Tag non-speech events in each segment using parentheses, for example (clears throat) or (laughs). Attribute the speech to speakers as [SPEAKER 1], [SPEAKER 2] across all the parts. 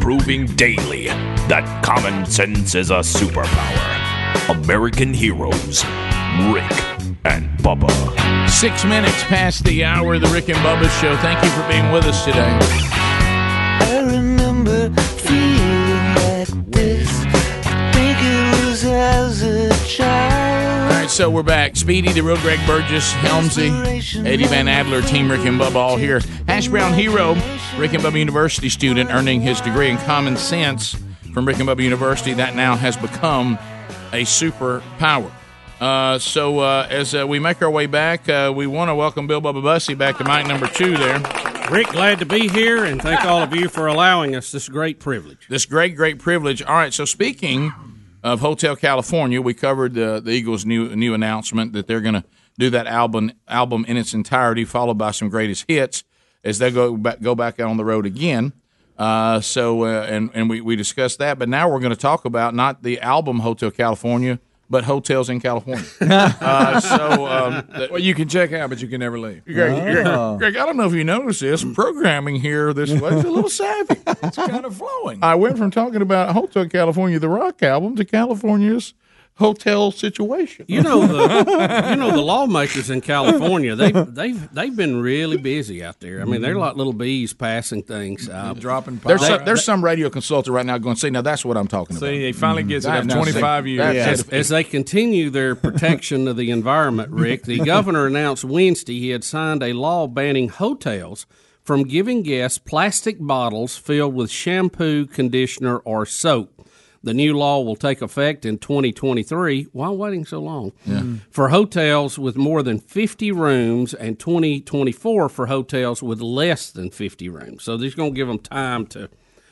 [SPEAKER 1] proving daily that common sense is a superpower. American heroes, Rick and Bubba.
[SPEAKER 2] Six minutes past the hour of the Rick and Bubba Show. Thank you for being with us today.
[SPEAKER 3] I remember feeling like this. I think it was as a
[SPEAKER 2] All
[SPEAKER 3] child.
[SPEAKER 2] right, so we're back. Speedy, the real Greg Burgess, Helmsy, Eddie Van Adler, Team Rick and Bubba, all here. Hash Brown Hero, Rick and Bubba University student, earning his degree in common sense from Rick and Bubba University. That now has become a superpower. Uh, so uh, as uh, we make our way back, uh, we want to welcome Bill Bubba Bussy back to mic number two there.
[SPEAKER 4] Rick, glad to be here, and thank all of you for allowing us this great privilege.
[SPEAKER 2] this great, great privilege. All right. So speaking of Hotel California, we covered the, the Eagles' new new announcement that they're going to do that album album in its entirety, followed by some greatest hits as they go back go back out on the road again. Uh, so uh, and and we, we discussed that, but now we're going to talk about not the album Hotel California, but hotels in
[SPEAKER 5] (laughs)
[SPEAKER 2] California. uh, so um, the-
[SPEAKER 5] Well, you can check out, but you can never
[SPEAKER 2] (laughs)
[SPEAKER 5] leave.
[SPEAKER 2] Greg, Greg, Greg, I don't know if you noticed this programming here this way is a little (laughs) savvy.
[SPEAKER 5] It's kind of flowing.
[SPEAKER 2] I went from talking about Hotel California, the rock album, to California's hotel situation.
[SPEAKER 4] You know the you know the lawmakers in California they they've they've been really busy out there. I mean they're like little bees passing things. out.
[SPEAKER 5] Dropping
[SPEAKER 2] (laughs) There's
[SPEAKER 5] power.
[SPEAKER 2] some, there's some radio consultant right now going, see, now that's what I'm talking
[SPEAKER 5] See,
[SPEAKER 2] about. Mm-hmm.
[SPEAKER 5] he finally gets it
[SPEAKER 2] That-
[SPEAKER 5] after
[SPEAKER 2] now, see,
[SPEAKER 5] 25 years.
[SPEAKER 2] that's-
[SPEAKER 4] As, as they continue their protection of the environment, Rick, the governor announced Wednesday he had signed a law banning hotels from giving guests plastic bottles filled with shampoo, conditioner, or soap. The new law will take effect in 2023. Why waiting so long?
[SPEAKER 5] Hmm.
[SPEAKER 4] For hotels with more than 50 rooms and 2024 for hotels with less than 50 rooms. So they're going to give them time to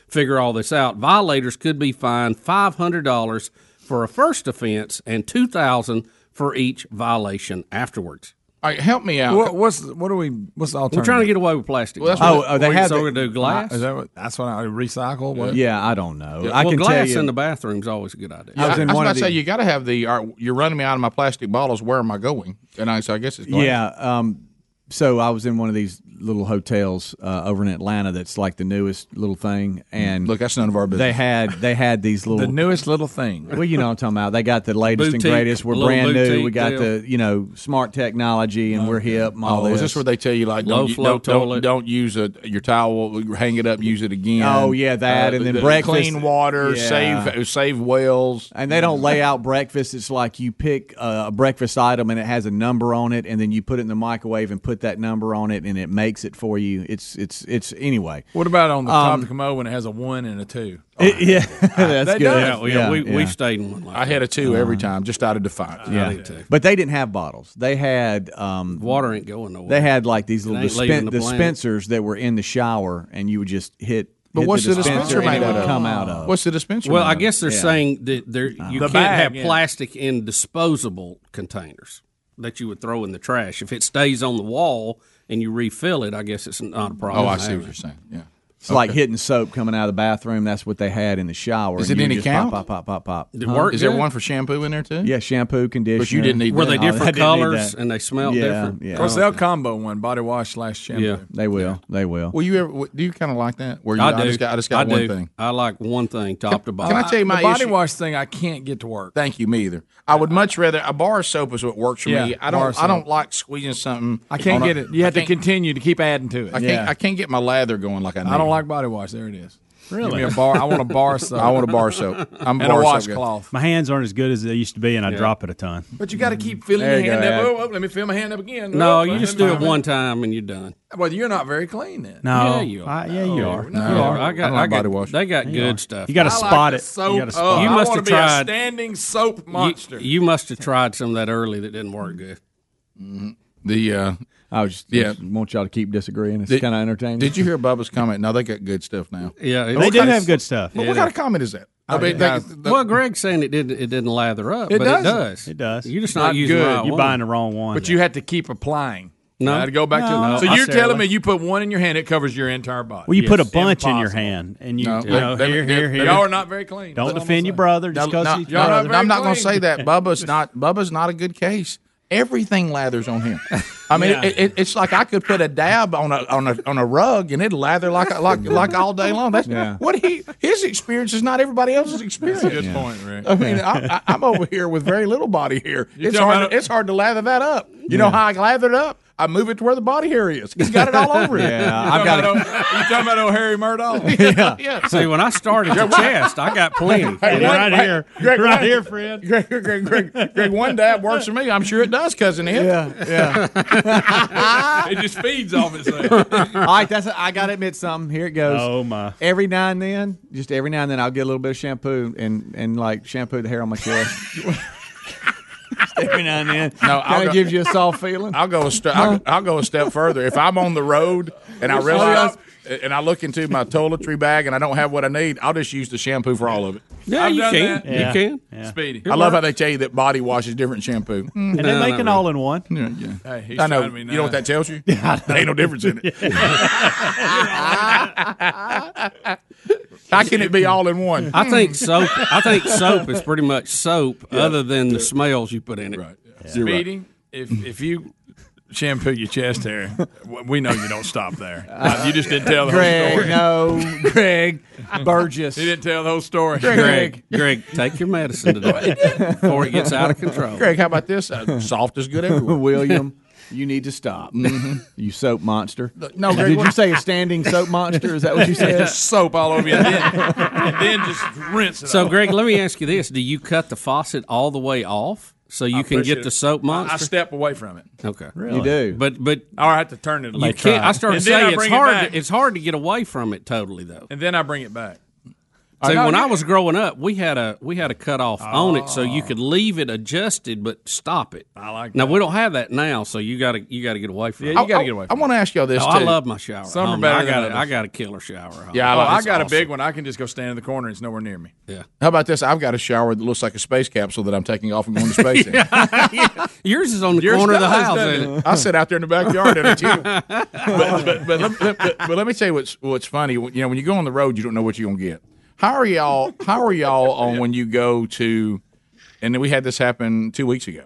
[SPEAKER 4] figure all this out. Violators could be fined five hundred dollars for a first offense and two thousand for each violation afterwards.
[SPEAKER 2] All right, help me out.
[SPEAKER 5] What, what's what are we? What's the alternative?
[SPEAKER 4] We're trying to get away with plastic.
[SPEAKER 2] Well, that's
[SPEAKER 4] bottles.
[SPEAKER 6] what- Oh, oh, they
[SPEAKER 4] Wait,
[SPEAKER 6] have
[SPEAKER 4] so
[SPEAKER 6] the-
[SPEAKER 4] we're gonna do glass.
[SPEAKER 5] Is that what, that's what I recycle. What?
[SPEAKER 6] Yeah, I don't know. I
[SPEAKER 4] well,
[SPEAKER 6] can
[SPEAKER 4] glass
[SPEAKER 6] tell you.
[SPEAKER 4] in the bathroom is always a good idea.
[SPEAKER 6] I was in
[SPEAKER 2] I was
[SPEAKER 6] one
[SPEAKER 2] about
[SPEAKER 6] of
[SPEAKER 2] to say,
[SPEAKER 6] the,
[SPEAKER 2] you got to have the, all right, you're running me out of my plastic bottles. Where am I going? And I, so I guess it's glass.
[SPEAKER 6] yeah. Um, so I was in one of these little hotels uh, over in Atlanta. That's like the newest little thing, and
[SPEAKER 2] Mm. Look, that's none of our business.
[SPEAKER 6] they had they
[SPEAKER 2] (laughs)
[SPEAKER 6] had these little
[SPEAKER 5] The newest little thing.
[SPEAKER 6] Well, you know what I'm talking about. They got the latest
[SPEAKER 4] Boutique,
[SPEAKER 6] and greatest. We're
[SPEAKER 4] little
[SPEAKER 6] brand new. We
[SPEAKER 4] boutique
[SPEAKER 6] got
[SPEAKER 4] deal.
[SPEAKER 6] the you know smart technology, and we're hip. And all
[SPEAKER 2] Oh,
[SPEAKER 6] this.
[SPEAKER 2] is this where they tell you like don't,
[SPEAKER 4] Low
[SPEAKER 2] u-
[SPEAKER 4] flow
[SPEAKER 2] don't, don't,
[SPEAKER 4] toilet.
[SPEAKER 2] don't use a, your towel, hang it up, use it again. Uh,
[SPEAKER 6] Oh, yeah, that, and then
[SPEAKER 2] the
[SPEAKER 6] breakfast.
[SPEAKER 2] clean water,
[SPEAKER 6] Yeah.
[SPEAKER 2] save save wells.
[SPEAKER 6] and they don't lay out breakfast. It's like you pick uh, a breakfast item and it has a number on it, and then you put it in the microwave and put that number on it, and it makes it for you. It's it's it's anyway.
[SPEAKER 5] What about on the
[SPEAKER 6] Um,
[SPEAKER 5] top of the commode when it has a one and a two?
[SPEAKER 6] It- yeah, (laughs) that's
[SPEAKER 5] They
[SPEAKER 6] good.
[SPEAKER 5] don't.
[SPEAKER 4] yeah, well, yeah, we
[SPEAKER 6] yeah.
[SPEAKER 4] we stayed in one. Like
[SPEAKER 2] I had a two every time, just out of defiance.
[SPEAKER 4] that. I did too.
[SPEAKER 6] But they didn't have bottles. They had um,
[SPEAKER 4] Water ain't going nowhere.
[SPEAKER 6] they had like these little
[SPEAKER 4] ain't leaving
[SPEAKER 6] dispen-
[SPEAKER 4] the plant.
[SPEAKER 6] dispensers that were in the shower, and you would just hit.
[SPEAKER 2] But
[SPEAKER 6] hit
[SPEAKER 2] what's the dispenser
[SPEAKER 6] and it
[SPEAKER 2] made
[SPEAKER 6] would
[SPEAKER 2] out of?
[SPEAKER 6] Come out of
[SPEAKER 2] What's the dispenser?
[SPEAKER 4] well,
[SPEAKER 2] made
[SPEAKER 4] I
[SPEAKER 2] of?
[SPEAKER 4] guess they're saying that there you can't
[SPEAKER 5] bag,
[SPEAKER 4] have
[SPEAKER 5] yeah.
[SPEAKER 4] plastic in disposable containers that you would throw in the trash. If it stays on the wall and you refill it, I guess it's not a problem.
[SPEAKER 2] Oh, I see what you're saying. Yeah.
[SPEAKER 6] It's like hitting soap coming out of the bathroom. That's what they had in the shower.
[SPEAKER 2] Is
[SPEAKER 6] And
[SPEAKER 2] it
[SPEAKER 6] you
[SPEAKER 2] any
[SPEAKER 6] just
[SPEAKER 2] count?
[SPEAKER 6] Pop, pop, pop, pop, pop.
[SPEAKER 4] Did it work
[SPEAKER 2] Is there
[SPEAKER 4] good?
[SPEAKER 2] one for shampoo in there too?
[SPEAKER 6] Yeah, shampoo, conditioner.
[SPEAKER 2] But you didn't need.
[SPEAKER 4] Were
[SPEAKER 2] that.
[SPEAKER 4] they
[SPEAKER 6] Oh, I
[SPEAKER 4] different
[SPEAKER 6] didn't need
[SPEAKER 4] colors
[SPEAKER 6] that.
[SPEAKER 4] and they smelled
[SPEAKER 6] Yeah,
[SPEAKER 4] different?
[SPEAKER 6] yeah.
[SPEAKER 5] Of course, they'll combo one body wash slash shampoo.
[SPEAKER 4] Yeah.
[SPEAKER 6] They will. They will.
[SPEAKER 2] Well, you ever do you kind of like that? Where you,
[SPEAKER 4] I do.
[SPEAKER 2] just got, I just got
[SPEAKER 4] I
[SPEAKER 2] one
[SPEAKER 4] do.
[SPEAKER 2] thing.
[SPEAKER 4] I like one thing, top to bottom.
[SPEAKER 2] Can I tell you my
[SPEAKER 5] the body
[SPEAKER 2] issue?
[SPEAKER 5] wash thing, I can't get to work.
[SPEAKER 2] Thank you, me either. I would much rather a bar of soap is what works for
[SPEAKER 5] Yeah,
[SPEAKER 2] me. I
[SPEAKER 5] bar
[SPEAKER 2] don't.
[SPEAKER 5] of
[SPEAKER 2] I don't
[SPEAKER 5] soap.
[SPEAKER 2] like squeezing something.
[SPEAKER 5] I can't
[SPEAKER 2] on a-
[SPEAKER 5] get it. You
[SPEAKER 2] I
[SPEAKER 5] have to
[SPEAKER 2] can't-
[SPEAKER 5] continue to keep adding to it.
[SPEAKER 2] I can't.
[SPEAKER 6] Yeah.
[SPEAKER 2] I can't get my lather going like I need.
[SPEAKER 5] I don't like body wash. There it is. Really? Give me a bar. I want a bar soap.
[SPEAKER 2] I want a bar soap.
[SPEAKER 6] (laughs)
[SPEAKER 2] I'm
[SPEAKER 5] and a
[SPEAKER 2] bar soap guy.
[SPEAKER 5] washcloth.
[SPEAKER 7] My hands aren't as good as they used to be, and I drop it a ton.
[SPEAKER 5] But you got to keep filling
[SPEAKER 2] There
[SPEAKER 5] your
[SPEAKER 2] you
[SPEAKER 5] hand
[SPEAKER 2] go,
[SPEAKER 5] up.
[SPEAKER 2] Ed.
[SPEAKER 5] Oh, oh, let me fill my hand up again. Oh,
[SPEAKER 4] No, you
[SPEAKER 5] let
[SPEAKER 4] just
[SPEAKER 5] me-
[SPEAKER 4] do it one time and you're done.
[SPEAKER 5] Well, you're not very clean then.
[SPEAKER 7] No,
[SPEAKER 4] Yeah, you are.
[SPEAKER 7] I- yeah, you are.
[SPEAKER 5] No.
[SPEAKER 7] You are.
[SPEAKER 4] I got,
[SPEAKER 2] I don't like
[SPEAKER 4] I got
[SPEAKER 2] body wash.
[SPEAKER 4] They got good stuff.
[SPEAKER 7] You got to
[SPEAKER 5] I like
[SPEAKER 7] spot
[SPEAKER 5] the
[SPEAKER 7] it.
[SPEAKER 5] Soap
[SPEAKER 7] you got to
[SPEAKER 5] up.
[SPEAKER 7] spot
[SPEAKER 4] You
[SPEAKER 5] I
[SPEAKER 4] must
[SPEAKER 5] wanna
[SPEAKER 4] have
[SPEAKER 5] be a
[SPEAKER 4] tried-
[SPEAKER 5] standing soap monster.
[SPEAKER 4] You, you must have tried some of that early that didn't work good.
[SPEAKER 7] Mm-hmm.
[SPEAKER 2] The uh,
[SPEAKER 6] I was just,
[SPEAKER 2] Yeah.
[SPEAKER 6] just want y'all to keep disagreeing. It's
[SPEAKER 2] Did-
[SPEAKER 6] kind of entertaining.
[SPEAKER 2] did you
[SPEAKER 7] (laughs)
[SPEAKER 2] hear Bubba's comment? No, they got good stuff now.
[SPEAKER 4] Yeah,
[SPEAKER 7] They
[SPEAKER 4] it's-
[SPEAKER 7] do have good stuff.
[SPEAKER 2] But what kind of comment is that? I mean, they- the-
[SPEAKER 4] Well, Greg's saying it didn't. It didn't lather up,
[SPEAKER 5] It
[SPEAKER 4] but
[SPEAKER 5] doesn't.
[SPEAKER 4] it does.
[SPEAKER 7] It does.
[SPEAKER 4] You're just
[SPEAKER 5] Not
[SPEAKER 4] not, using
[SPEAKER 5] good.
[SPEAKER 4] The right
[SPEAKER 7] You're
[SPEAKER 4] one.
[SPEAKER 7] buying the wrong one.
[SPEAKER 5] but you had to keep applying.
[SPEAKER 4] No.
[SPEAKER 5] I had to go back
[SPEAKER 7] No.
[SPEAKER 5] to. So
[SPEAKER 7] I
[SPEAKER 5] you're
[SPEAKER 7] said
[SPEAKER 5] telling
[SPEAKER 7] it.
[SPEAKER 5] me you put one in your hand, it covers your entire body.
[SPEAKER 7] well, you put a
[SPEAKER 5] Yes.
[SPEAKER 7] bunch in your
[SPEAKER 5] Impossible.
[SPEAKER 7] hand, and you,
[SPEAKER 2] No,
[SPEAKER 7] you
[SPEAKER 2] they-
[SPEAKER 7] know,
[SPEAKER 2] they-
[SPEAKER 7] here, here,
[SPEAKER 2] they-
[SPEAKER 7] here.
[SPEAKER 5] Y'all are not very clean.
[SPEAKER 7] Don't
[SPEAKER 5] That's all I'm
[SPEAKER 7] defend your
[SPEAKER 5] saying.
[SPEAKER 7] brother just
[SPEAKER 2] No,
[SPEAKER 7] because
[SPEAKER 2] no,
[SPEAKER 7] he's
[SPEAKER 5] y'all
[SPEAKER 2] no,
[SPEAKER 5] not very
[SPEAKER 2] I'm not going to
[SPEAKER 5] clean.
[SPEAKER 2] say that. Bubba's not. Bubba's not a good case. Everything lathers on him. I
[SPEAKER 5] (laughs)
[SPEAKER 2] mean,
[SPEAKER 4] Yeah.
[SPEAKER 2] it, it, it's like I could put a dab on a on a on a rug and it'd lather like like like all day long. That's
[SPEAKER 6] Yeah.
[SPEAKER 2] what he his experience is not everybody else's experience.
[SPEAKER 5] Good point, Rick.
[SPEAKER 2] I mean, I, I, I'm over here with very little body hair. It's
[SPEAKER 5] talking
[SPEAKER 2] hard.
[SPEAKER 5] about-
[SPEAKER 2] it's hard to lather that up. You know how I lather it up? I move it to where the body hair is. He's (laughs) got it all over it.
[SPEAKER 6] Yeah, I've
[SPEAKER 5] Talking
[SPEAKER 6] got
[SPEAKER 5] about
[SPEAKER 6] a,
[SPEAKER 5] old- you talking about old Harry Murdoch?
[SPEAKER 2] (laughs) yeah.
[SPEAKER 4] See, when I started
[SPEAKER 2] (laughs)
[SPEAKER 4] the chest, I got plenty.
[SPEAKER 2] Hey, one-
[SPEAKER 7] right
[SPEAKER 2] hey,
[SPEAKER 7] here,
[SPEAKER 2] Greg,
[SPEAKER 7] right
[SPEAKER 2] one-
[SPEAKER 7] here, Fred.
[SPEAKER 2] Greg, Greg, Greg, Greg, one dab works for me. I'm sure it does, cousin Ed.
[SPEAKER 6] yeah, yeah.
[SPEAKER 2] Ah.
[SPEAKER 5] It just feeds off
[SPEAKER 2] (laughs)
[SPEAKER 5] itself.
[SPEAKER 6] All right, that's I got to admit something. Here it goes.
[SPEAKER 7] Oh my!
[SPEAKER 6] Every now and then, just every now and then, I'll get a little bit of shampoo and and like shampoo the hair on my chest. Just every now and then,
[SPEAKER 2] No, I'll
[SPEAKER 6] kind
[SPEAKER 2] go-
[SPEAKER 6] of (laughs) gives you a soft feeling.
[SPEAKER 2] I'll go a step. I'll, I'll go a step further. If I'm on the road and I realize, and I look into my toiletry bag and I don't have what I need, I'll just use the shampoo for all of it.
[SPEAKER 4] Yeah,
[SPEAKER 5] I've
[SPEAKER 4] you
[SPEAKER 5] done
[SPEAKER 4] can.
[SPEAKER 5] that.
[SPEAKER 7] Yeah.
[SPEAKER 4] You can.
[SPEAKER 7] Yeah.
[SPEAKER 5] Speedy.
[SPEAKER 2] I love how they tell you that body wash is different shampoo. Mm,
[SPEAKER 7] And they
[SPEAKER 4] No,
[SPEAKER 7] make
[SPEAKER 4] not
[SPEAKER 7] an
[SPEAKER 4] really.
[SPEAKER 7] all-in-one.
[SPEAKER 2] yeah, yeah.
[SPEAKER 5] Hey, he's
[SPEAKER 2] I know.
[SPEAKER 5] trying to be
[SPEAKER 2] You know what that (laughs)
[SPEAKER 5] nice. (laughs)
[SPEAKER 2] tells you? Yeah, there ain't no difference in it. (laughs) How can it be all in one?
[SPEAKER 4] I think soap. I think soap is pretty
[SPEAKER 7] (laughs)
[SPEAKER 4] much soap, other than the smells you put in it.
[SPEAKER 5] Right. Speedy, if if you shampoo your chest hair, w- we know you don't stop
[SPEAKER 2] (laughs)
[SPEAKER 5] there. you just didn't tell the whole
[SPEAKER 6] Greg,
[SPEAKER 5] story.
[SPEAKER 6] no, Greg Burgess.
[SPEAKER 5] You didn't tell the whole story.
[SPEAKER 6] Greg.
[SPEAKER 4] Greg, take your medicine today before it gets
[SPEAKER 6] (laughs)
[SPEAKER 4] out of control.
[SPEAKER 2] Greg, how about this? Uh, soft is good
[SPEAKER 5] (laughs)
[SPEAKER 4] (laughs)
[SPEAKER 2] everywhere.
[SPEAKER 6] William, you need to stop. Mm-hmm. You soap monster.
[SPEAKER 2] No, Greg,
[SPEAKER 6] Did
[SPEAKER 2] what-
[SPEAKER 6] you say a standing soap monster? Is that what you said?
[SPEAKER 5] Just soap all over
[SPEAKER 6] (laughs)
[SPEAKER 5] you, and then, and then just rinse it.
[SPEAKER 4] So,
[SPEAKER 5] off.
[SPEAKER 4] Greg, let me ask you this: Do you cut the faucet all the way off so you can
[SPEAKER 5] appreciate
[SPEAKER 4] get the
[SPEAKER 5] it.
[SPEAKER 4] soap
[SPEAKER 5] I
[SPEAKER 4] monster?
[SPEAKER 5] step away from it,
[SPEAKER 4] okay,
[SPEAKER 6] You do.
[SPEAKER 4] but but
[SPEAKER 5] or I have to turn it.
[SPEAKER 4] you can't. I started
[SPEAKER 5] And then I
[SPEAKER 4] saying it's
[SPEAKER 5] bring it
[SPEAKER 4] hard.
[SPEAKER 5] back.
[SPEAKER 4] To, it's hard to get away from it totally, though.
[SPEAKER 5] and then I bring it back.
[SPEAKER 4] So
[SPEAKER 2] know,
[SPEAKER 4] when
[SPEAKER 2] you-
[SPEAKER 4] I was growing up, we had a we had a cutoff on it, so you could leave it adjusted but stop it.
[SPEAKER 5] Oh. I like
[SPEAKER 4] Now we don't have that now, so you gotta you gotta get away from it.
[SPEAKER 5] Yeah, you got to get away.
[SPEAKER 2] I
[SPEAKER 5] From
[SPEAKER 2] want to ask y'all this
[SPEAKER 4] Oh,
[SPEAKER 2] too.
[SPEAKER 4] I love my shower. at
[SPEAKER 5] Some are
[SPEAKER 4] home.
[SPEAKER 5] better
[SPEAKER 4] I
[SPEAKER 5] than
[SPEAKER 4] got a,
[SPEAKER 5] others.
[SPEAKER 4] I got a killer shower. at home.
[SPEAKER 2] Yeah, I
[SPEAKER 5] it.
[SPEAKER 2] love.
[SPEAKER 5] Oh, I
[SPEAKER 2] it's
[SPEAKER 5] got a
[SPEAKER 2] awesome.
[SPEAKER 5] big one. I can just go stand in the corner. It's nowhere near me.
[SPEAKER 2] How about this? I've got a shower that looks like a space capsule that I'm taking off and going to
[SPEAKER 4] (laughs)
[SPEAKER 2] space in.
[SPEAKER 4] Yours is on the
[SPEAKER 5] Yours
[SPEAKER 4] corner of the
[SPEAKER 5] does,
[SPEAKER 4] house.
[SPEAKER 5] doesn't
[SPEAKER 4] ain't it?
[SPEAKER 2] I sit out there in the backyard at a
[SPEAKER 4] (laughs)
[SPEAKER 2] table. But, but, but, let- but- but- but let me tell you what's what's funny. You know, when you go on the road, you don't know what you're gonna get. How are y'all? How are y'all on when you go to? And then we had this happen two weeks ago.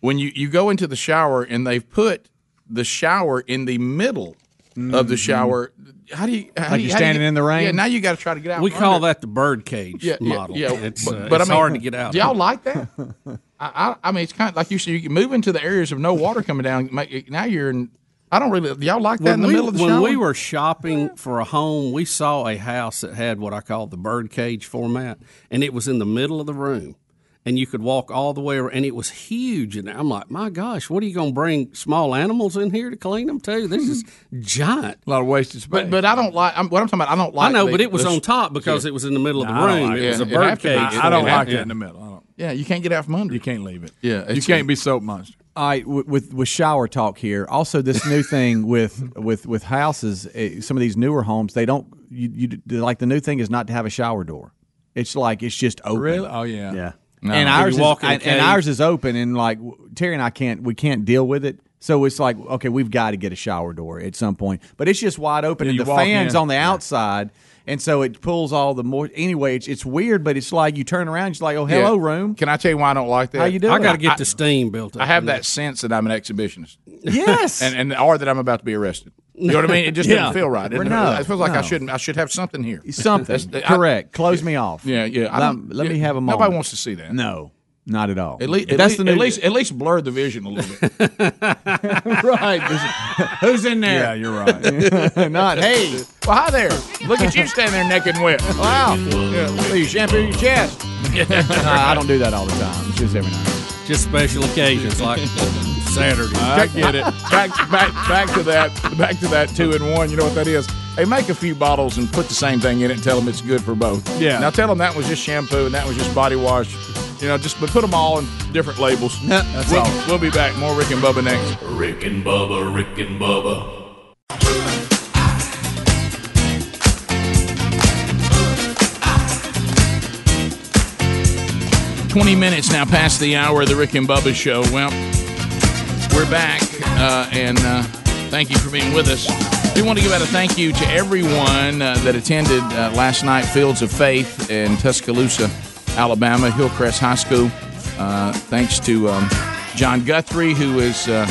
[SPEAKER 2] When you you go into the shower and they've put the shower in the middle
[SPEAKER 4] Mm-hmm.
[SPEAKER 2] of the shower. How do you? How
[SPEAKER 6] Like
[SPEAKER 2] do you,
[SPEAKER 6] you're
[SPEAKER 2] how do you
[SPEAKER 6] standing
[SPEAKER 2] get-
[SPEAKER 6] in the rain?
[SPEAKER 2] Yeah. Now you got to try to get out.
[SPEAKER 4] We
[SPEAKER 2] from
[SPEAKER 4] call
[SPEAKER 2] under it.
[SPEAKER 4] that the bird cage model. it's, uh, it's hard to get out.
[SPEAKER 2] Do y'all like
[SPEAKER 4] (laughs)
[SPEAKER 2] that? I, I, I mean, it's kind of like you said. You can move into the areas of no water coming down. Make, now you're in. I don't really. Do y'all like that in
[SPEAKER 4] when,
[SPEAKER 2] the
[SPEAKER 4] we,
[SPEAKER 2] middle of the
[SPEAKER 4] when
[SPEAKER 2] shower?
[SPEAKER 4] we were shopping for a home, we saw a house that had what I call the bird cage format, and it was in the middle of the room, and you could walk all the way around, and it was huge. And I'm like, my gosh, what are you going to bring small animals in here to clean them too?
[SPEAKER 2] (laughs)
[SPEAKER 4] This is giant.
[SPEAKER 5] A lot of wasted space.
[SPEAKER 2] but but I don't like. I'm, what I'm talking about, I don't like.
[SPEAKER 4] I know,
[SPEAKER 2] the-
[SPEAKER 4] but it was
[SPEAKER 2] the-
[SPEAKER 4] on top because it was in the middle of the
[SPEAKER 5] No, I don't
[SPEAKER 4] room.
[SPEAKER 5] like
[SPEAKER 4] it
[SPEAKER 5] it.
[SPEAKER 4] was a
[SPEAKER 2] It
[SPEAKER 4] bird
[SPEAKER 2] happened.
[SPEAKER 4] cage.
[SPEAKER 2] I-
[SPEAKER 5] I, I don't
[SPEAKER 4] format.
[SPEAKER 5] like
[SPEAKER 4] Yeah.
[SPEAKER 5] that in the middle. I don't,
[SPEAKER 2] Yeah, you can't get out from under.
[SPEAKER 5] you can't leave it.
[SPEAKER 2] Yeah,
[SPEAKER 5] you
[SPEAKER 2] it's-
[SPEAKER 5] can't be soap monster.
[SPEAKER 6] All right, with, with with shower talk here. Also, this
[SPEAKER 2] (laughs)
[SPEAKER 6] new thing with with with houses, eh, some of these newer homes, they don't you, you like the new thing is not to have a shower door. It's like it's just open.
[SPEAKER 5] Oh yeah.
[SPEAKER 7] Yeah.
[SPEAKER 6] And
[SPEAKER 4] you
[SPEAKER 6] ours is,
[SPEAKER 4] walk in a
[SPEAKER 6] and, and
[SPEAKER 4] cave.
[SPEAKER 6] ours is open, and like w- Terry and I can't we can't deal with it. So it's like okay, we've got to get a shower door at some point, but it's just wide open,
[SPEAKER 5] Yeah,
[SPEAKER 6] and
[SPEAKER 5] you
[SPEAKER 6] the
[SPEAKER 5] walk
[SPEAKER 6] fans
[SPEAKER 5] in.
[SPEAKER 6] on the outside, and so it pulls all the more. Anyway, it's, it's weird, but it's like you turn around, it's like oh
[SPEAKER 2] Yeah.
[SPEAKER 6] hello room,
[SPEAKER 2] Can I tell you why I don't like that?
[SPEAKER 6] how you doing?
[SPEAKER 4] I got to
[SPEAKER 2] (laughs)
[SPEAKER 4] get the steam built up.
[SPEAKER 2] I have
[SPEAKER 4] in
[SPEAKER 2] that sense that I'm an exhibitionist, (laughs)
[SPEAKER 6] yes,
[SPEAKER 2] and and or that I'm about to be arrested. You know what I mean? It just doesn't feel right. It,
[SPEAKER 6] No,
[SPEAKER 2] it feels like I
[SPEAKER 6] no.
[SPEAKER 2] shouldn't. I should have something here.
[SPEAKER 6] something
[SPEAKER 2] That's- I-
[SPEAKER 6] correct. Close me off.
[SPEAKER 2] Yeah, yeah. I
[SPEAKER 6] Let,
[SPEAKER 2] don't-
[SPEAKER 6] let
[SPEAKER 2] yeah,
[SPEAKER 6] me have a moment.
[SPEAKER 2] Nobody wants to see that.
[SPEAKER 6] No, not at all.
[SPEAKER 2] At least, at, least,
[SPEAKER 6] that's the new.
[SPEAKER 2] at least, at least blur the vision a little bit.
[SPEAKER 6] (laughs) right. Who's in
[SPEAKER 5] Yeah,
[SPEAKER 6] there?
[SPEAKER 5] you're
[SPEAKER 6] (laughs)
[SPEAKER 5] right.
[SPEAKER 6] not hey.
[SPEAKER 2] Well, hi there. Look at you standing there naked and wet.
[SPEAKER 6] Wow. So you shampoo your chest. (laughs) Nah, I don't do that all the time. It's just every night.
[SPEAKER 4] there. (laughs) just special
[SPEAKER 5] (laughs)
[SPEAKER 4] occasions like Saturday.
[SPEAKER 2] I get it. Back, back, back to that. Back to that two and one. You know what that is? Hey, make a few bottles and put the same thing in it. and Tell them it's good for both.
[SPEAKER 5] Yeah.
[SPEAKER 2] Now tell them that was just shampoo and that was just body wash. You know, just but put them all in different labels. That's we'll, all. We'll be back. More Rick and Bubba next.
[SPEAKER 8] Rick and Bubba, Rick and
[SPEAKER 5] (laughs)
[SPEAKER 8] Bubba.
[SPEAKER 2] Twenty minutes now past the hour of the Rick and Bubba show. Well, we're back, uh, and uh, thank you for being with us. We want to give out a thank you to everyone uh, that attended uh, last night Fields of Faith in Tuscaloosa, Alabama, Hillcrest High School. Uh, thanks to um, John Guthrie, who is uh,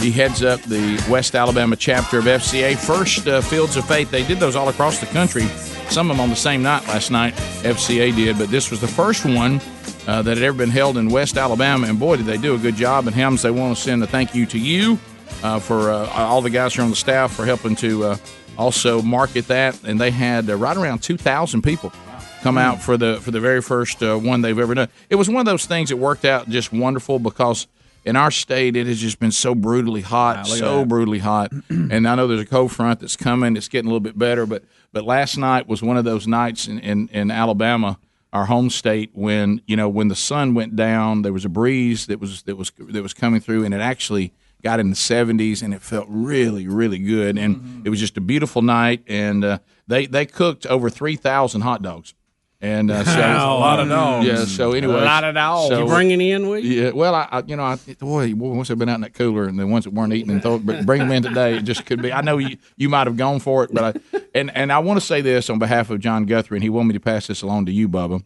[SPEAKER 2] He heads up the West Alabama chapter of FCA. First uh, Fields of Faith. They did those all across the country. Some of them on the same night last night. FCA did, but this was the first one uh, that had ever been held in West Alabama. And boy, did they do a good job. And Helms, they want to send a thank you to you uh, for uh, all the guys here on the staff for helping to uh, also market that. And they had uh, right around 2,000 people come out for the for the very first uh, one they've ever done. It was one of those things that worked out just wonderful because in our state it has just been so brutally hot, so brutally hot. and I know there's a cold front that's coming. It's getting a little bit better, but but last night was one of those nights in in, in Alabama our home state when you know when the sun went down there was a breeze that was that was that was coming through and it actually got in the 70s and it felt really really good and
[SPEAKER 5] Mm-hmm.
[SPEAKER 2] it was just a beautiful night and uh, they they cooked over 3000 hot dogs and uh, so
[SPEAKER 5] Wow, a lot of dogs.
[SPEAKER 2] yeah so anyway
[SPEAKER 5] A lot of dogs.
[SPEAKER 2] so,
[SPEAKER 5] You
[SPEAKER 4] Bringing in, will you?
[SPEAKER 2] yeah, well, I, I you know, I, boy, boy, once they've been out in that cooler, and the ones that weren't eating, and thought, but bring them in today, it just could be. I know you, you might have gone for it, but I, and and I want to say this on behalf of John Guthrie, and he wanted me to pass this along to you, Bubba.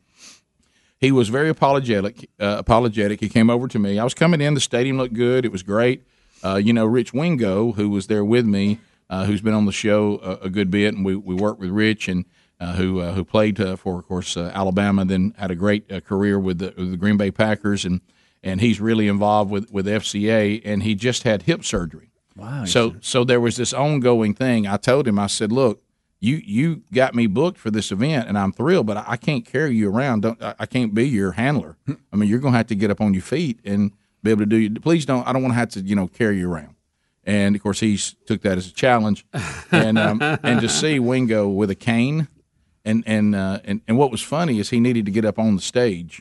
[SPEAKER 2] He was very apologetic. Uh, apologetic. He came over to me. I was coming in. The stadium looked good. It was great. Uh, you know, Rich Wingo, who was there with me, uh, who's been on the show a, a good bit, and we, we worked with Rich and uh, who uh, who played uh, for, of course, uh, Alabama. Then had a great uh, career with the, with the Green Bay Packers, and and he's really involved with with FCA. And he just had hip surgery. Wow. So so there was this ongoing thing. I told him, I said, look, you you got me booked for this event, and I'm thrilled, but I, I can't carry you around. Don't I, I can't be your handler. I mean, you're gonna have to get up on your feet and be able to do. Your, please don't. I don't want to have to you know carry you around. And of course, he s- took that as a challenge, and um, and to see Wingo with a cane, and and uh, and and what was funny is he needed to get up on the stage,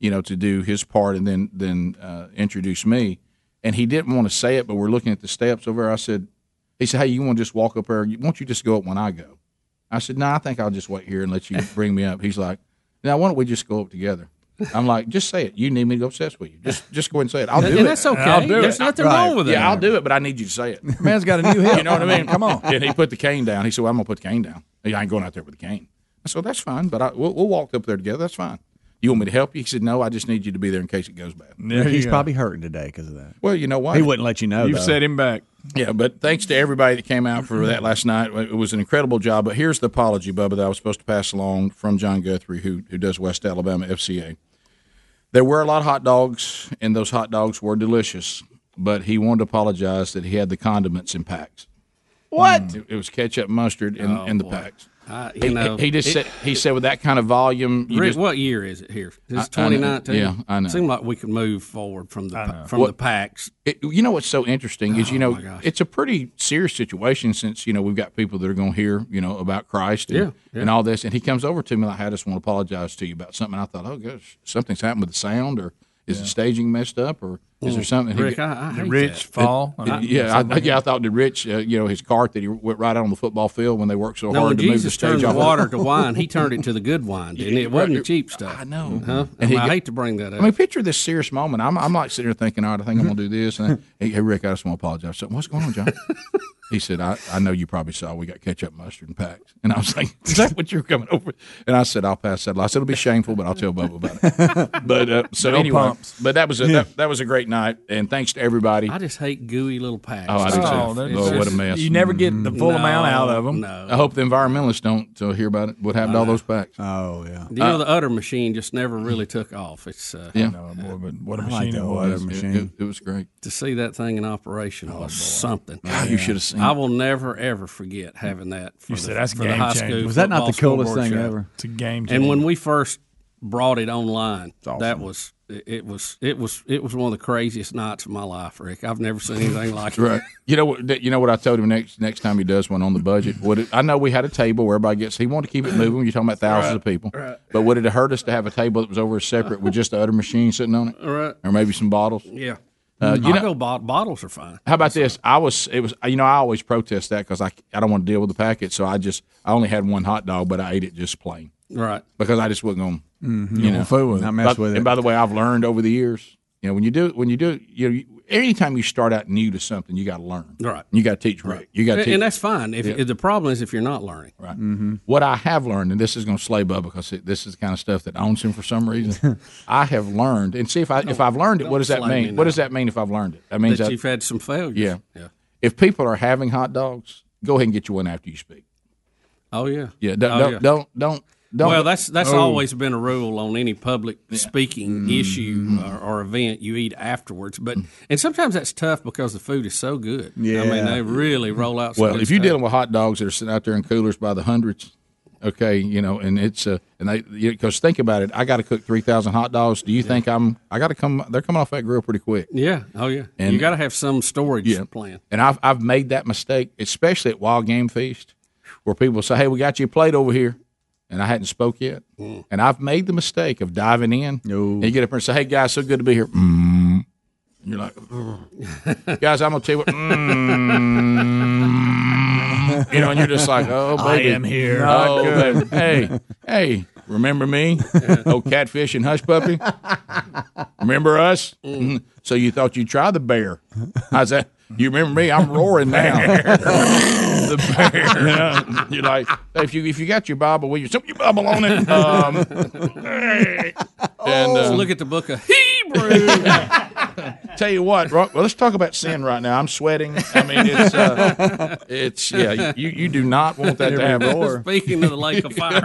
[SPEAKER 2] you know, to do his part and then then uh, introduce me, and he didn't want to say it, but we're looking at the steps over. there. I said, he said, hey, you want to just walk up there? Why don't you just go up when I go? I said, no, I think I'll just wait here and let you
[SPEAKER 9] (laughs)
[SPEAKER 2] bring me up. He's like, now why don't we just go up together? I'm like, just say it. You need me to go obsess with you. Just just go ahead and say it. I'll do
[SPEAKER 4] And
[SPEAKER 2] it.
[SPEAKER 4] that's okay.
[SPEAKER 5] I'll do
[SPEAKER 4] There's
[SPEAKER 5] it.
[SPEAKER 4] nothing wrong with it.
[SPEAKER 2] Yeah, I'll do it, but I need you to say
[SPEAKER 6] (laughs)
[SPEAKER 2] it.
[SPEAKER 9] Man's got
[SPEAKER 2] (laughs)
[SPEAKER 9] a new hip.
[SPEAKER 2] You know what I mean? Come on. And he put the cane down. He said, "Well, I'm gonna put the cane down. He, I ain't going out there with the cane." I said, well, "That's fine, but I, we'll, we'll walk up there together. That's fine." You want me to help you? He said, "No, I just need you to be there in case it goes bad."
[SPEAKER 5] There you
[SPEAKER 9] He's
[SPEAKER 5] go.
[SPEAKER 9] probably hurting today because of that.
[SPEAKER 2] Well, you know what?
[SPEAKER 9] He wouldn't let you know.
[SPEAKER 5] You've
[SPEAKER 9] though.
[SPEAKER 5] set him back.
[SPEAKER 2] Yeah, but thanks to everybody that came out for
[SPEAKER 4] Mm-hmm.
[SPEAKER 2] that last night. It was an incredible job. But here's the apology, Bubba, that I was supposed to pass along from John Guthrie, who, who does West Alabama FCA. There were a lot of hot dogs, and those hot dogs were delicious, but he wanted to apologize that he had the condiments in packs. What? It, it was ketchup, mustard, and, and the packs. He,
[SPEAKER 4] I- Oh, you know,
[SPEAKER 2] he just said he said with that kind of volume, you
[SPEAKER 4] Rick,
[SPEAKER 2] just,
[SPEAKER 4] what year is it here? It's
[SPEAKER 2] I know.
[SPEAKER 4] 2019.
[SPEAKER 2] Yeah, I know.
[SPEAKER 4] Seemed like we could move forward from the pa- from the packs. Oh,
[SPEAKER 2] it, you know what's so interesting is you know it's a pretty serious situation since you know we've got people that are going to hear you know about Christ and,
[SPEAKER 4] Yeah, yeah.
[SPEAKER 2] and all this and he comes over to me like I just want to apologize to you about something and I thought oh gosh something's happened with the sound or is the staging messed up or is there something
[SPEAKER 4] Rick, I, I hate
[SPEAKER 5] Rich fall.
[SPEAKER 2] He- yeah, I, yeah, I thought did Rich, uh, you know, his cart that he went right out on the football field when they worked so
[SPEAKER 4] that. No,
[SPEAKER 2] hard
[SPEAKER 4] when
[SPEAKER 2] to move the
[SPEAKER 4] Jesus
[SPEAKER 2] stage
[SPEAKER 4] turned the
[SPEAKER 2] off.
[SPEAKER 4] water to wine,
[SPEAKER 2] (laughs)
[SPEAKER 4] he turned it to the good wine, didn't he? It wasn't the
[SPEAKER 2] Right.
[SPEAKER 4] cheap stuff.
[SPEAKER 2] I know.
[SPEAKER 4] Huh?
[SPEAKER 2] And
[SPEAKER 4] I,
[SPEAKER 2] he
[SPEAKER 4] mean, I
[SPEAKER 2] got-
[SPEAKER 4] hate to bring that up. Mm-hmm.
[SPEAKER 2] I mean, picture this serious moment. I'm, I'm like sitting here thinking, all right, I think I'm going to do this. And I, hey, hey, Rick, I just want to apologize. So, what's going on,
[SPEAKER 4] (laughs)
[SPEAKER 2] John? he said, I, I know you probably saw we got ketchup, mustard, and packs. And I was
[SPEAKER 4] (laughs)
[SPEAKER 2] like, is that what you're coming over? And I said, I'll pass that. along." I said, it'll be shameful, but I'll tell Bubba about it. but uh, so anyway,
[SPEAKER 5] pumps.
[SPEAKER 2] but that was a, that, that was a great night, and thanks to everybody.
[SPEAKER 4] I just hate gooey little packs.
[SPEAKER 2] Oh, I do too.
[SPEAKER 5] Oh, that's-
[SPEAKER 2] Lord, what a mess.
[SPEAKER 5] You never get the full amount out of them.
[SPEAKER 4] No.
[SPEAKER 2] I hope the environmentalists don't uh, hear about it. What happened to all those packs?
[SPEAKER 9] Oh yeah.
[SPEAKER 4] You know, the udder machine just never really took off. It's uh,
[SPEAKER 2] Uh, yeah,
[SPEAKER 5] No, boy, but what a
[SPEAKER 9] I like
[SPEAKER 5] machine
[SPEAKER 9] that
[SPEAKER 5] it
[SPEAKER 9] water
[SPEAKER 5] was.
[SPEAKER 2] it,
[SPEAKER 9] machine.
[SPEAKER 2] it- it was great. Oh,
[SPEAKER 4] to see that thing in operation was something.
[SPEAKER 2] God, you should have seen.
[SPEAKER 4] I will never ever forget having that. For
[SPEAKER 5] You
[SPEAKER 4] the,
[SPEAKER 5] said that's
[SPEAKER 4] for the
[SPEAKER 5] game
[SPEAKER 4] high
[SPEAKER 5] changer.
[SPEAKER 4] school
[SPEAKER 5] Was
[SPEAKER 9] Was that not the
[SPEAKER 4] football
[SPEAKER 9] coolest
[SPEAKER 4] scoreboard
[SPEAKER 9] thing
[SPEAKER 4] show.
[SPEAKER 9] ever?
[SPEAKER 5] It's a game changer.
[SPEAKER 4] And when we first brought it online, that was it was it was it was one of the craziest nights of my life, Rick. I've never
[SPEAKER 2] (laughs)
[SPEAKER 4] seen anything like it.
[SPEAKER 2] Uh, Right. You know what? You know what I told him next next time he does one on the budget. Would it, I know we had a table where everybody gets. He wanted to keep it moving. You're talking about thousands of people. But would it have hurt us to have a table that was over separate with just the other machine sitting on it,
[SPEAKER 4] Right.
[SPEAKER 2] or maybe some bottles?
[SPEAKER 4] Yeah.
[SPEAKER 2] Uh, you
[SPEAKER 4] I'll
[SPEAKER 2] know,
[SPEAKER 4] go bot- bottles are fine.
[SPEAKER 2] how about this? I was. It was. You know, I always protest that because I I don't want to deal with the packet. So I just I only had one hot dog, but I ate it just plain
[SPEAKER 4] Right.
[SPEAKER 9] Mm-hmm.
[SPEAKER 2] because I just wasn't going. to You know,
[SPEAKER 9] Not mess
[SPEAKER 2] But-
[SPEAKER 9] with
[SPEAKER 2] and
[SPEAKER 9] it.
[SPEAKER 2] by the way, I've learned over the years You know, when you do when you do you know, you- anytime you start out new to something, you got to learn.
[SPEAKER 4] Right.
[SPEAKER 2] You got to teach. Rick. You got to
[SPEAKER 4] And,
[SPEAKER 2] teach.
[SPEAKER 4] and that's fine. If, if the problem is if you're not learning,
[SPEAKER 2] Right. Mm-hmm. What I have learned, and this is going to slay Bubba because it, this is the kind of stuff that owns him for some
[SPEAKER 4] (laughs)
[SPEAKER 2] reason. I have learned, and see if I if I've learned it, what does that
[SPEAKER 4] slay me
[SPEAKER 2] mean? What
[SPEAKER 4] now.
[SPEAKER 2] does that mean if I've learned it? That means
[SPEAKER 4] that
[SPEAKER 2] I-
[SPEAKER 4] you've had some failures.
[SPEAKER 2] Yeah.
[SPEAKER 4] Yeah.
[SPEAKER 2] if people are having hot dogs, go ahead and get you one after you speak.
[SPEAKER 4] Oh yeah.
[SPEAKER 2] Yeah. Don't
[SPEAKER 4] Oh,
[SPEAKER 2] don't,
[SPEAKER 4] yeah.
[SPEAKER 2] don't don't don't.
[SPEAKER 4] Well, that's that's always been a rule on any public speaking
[SPEAKER 2] Mm-hmm.
[SPEAKER 4] issue or, or event you eat afterwards. But
[SPEAKER 2] Mm.
[SPEAKER 4] and sometimes that's tough because the food is so good. I mean,
[SPEAKER 6] Yeah.
[SPEAKER 4] they really roll out. Some
[SPEAKER 2] Well,
[SPEAKER 4] good
[SPEAKER 2] if you're
[SPEAKER 4] stuff.
[SPEAKER 2] dealing with hot dogs that are sitting out there in coolers by the hundreds, okay, you know, and it's uh, and they because think about it, I got to cook three thousand hot dogs. Do you think I'm? I got to come. They're coming off that grill pretty quick.
[SPEAKER 4] yeah, oh yeah,
[SPEAKER 2] And-
[SPEAKER 4] you got to have some storage
[SPEAKER 2] Yeah.
[SPEAKER 4] plan.
[SPEAKER 2] And I've I've made that mistake, especially at Wild Game Feast, where people say, "Hey, we got you a plate over here," and I hadn't spoke yet, and I've made the mistake of diving in.
[SPEAKER 6] No.
[SPEAKER 2] And you get up there and say, "Hey guys, so good to be here." Mm. And you're like, "Ugh." guys, I'm gonna tell you what. Mm. (laughs) You know, and you're just like, oh, baby. I am here. Oh, baby. Hey, hey, remember me? Oh, catfish and hush puppy? Remember us? Mhm. So you thought you'd try the bear. I said, you remember me? I'm roaring now. (laughs) the bear. You know? You're like, if you if you got your Bible, will you something your Bible on it? Um, (laughs) and uh,
[SPEAKER 4] So look at the book of Hebrews.
[SPEAKER 2] (laughs) tell you what, Ro- well, let's talk about sin right now. I'm sweating. I mean, it's uh, it's yeah. You you do not want that to happen.
[SPEAKER 6] Or
[SPEAKER 4] (laughs) Speaking of the lake of
[SPEAKER 2] (laughs)
[SPEAKER 4] fire,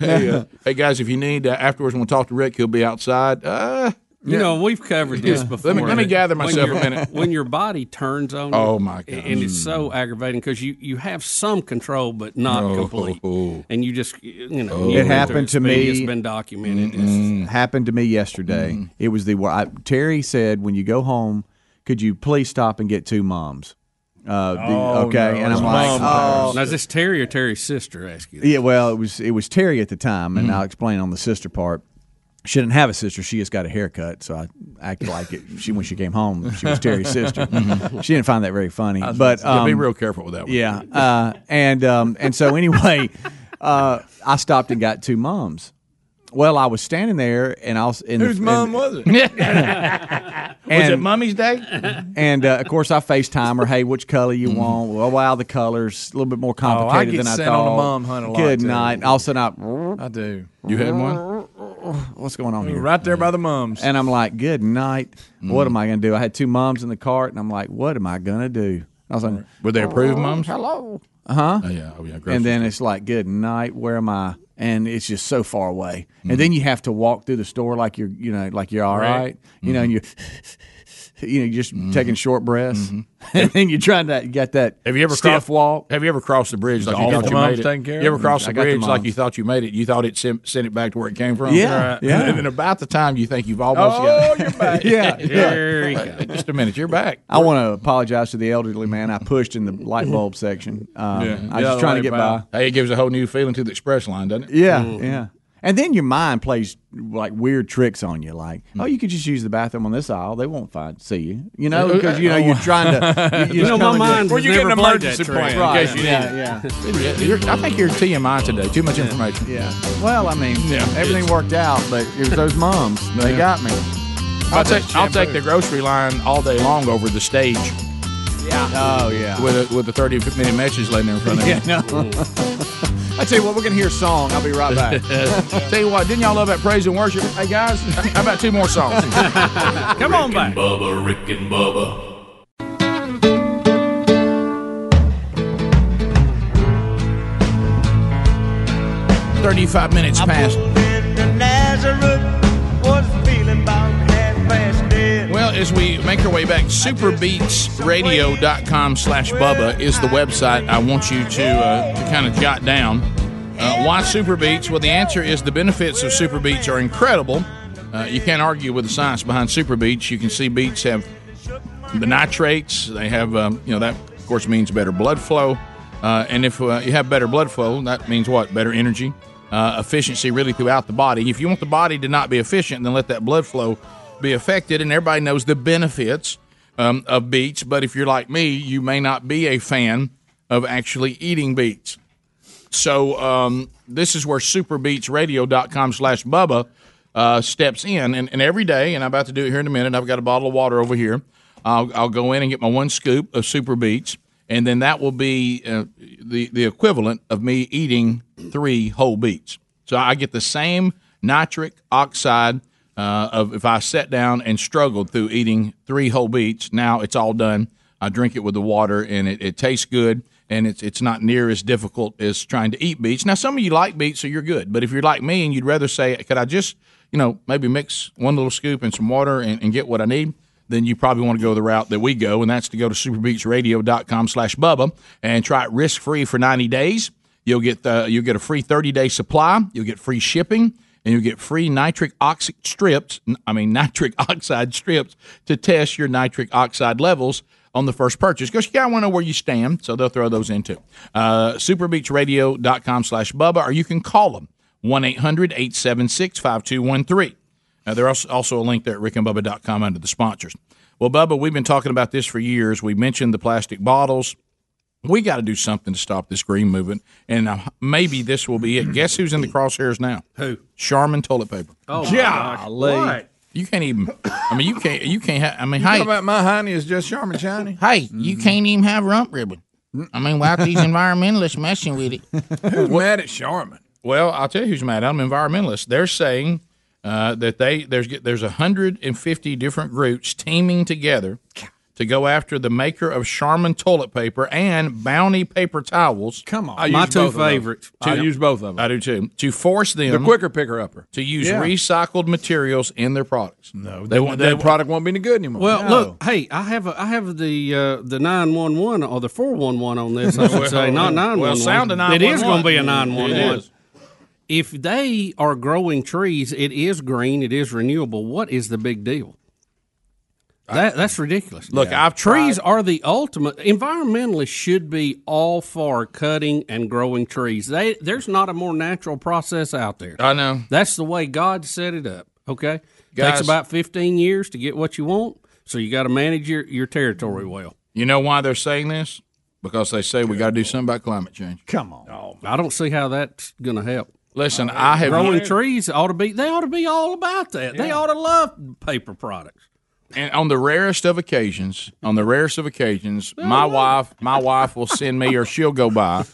[SPEAKER 2] Hey, uh, hey guys, if you need uh, afterwards, want to talk to Rick, he'll be outside. Uh,
[SPEAKER 4] you know we've covered this before.
[SPEAKER 2] let me let me gather myself a
[SPEAKER 4] your- (laughs)
[SPEAKER 2] minute.
[SPEAKER 4] when your body turns on
[SPEAKER 2] Oh,
[SPEAKER 4] you,
[SPEAKER 2] my
[SPEAKER 4] a- and it's so aggravating because you, you have some control but not complete and you just you
[SPEAKER 2] Oh,
[SPEAKER 4] know you
[SPEAKER 6] It
[SPEAKER 4] go
[SPEAKER 6] happened
[SPEAKER 4] through
[SPEAKER 6] to
[SPEAKER 4] speed,
[SPEAKER 6] me.
[SPEAKER 4] it's been documented
[SPEAKER 2] Mm-hmm.
[SPEAKER 6] happened to me yesterday. It was the wor- I, Terry said, "When you go home, could you please stop and get two moms?" Uh, the-
[SPEAKER 2] Oh,
[SPEAKER 6] okay, and I'm like,
[SPEAKER 4] It's-
[SPEAKER 6] "Oh,
[SPEAKER 4] now is this Terry or Terry's sister ask you that?
[SPEAKER 6] yeah." Well, it was it was Terry at the time, and
[SPEAKER 2] Mm-hmm.
[SPEAKER 6] I'll explain on the sister part. She didn't have a sister; she just got a haircut, so I acted like it. She when she came home, she was Terry's sister.
[SPEAKER 2] Mm-hmm.
[SPEAKER 6] (laughs) She didn't find that very funny, but
[SPEAKER 2] Yeah, be
[SPEAKER 6] um,
[SPEAKER 2] real careful with that one.
[SPEAKER 6] Yeah, uh, and um, and so anyway,
[SPEAKER 2] (laughs)
[SPEAKER 6] uh, I stopped and got two moms. Well, I was standing there, and I was in
[SPEAKER 5] Whose mom
[SPEAKER 6] (laughs)
[SPEAKER 5] was
[SPEAKER 2] (laughs)
[SPEAKER 5] it?
[SPEAKER 6] and,
[SPEAKER 5] Was it Mummy's
[SPEAKER 4] (laughs)
[SPEAKER 5] Day?
[SPEAKER 6] and uh, of course, I FaceTime her. Hey, which color you want? Well, wow, the colors a little bit more complicated
[SPEAKER 5] Mm-hmm. Oh, get
[SPEAKER 6] than I
[SPEAKER 5] sent on
[SPEAKER 6] thought.
[SPEAKER 5] a mom hunt a lot,
[SPEAKER 6] Good
[SPEAKER 5] too.
[SPEAKER 6] night. All of a sudden,
[SPEAKER 5] I do.
[SPEAKER 2] You had one?
[SPEAKER 6] I, what's going on here?
[SPEAKER 5] Right there by the mums. Mm.
[SPEAKER 6] And I'm like, good night. What am I going to do? I had two moms in the cart, and I'm like, what am I going to do? I was like,
[SPEAKER 2] Were they approved moms? Hello. Uh huh. yeah. Oh, yeah. grocery
[SPEAKER 6] Oh, and then it's like, good night. Where am I? And it's just so far away.
[SPEAKER 2] Mm-hmm.
[SPEAKER 6] And then you have to walk through the store like you're, you know, like you're all right. You know, and you're, (laughs) you know, you're just
[SPEAKER 2] Mm-hmm.
[SPEAKER 6] taking short breaths, (laughs) and then you're trying to get that.
[SPEAKER 2] Have you ever
[SPEAKER 6] stiff
[SPEAKER 2] crossed-
[SPEAKER 6] walk?
[SPEAKER 2] Have you ever crossed the bridge like you
[SPEAKER 5] awful.
[SPEAKER 2] thought you
[SPEAKER 5] Get the
[SPEAKER 2] made
[SPEAKER 5] moms
[SPEAKER 2] it?
[SPEAKER 5] taken care of?
[SPEAKER 2] you ever crossed the
[SPEAKER 6] I got the
[SPEAKER 2] bridge like
[SPEAKER 6] moms.
[SPEAKER 2] you thought you made it? You thought it sent, sent it back to where it came from.
[SPEAKER 6] Yeah, Right. yeah.
[SPEAKER 2] And then about the time you think you've almost
[SPEAKER 5] oh,
[SPEAKER 2] got
[SPEAKER 5] you're
[SPEAKER 6] (laughs)
[SPEAKER 5] back.
[SPEAKER 6] Yeah, yeah.
[SPEAKER 4] Terry
[SPEAKER 2] it. Just a minute, you're back.
[SPEAKER 6] I want to apologize to the elderly man. I pushed in the light bulb section. Um, I was
[SPEAKER 5] Yeah,
[SPEAKER 6] just trying to
[SPEAKER 5] the
[SPEAKER 6] get
[SPEAKER 5] light
[SPEAKER 6] by.
[SPEAKER 5] bulb.
[SPEAKER 2] Hey, it gives a whole new feeling to the express line, doesn't it?
[SPEAKER 6] Yeah, yeah. And then your mind plays like weird tricks on you, like,
[SPEAKER 2] Mm.
[SPEAKER 6] oh, you could just use the bathroom on this aisle; they won't find see you,
[SPEAKER 2] Uh,
[SPEAKER 6] you know, because you know
[SPEAKER 2] oh.
[SPEAKER 6] you're trying
[SPEAKER 2] (laughs)
[SPEAKER 6] to. (laughs) You,
[SPEAKER 4] you know my mind
[SPEAKER 5] Well,
[SPEAKER 4] has
[SPEAKER 5] you get
[SPEAKER 4] never
[SPEAKER 5] an
[SPEAKER 4] played that
[SPEAKER 5] emergency
[SPEAKER 4] trick.
[SPEAKER 5] plan.
[SPEAKER 6] Right.
[SPEAKER 5] in case you need
[SPEAKER 6] yeah,
[SPEAKER 5] it.
[SPEAKER 6] yeah.
[SPEAKER 2] You're- I think you're TMI today. Too much information.
[SPEAKER 6] Yeah. Well, I mean, everything worked out, but it was those moms. They got me.
[SPEAKER 2] I'll take I'll take the grocery line all day long over the stage
[SPEAKER 6] Oh, yeah.
[SPEAKER 2] with a, with a thirty minute message laying there in front of you.
[SPEAKER 6] yeah no. I tell you what, we're going to hear a song. I'll be (laughs) right
[SPEAKER 2] (laughs)
[SPEAKER 6] back.
[SPEAKER 2] Tell you what, didn't y'all love that praise and worship? Hey guys, how about two more
[SPEAKER 6] (laughs)
[SPEAKER 2] songs?
[SPEAKER 4] Come on back.
[SPEAKER 8] Bubba, Rick and Bubba.
[SPEAKER 2] Thirty five minutes past. Well, as we make our way back, superbeatsradio.com slash Bubba is the website I want you to, uh, to kind of jot down. Uh, why Superbeats? Well, the answer is the benefits of Superbeats are incredible. Uh, you can't argue with the science behind Superbeats. You can see beets have the nitrates. They have, um, you know, that of course means better blood flow. Uh, and if uh, you have better blood flow, that means what? Better energy, uh, efficiency really throughout the body. If you want the body to not be efficient, then let that blood flow be affected. And everybody knows the benefits um, of beets. But if you're like me, you may not be a fan of actually eating beets. So um, this is where superbeatsradio.com slash Bubba uh, steps in, and, and every day, and I'm about to do it here in a minute. I've got a bottle of water over here. I'll, I'll go in and get my one scoop of Super Beats, and then that will be uh, the the equivalent of me eating three whole beets. So I get the same nitric oxide uh, of if I sat down and struggled through eating three whole beets. Now it's all done. I drink it with the water, and it, it tastes good, and it's it's not near as difficult as trying to eat beets. Now, some of you like beets, so you're good. But if you're like me and you'd rather say, "Could I just, you know, maybe mix one little scoop and some water and, and get what I need?" Then you probably want to go the route that we go, and that's to go to superbeatsradio.com/bubba and try it risk-free for 90 days. You'll get uh, you'll get a free 30 day supply. You'll get free shipping, and you'll get free nitric oxide strips. n- I mean (laughs) nitric oxide strips to test your nitric oxide levels on the first purchase because you gotta want to know where you stand. So they'll throw those in too. Uh, superbeachradio.com slash bubba, or you can call them 1 800 876 5213. Uh, there's also a link there at rickandbubba.com under the sponsors. Well, Bubba, we've been talking about this for years. We mentioned the plastic bottles we got to do something to stop this green movement, and uh, maybe this will be it. Guess who's in the crosshairs now? Who? Charmin toilet paper.
[SPEAKER 4] Oh, my golly.
[SPEAKER 5] What?
[SPEAKER 2] You can't even. I mean, you can't. You can't. Have, I mean,
[SPEAKER 5] How
[SPEAKER 2] hey,
[SPEAKER 5] about my honey is just Charmin Shiny?
[SPEAKER 2] (laughs) hey, you can't even have rump ribbon. I mean, why are these environmentalists messing with it?
[SPEAKER 5] Who's mad at Charmin?
[SPEAKER 2] Well, I'll tell you who's mad. I'm environmentalists. They're saying uh, that they there's there's 150 different groups teaming together to go after the maker of Charmin toilet paper and Bounty paper towels.
[SPEAKER 5] Come on. I
[SPEAKER 4] My
[SPEAKER 5] use
[SPEAKER 4] two
[SPEAKER 5] both of those.
[SPEAKER 4] favorites.
[SPEAKER 5] I use both of them.
[SPEAKER 2] I do too. To force them
[SPEAKER 5] The quicker picker upper.
[SPEAKER 2] to use recycled materials in their products. No, they want they
[SPEAKER 5] That
[SPEAKER 2] product.
[SPEAKER 5] product won't be any good anymore.
[SPEAKER 4] Well, look, hey, I have a, I have the uh, the nine one one or the four one one on
[SPEAKER 2] (laughs)
[SPEAKER 4] this. I should say, not nine one one.
[SPEAKER 2] Well, sound a
[SPEAKER 4] It
[SPEAKER 2] 911.
[SPEAKER 4] is going to be a nine one
[SPEAKER 2] It
[SPEAKER 4] one.
[SPEAKER 2] is.
[SPEAKER 4] If they are growing trees, it is green, it is renewable. What is the big deal? That that's ridiculous.
[SPEAKER 2] Look, I've
[SPEAKER 4] trees
[SPEAKER 2] tried.
[SPEAKER 4] are the ultimate. Environmentalists should be all for cutting and growing trees. They there's not a more natural process out there.
[SPEAKER 2] I know.
[SPEAKER 4] That's the way God set it up. Okay,
[SPEAKER 2] Guys-
[SPEAKER 4] takes about fifteen years to get what you want, so you got to manage your, your territory well.
[SPEAKER 2] You know why they're saying this? Because they say we got to do something about climate change.
[SPEAKER 9] Come on.
[SPEAKER 4] Oh, I don't see how that's going to help.
[SPEAKER 2] Listen, I have
[SPEAKER 4] Growing trees ought to be they ought to be all about that. They ought to love paper products.
[SPEAKER 2] and on the rarest of occasions, on the rarest of occasions, my wife, my wife will send me, or she'll go by,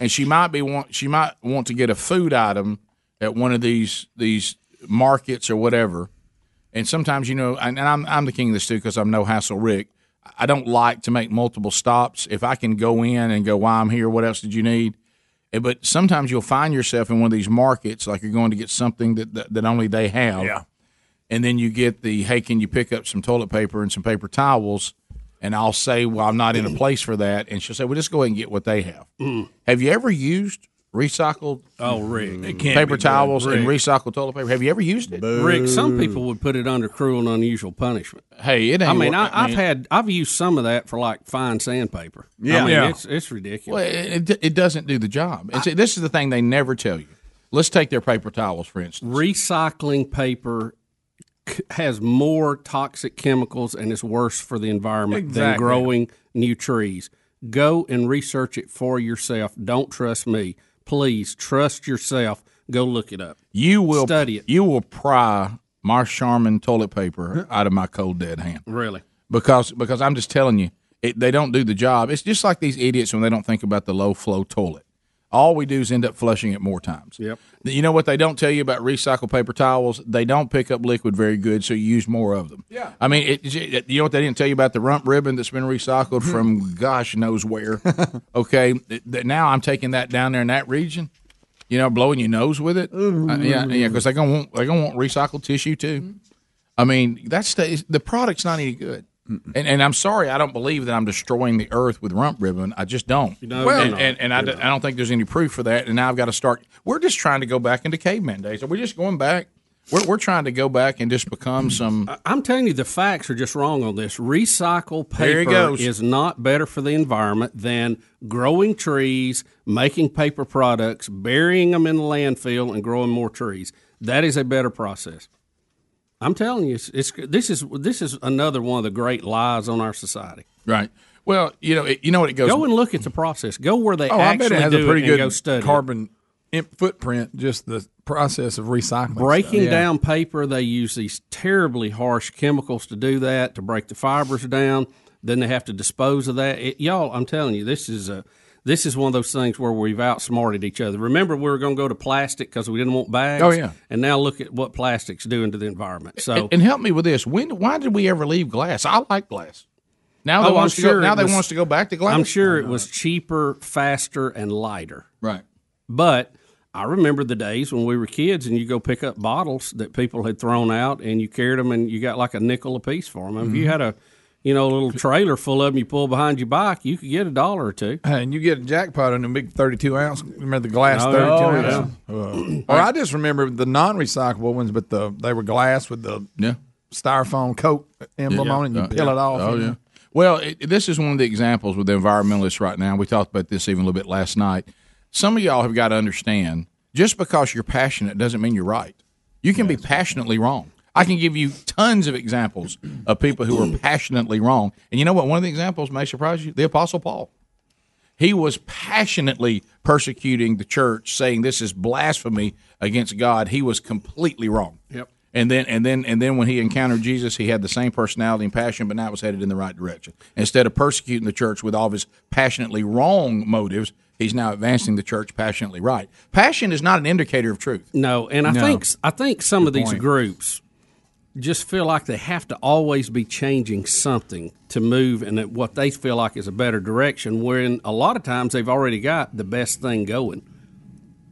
[SPEAKER 2] and she might be want, she might want to get a food item at one of these these markets or whatever. And sometimes, you know, and, and I'm I'm the king of this too because I'm no hassle Rick. I don't like to make multiple stops. If I can go in and go, why I'm here, what else did you need? Eh, But sometimes you'll find yourself in one of these markets, like you're going to get something that that, that only they have and then you get the hey can you pick up some toilet paper and some paper towels and i'll say well i'm not in a
[SPEAKER 4] Mm.
[SPEAKER 2] place for that and she'll say well just go ahead and get what they have have you ever used recycled
[SPEAKER 4] Oh, Rick,
[SPEAKER 2] Mm. paper towels and recycled toilet paper have you ever used it
[SPEAKER 4] Rick. Some people would put it under cruel and unusual punishment.
[SPEAKER 2] hey it ain't
[SPEAKER 4] I mean,
[SPEAKER 2] wor-
[SPEAKER 4] I, I've had I've used some of that for like fine sandpaper. Yeah, I mean, it's it's ridiculous.
[SPEAKER 2] Well, it, it- it doesn't do the job and see, this is the thing they never tell you let's take their paper towels for instance
[SPEAKER 4] recycling paper c- has more toxic chemicals and is worse for the environment than
[SPEAKER 5] Exactly.
[SPEAKER 4] growing new trees. Go and research it for yourself. Don't trust me. Please trust yourself. Go look it up.
[SPEAKER 2] you will
[SPEAKER 4] Study it.
[SPEAKER 2] you will pry my charmin toilet paper out of my cold dead hand
[SPEAKER 4] Really?
[SPEAKER 2] because because I'm just telling you, it, they don't do the job. It's just like these idiots when they don't think about the low flow toilet. All we do is end up flushing it more times.
[SPEAKER 4] Yep.
[SPEAKER 2] You know what they don't tell you about recycled paper towels? They don't pick up liquid very good, so you use more of them. Yeah. I mean, it, it- you know what they didn't tell you about the rump ribbon that's been
[SPEAKER 4] (laughs)
[SPEAKER 2] recycled from gosh knows where. okay. Th- th- now I'm taking that down there in that region. You know, blowing your nose with it. Uh, yeah, yeah, because they're gonna want they're gonna want recycled tissue too. I mean, that's the, the product's not any good. And, and I'm sorry, I don't believe that I'm destroying the earth with rump ribbon. I just don't.
[SPEAKER 4] No,
[SPEAKER 2] well,
[SPEAKER 4] you're
[SPEAKER 2] and,
[SPEAKER 4] not.
[SPEAKER 2] and, and I, d- I don't think there's any proof for that. And now I've got to start. We're just trying to go back into caveman days. Are we just going back? We're, we're trying to go back and just become some.
[SPEAKER 4] I'm telling you, the facts are just wrong on this. Recycle
[SPEAKER 2] There he
[SPEAKER 4] paper
[SPEAKER 2] goes.
[SPEAKER 4] is not better for the environment than growing trees, making paper products, burying them in the landfill, and growing more trees. That is a better process. I'm telling you, it's, it's, this is this is another one of the great lies on our society.
[SPEAKER 2] Right. Well, you know, it, you know what it goes.
[SPEAKER 4] Go and look at the process. Go where they
[SPEAKER 5] Oh, I
[SPEAKER 4] actually
[SPEAKER 5] bet it has a
[SPEAKER 4] do
[SPEAKER 5] pretty
[SPEAKER 4] it and go
[SPEAKER 5] good
[SPEAKER 4] study. it.
[SPEAKER 5] carbon imp- footprint. Just the process of recycling.
[SPEAKER 4] breaking
[SPEAKER 9] Yeah.
[SPEAKER 4] down paper they use these terribly harsh chemicals to do that to break the fibers down then they have to dispose of that It- y'all i'm telling you this is a this is one of those things where we've outsmarted each other remember we were going to go to plastic because we didn't want bags
[SPEAKER 2] Oh, yeah.
[SPEAKER 4] and now look at what plastic's doing to the environment so
[SPEAKER 2] And, and help me with this. When? Why did we ever leave glass? I like glass. Now they
[SPEAKER 4] Oh, I'm
[SPEAKER 2] want us to go,
[SPEAKER 4] sure
[SPEAKER 2] now
[SPEAKER 4] it
[SPEAKER 2] they
[SPEAKER 4] was-
[SPEAKER 2] want us to go back to glass.
[SPEAKER 4] i'm sure it was cheaper faster and lighter
[SPEAKER 2] Right.
[SPEAKER 4] But I remember the days when we were kids and you go pick up bottles that people had thrown out and you carried them and you got like a nickel a piece for them. If you had a, you know, a little trailer full of them you pull behind your bike, you could get a dollar or two.
[SPEAKER 5] and you get a jackpot in a big 32 ounce. Remember the glass
[SPEAKER 4] Oh,
[SPEAKER 5] 32
[SPEAKER 4] yeah.
[SPEAKER 5] ounce? Uh, or I just remember the non recyclable ones, but the they were glass with the
[SPEAKER 2] Yeah.
[SPEAKER 5] styrofoam coat emblem on it and you
[SPEAKER 2] Uh,
[SPEAKER 5] peel
[SPEAKER 2] yeah.
[SPEAKER 5] it off.
[SPEAKER 2] Oh
[SPEAKER 5] you know?
[SPEAKER 2] yeah. Well, it, this is one of the examples with the environmentalists right now. We talked about this even a little bit last night. Some of y'all have got to understand: just because you're passionate doesn't mean you're right. You can be passionately wrong. I can give you tons of examples of people who are passionately wrong. And you know what? One of the examples may surprise you: the Apostle Paul. He was passionately persecuting the church, saying this is blasphemy against God. He was completely wrong.
[SPEAKER 4] Yep.
[SPEAKER 2] And then and then and then when he encountered Jesus, he had the same personality and passion, but now it was headed in the right direction. Instead of persecuting the church with all of his passionately wrong motives, he's now advancing the church passionately right. Passion is not an indicator of truth.
[SPEAKER 4] No, and I think I think some of these groups just feel like they have to always be changing something to move in that- what they feel like is a better direction. Wherein a lot of times they've already got the best thing going.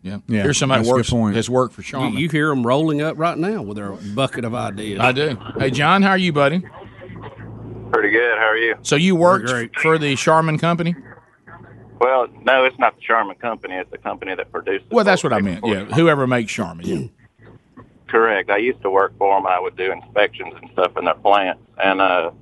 [SPEAKER 2] Yeah. Here's somebody
[SPEAKER 9] that's a good
[SPEAKER 2] works
[SPEAKER 9] point.
[SPEAKER 2] has worked for
[SPEAKER 4] You,
[SPEAKER 2] Shaman.
[SPEAKER 4] you hear them rolling up right now with their bucket of ideas.
[SPEAKER 2] I do. Hey John, how are you, buddy?
[SPEAKER 10] Pretty good. How are you?
[SPEAKER 2] So you worked for the Sharman Company?
[SPEAKER 10] Well, no, it's not the Sherman Company. It's the company that produces.
[SPEAKER 2] Well, that's
[SPEAKER 10] those
[SPEAKER 2] what I meant.
[SPEAKER 10] paper
[SPEAKER 2] Yeah,
[SPEAKER 10] forms.
[SPEAKER 2] whoever makes Sharman. Yeah.
[SPEAKER 10] Correct. I used to work for them. I would do inspections and stuff in their plants. And uh,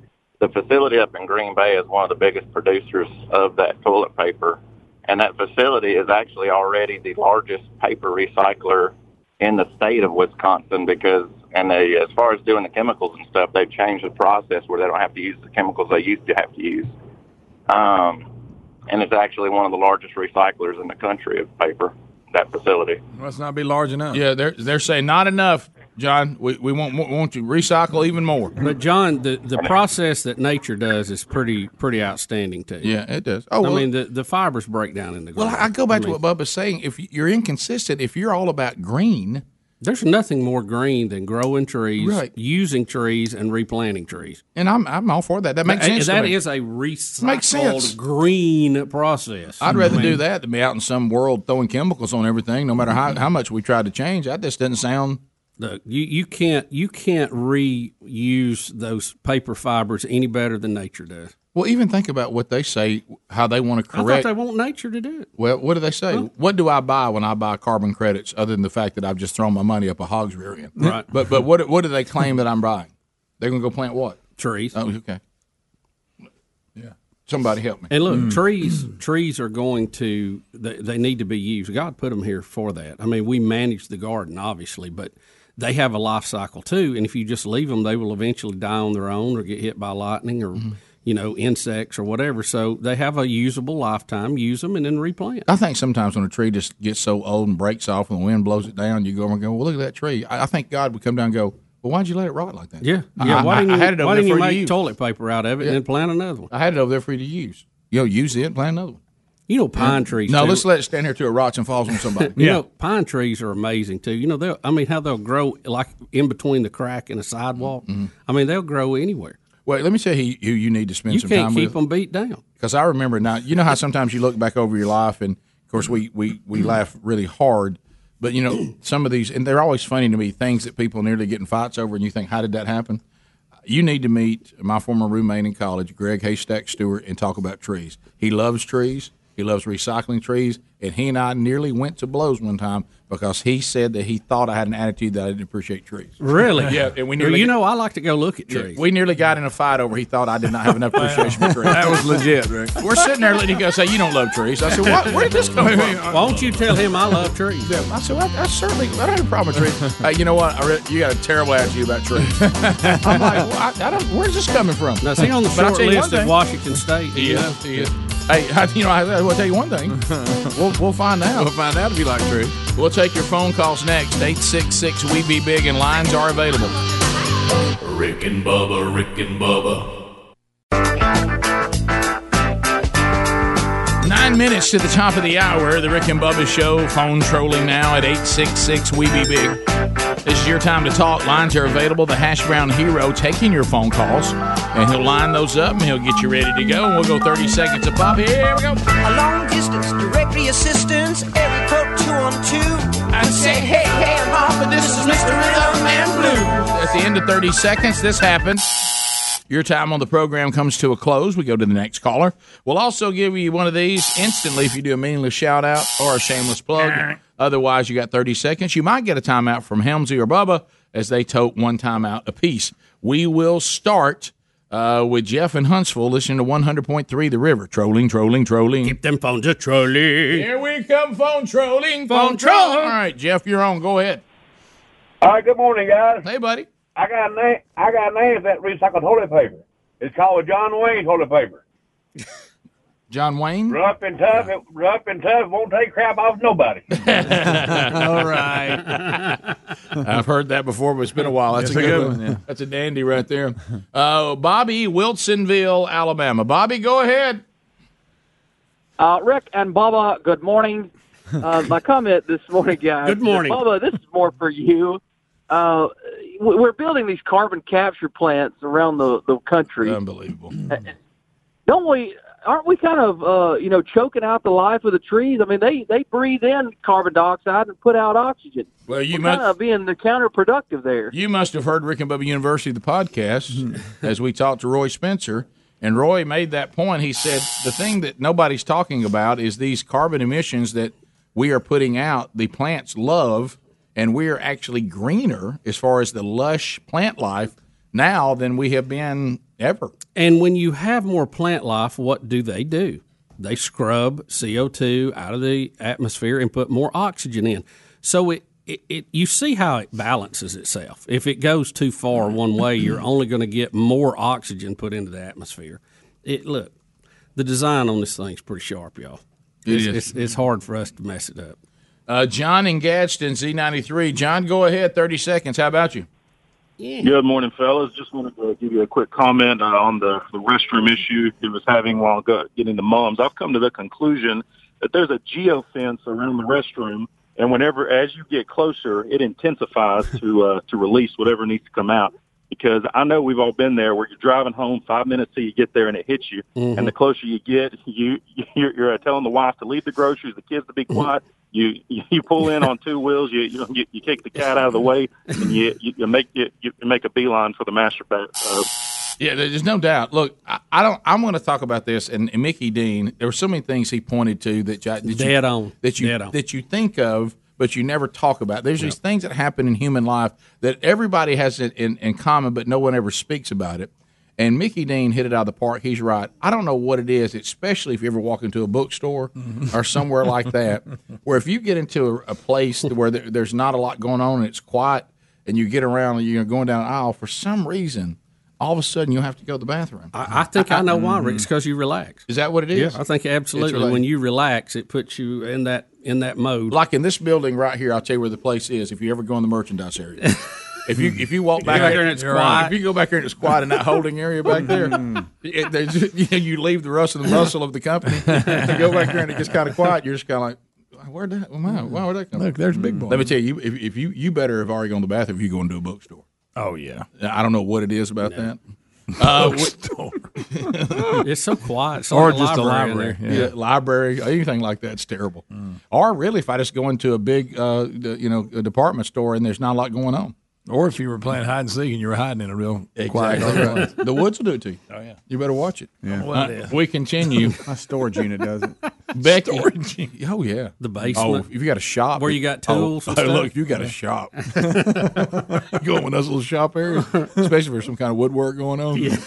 [SPEAKER 10] the facility up in Green Bay is one of the biggest producers of that toilet paper. And that facility is actually already the largest paper recycler in the state of Wisconsin because, and they, as far as doing the chemicals and stuff, they've changed the process where they don't have to use the chemicals they used to have to use. Um, and it's actually one of the largest recyclers in the country of paper, that facility.
[SPEAKER 5] Must not be large enough.
[SPEAKER 2] Yeah, they're they're saying not enough, John. We we want more- want you to recycle even more.
[SPEAKER 4] But John, the, the process that nature does is pretty pretty outstanding too.
[SPEAKER 2] Yeah, it does. Oh,
[SPEAKER 4] I
[SPEAKER 2] well,
[SPEAKER 4] mean the, the fibers break down in the
[SPEAKER 2] well,
[SPEAKER 4] ground.
[SPEAKER 2] I go back
[SPEAKER 4] mean,
[SPEAKER 2] to what Bubba's saying. If you're inconsistent, if you're all about green,
[SPEAKER 4] There's nothing more green than growing trees,
[SPEAKER 2] Right.
[SPEAKER 4] using trees, and replanting trees.
[SPEAKER 2] and I'm I'm all for that. That makes sense. to
[SPEAKER 4] That
[SPEAKER 2] me.
[SPEAKER 4] is a recycled
[SPEAKER 2] Makes sense.
[SPEAKER 4] green process.
[SPEAKER 2] I'd rather do that than be out in some world throwing chemicals on everything. No matter how, how much we try to change, that just doesn't sound.
[SPEAKER 4] Look, you, you can't you can't reuse those paper fibers any better than nature does.
[SPEAKER 2] Well, even think about what they say, how they want to correct.
[SPEAKER 4] I thought they want nature to do it.
[SPEAKER 2] well, what do they say? What do I buy when I buy carbon credits, other than the fact that I've just thrown my money up a hog's rear end?
[SPEAKER 4] (laughs) Right.
[SPEAKER 2] But but what what do they claim that I'm buying? They're gonna go plant what?
[SPEAKER 4] Trees.
[SPEAKER 2] Oh, okay. Yeah. Somebody help me.
[SPEAKER 4] And look, trees trees are going to they, they need to be used. God put them here for that. I mean, we manage the garden obviously, but they have a life cycle too. And if you just leave them, they will eventually die on their own or get hit by lightning or
[SPEAKER 2] Mm-hmm.
[SPEAKER 4] you know insects or whatever. So they have a usable lifetime. Use them and then replant.
[SPEAKER 2] I think sometimes when a tree just gets so old and breaks off and the wind blows it down, you go over and go, well, look at that tree. I, I think God would come down and go, well, why'd you let it rot like that?
[SPEAKER 4] Yeah,
[SPEAKER 2] I-
[SPEAKER 4] yeah.
[SPEAKER 2] I,
[SPEAKER 4] why didn't
[SPEAKER 2] I
[SPEAKER 4] you,
[SPEAKER 2] had it over
[SPEAKER 4] why
[SPEAKER 2] there
[SPEAKER 4] didn't you
[SPEAKER 2] for you to
[SPEAKER 4] make
[SPEAKER 2] use.
[SPEAKER 4] toilet paper out of it and then plant another one?
[SPEAKER 2] I had it over there for you to use. You know, use it, plant another one.
[SPEAKER 4] You know, pine trees.
[SPEAKER 2] No,
[SPEAKER 4] too.
[SPEAKER 2] let's let it stand here till it rots and falls on (laughs)
[SPEAKER 4] (laughs)
[SPEAKER 2] somebody.
[SPEAKER 4] You know, pine trees are amazing too. You know, they'll, I mean, how they'll grow like in between the crack in a sidewalk. Mm-hmm. I mean, they'll grow anywhere.
[SPEAKER 2] Wait, let me tell you who you need to spend
[SPEAKER 4] You
[SPEAKER 2] some
[SPEAKER 4] can't
[SPEAKER 2] time
[SPEAKER 4] keep
[SPEAKER 2] with.
[SPEAKER 4] them beat down.
[SPEAKER 2] because I remember now. You know how sometimes you look back over your life, and of course we we we laugh really hard. But you know some of these, and they're always funny to me. Things that people nearly get in fights over, and you think, how did that happen? You need to meet my former roommate in college, Greg Haystack Stewart, and talk about trees. He loves trees. He loves recycling trees, and he and I nearly went to blows one time because he said that he thought I had an attitude that I didn't appreciate trees.
[SPEAKER 4] Really?
[SPEAKER 2] Yeah, and we
[SPEAKER 4] Well,
[SPEAKER 2] nearly-
[SPEAKER 4] you know, I like to go look at trees.
[SPEAKER 2] We nearly got in a fight over he thought I did not have enough appreciation for trees.
[SPEAKER 5] That was legit, Rick.
[SPEAKER 2] We're sitting there letting you go say you don't love trees. I said, what? Where did this come from?
[SPEAKER 4] Why don't you tell him I love trees?
[SPEAKER 2] I said, well, I, I certainly I don't have a problem with (laughs) trees. hey, you know what? I re- you got a terrible attitude about
[SPEAKER 4] (laughs)
[SPEAKER 2] trees. I'm like, well, I, I don't. Where's this coming from?
[SPEAKER 4] Now, is he on the
[SPEAKER 2] But I'll
[SPEAKER 4] short
[SPEAKER 2] tell you one
[SPEAKER 4] list
[SPEAKER 2] thing.
[SPEAKER 4] at Washington State?
[SPEAKER 2] He
[SPEAKER 4] You
[SPEAKER 2] is.
[SPEAKER 4] know?
[SPEAKER 2] He is. Hey, (laughs) I, you know, I, I will tell you one (laughs) thing. We'll, we'll find out.
[SPEAKER 11] We'll find out if you like true.
[SPEAKER 2] We'll take your phone calls next. 866 We Be Big, and lines are available.
[SPEAKER 12] Rick and Bubba, Rick and Bubba,
[SPEAKER 2] Nine minutes to the top of the hour. The Rick and Bubba Show. Phone trolling now at 866 We Be Big. E This is your time to talk. Lines are available. The Hash Brown Hero taking your phone calls, and he'll line those up and he'll get you ready to go. And we'll go 30 seconds a pop. Here we go.
[SPEAKER 8] A long distance directory assistance, area code 212. I say, hey, hey, I'm Harper, this is Mr. Rhythm and Blue.
[SPEAKER 2] At the end of 30 seconds, this happens. Your time on the program comes to a close. We go to the next caller. We'll also give you one of these instantly if you do a meaningless shout out or a shameless plug. Otherwise, you got 30 seconds. You might get a timeout from Helmsy or Bubba as they tote one timeout apiece. We will start uh, with Jeff in Huntsville listening to 100.3 The River. Trolling, trolling, trolling.
[SPEAKER 4] Them phones are trolling.
[SPEAKER 2] Here we come, phone trolling, phone
[SPEAKER 4] Phone
[SPEAKER 2] trolling.
[SPEAKER 4] trolling.
[SPEAKER 2] All right, Jeff, you're on. Go ahead.
[SPEAKER 13] All right, good morning, guys.
[SPEAKER 2] Hey, buddy.
[SPEAKER 13] I got a name. I got a name for that recycled toilet paper. It's called John Wayne toilet paper.
[SPEAKER 2] John Wayne.
[SPEAKER 13] Rough and tough. It, rough and tough. Won't take crap off nobody.
[SPEAKER 10] (laughs) (laughs) All right.
[SPEAKER 2] (laughs) I've heard that before, but it's been a while. That's a good, one. That's a dandy right there. Uh, Bobby Wilsonville, Alabama. Bobby, go ahead.
[SPEAKER 5] Uh, Rick and Bubba,
[SPEAKER 2] (laughs)
[SPEAKER 5] good morning. Uh, my comment this morning, guys.
[SPEAKER 4] Good morning.
[SPEAKER 5] Bubba, this is more for you. Uh, we- we're building these carbon capture plants around the, the country.
[SPEAKER 2] Unbelievable.
[SPEAKER 5] Don't we? Aren't we kind of uh, you know choking out the life of the trees? I mean, they they breathe in carbon dioxide and put out oxygen.
[SPEAKER 2] Well, you
[SPEAKER 5] we're
[SPEAKER 2] must
[SPEAKER 5] kind of being the counterproductive there.
[SPEAKER 2] you must have heard Rick and Bubba University the podcast as we talked to Roy Spencer, and Roy made that point. He said the thing that nobody's talking about is these carbon emissions that we are putting out. The plants love, and we are actually greener as far as the lush plant life now than we have been ever.
[SPEAKER 4] And when you have more plant life, what do they do? They scrub CO2 out of the atmosphere and put more oxygen in. So it, it, it you see how it balances itself. If it goes too far one way, you're only going to get more oxygen put into the atmosphere. It look, the design on this thing's pretty sharp, y'all. it's,
[SPEAKER 2] is.
[SPEAKER 4] It's, it's hard for us to mess it up.
[SPEAKER 2] Uh, John in Gadsden, Z93. John, go ahead, 30 seconds. How about you?
[SPEAKER 14] Good morning, fellas. Just wanted to give you a quick comment uh, on the, the restroom issue he was having while go- getting the mums. I've come to the conclusion that there's a geofence around the restroom, and whenever as you get closer, it intensifies to uh, to release whatever needs to come out. Because I know we've all been there, where you're driving home five minutes till you get there, and it hits you.
[SPEAKER 11] Mm-hmm.
[SPEAKER 14] And the closer you get, (laughs) you you're, you're uh, telling the wife to leave the groceries, the kids to be quiet. You (laughs) you pull in on two wheels, you you, you kick the cat out of the way, and you you, you make you, you make a beeline for the master ba- uh,
[SPEAKER 2] Yeah, there's no doubt. Look, I, I don't. I'm going to talk about this, and, and Mickey Dean. There were so many things he pointed to that, you- that you,
[SPEAKER 4] Dead on.
[SPEAKER 2] that you
[SPEAKER 4] Dead on.
[SPEAKER 2] that you think of, but you never talk about. There's these things that happen in human life that everybody has in, in, in common, but no one ever speaks about it. And Mickey Dean hit it out of the park. He's right. I don't know what it is, especially if you ever walk into a bookstore or somewhere like that, where if you get into a, a place where there, there's not a lot going on and it's quiet, and you get around and you're going down an aisle, for some reason, all of a sudden you'll have to go to the bathroom.
[SPEAKER 4] I, I think I, know why, Rick. It's because you relax.
[SPEAKER 2] Mm-hmm. Is that what it
[SPEAKER 4] Yeah,
[SPEAKER 2] is?
[SPEAKER 4] I think absolutely.
[SPEAKER 2] related.
[SPEAKER 4] When you relax, it puts you
[SPEAKER 2] (laughs)
[SPEAKER 4] in that in that mode.
[SPEAKER 2] like in this building right here, I'll tell you where the place is. If you ever go in the merchandise area, if you if you walk back
[SPEAKER 4] back there and it's
[SPEAKER 2] You're right. if you go back here and it's quiet in that holding area back there,
[SPEAKER 10] Mm-hmm.
[SPEAKER 2] it, there's, (laughs) you, know, you leave the rust and the bustle of the company. If (laughs) you go back here and it gets kind of quiet, you're just kind of like, where did that? Wow, wow, where that come?
[SPEAKER 10] Look,
[SPEAKER 2] from?
[SPEAKER 10] there's Big Boy.
[SPEAKER 2] Mm. Let me tell you, if, if you you better have already gone to the bathroom if you go into a bookstore.
[SPEAKER 11] Oh yeah.
[SPEAKER 2] I don't know what it is about that. (laughs) Uh, bookstore.
[SPEAKER 4] (laughs) It's so quiet. It's
[SPEAKER 15] Or
[SPEAKER 4] like
[SPEAKER 15] just a
[SPEAKER 4] in
[SPEAKER 15] library,
[SPEAKER 4] there.
[SPEAKER 2] yeah. library, anything like that's terrible. Or really, if I just go into a big, uh, d- you know, a department store and there's not a lot going on.
[SPEAKER 11] Or if you were playing hide and seek and you were hiding in a real quiet dark place.
[SPEAKER 2] Right. the woods will do it to you. Oh yeah, you better watch it.
[SPEAKER 11] Well,
[SPEAKER 2] Uh, we continue,
[SPEAKER 10] My storage
[SPEAKER 2] (laughs)
[SPEAKER 10] unit does it.
[SPEAKER 2] Becky. Oh yeah, oh,
[SPEAKER 4] The basement
[SPEAKER 2] if you got a shop
[SPEAKER 4] where you got tools. and
[SPEAKER 2] Oh,
[SPEAKER 4] stuff.
[SPEAKER 2] look, you got a shop. (laughs) going with those little shop areas, especially for some kind of woodwork going on.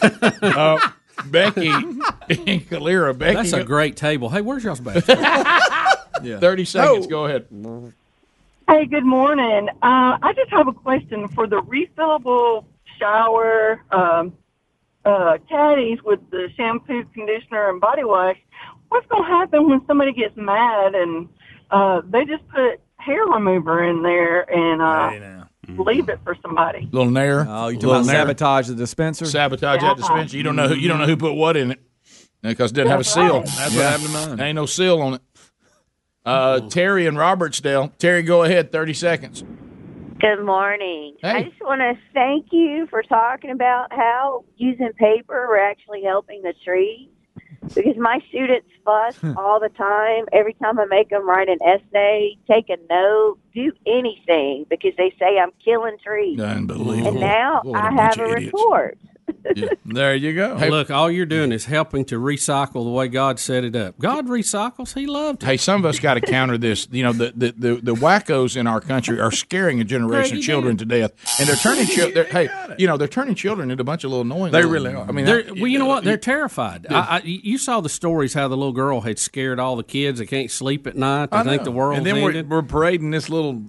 [SPEAKER 2] Uh, Becky (laughs) in Calera. Becky,
[SPEAKER 4] That's a great table. Hey, where's
[SPEAKER 2] (laughs)
[SPEAKER 4] y'all's bathroom?
[SPEAKER 2] thirty seconds. Go ahead.
[SPEAKER 16] Hey, good morning. Uh, I just have a question for the refillable shower um, uh, caddies with the shampoo, conditioner, and body wash. what's going to happen when somebody gets mad and uh, they just put hair remover in there and uh, leave it for somebody?
[SPEAKER 2] Little Nair. Oh,
[SPEAKER 6] you talking about sabotage the dispenser?
[SPEAKER 2] Sabotage that dispenser. You don't know who you don't know who put what in it because it didn't have a seal.
[SPEAKER 5] That's
[SPEAKER 2] Yeah.
[SPEAKER 5] what happened to mine.
[SPEAKER 2] Ain't no seal on it. Uh, Terry and Robertsdale. Terry, go ahead. Thirty seconds.
[SPEAKER 17] Good morning. I
[SPEAKER 2] Hey.
[SPEAKER 17] just want to thank you for talking about how using paper we're actually helping the trees. Because my students fuss all the time. Every time I make them write an essay, take a note, do anything because they say I'm killing trees.
[SPEAKER 2] Unbelievable.
[SPEAKER 17] And now
[SPEAKER 4] What a
[SPEAKER 17] I
[SPEAKER 4] bunch
[SPEAKER 17] have a
[SPEAKER 4] of idiots.
[SPEAKER 17] report.
[SPEAKER 5] There you go.
[SPEAKER 4] Look, all you're doing is helping to recycle the way God set it up. God recycles. He loved it.
[SPEAKER 2] Hey, some of us got to counter this. You know, the, the the the wackos in our country are scaring a
[SPEAKER 5] Greg,
[SPEAKER 2] generation
[SPEAKER 5] you
[SPEAKER 2] of children to death, and they're turning children. Hey, you know, they're turning children into a bunch of little annoying.
[SPEAKER 5] They
[SPEAKER 2] little-
[SPEAKER 5] really are.
[SPEAKER 2] I mean,
[SPEAKER 4] They're-
[SPEAKER 2] that-
[SPEAKER 4] well, you know what? They're terrified. I, I, you saw the stories how the little girl had scared all the kids that can't sleep at night. They think the world's
[SPEAKER 5] And then we're,
[SPEAKER 4] ended.
[SPEAKER 5] we're parading this little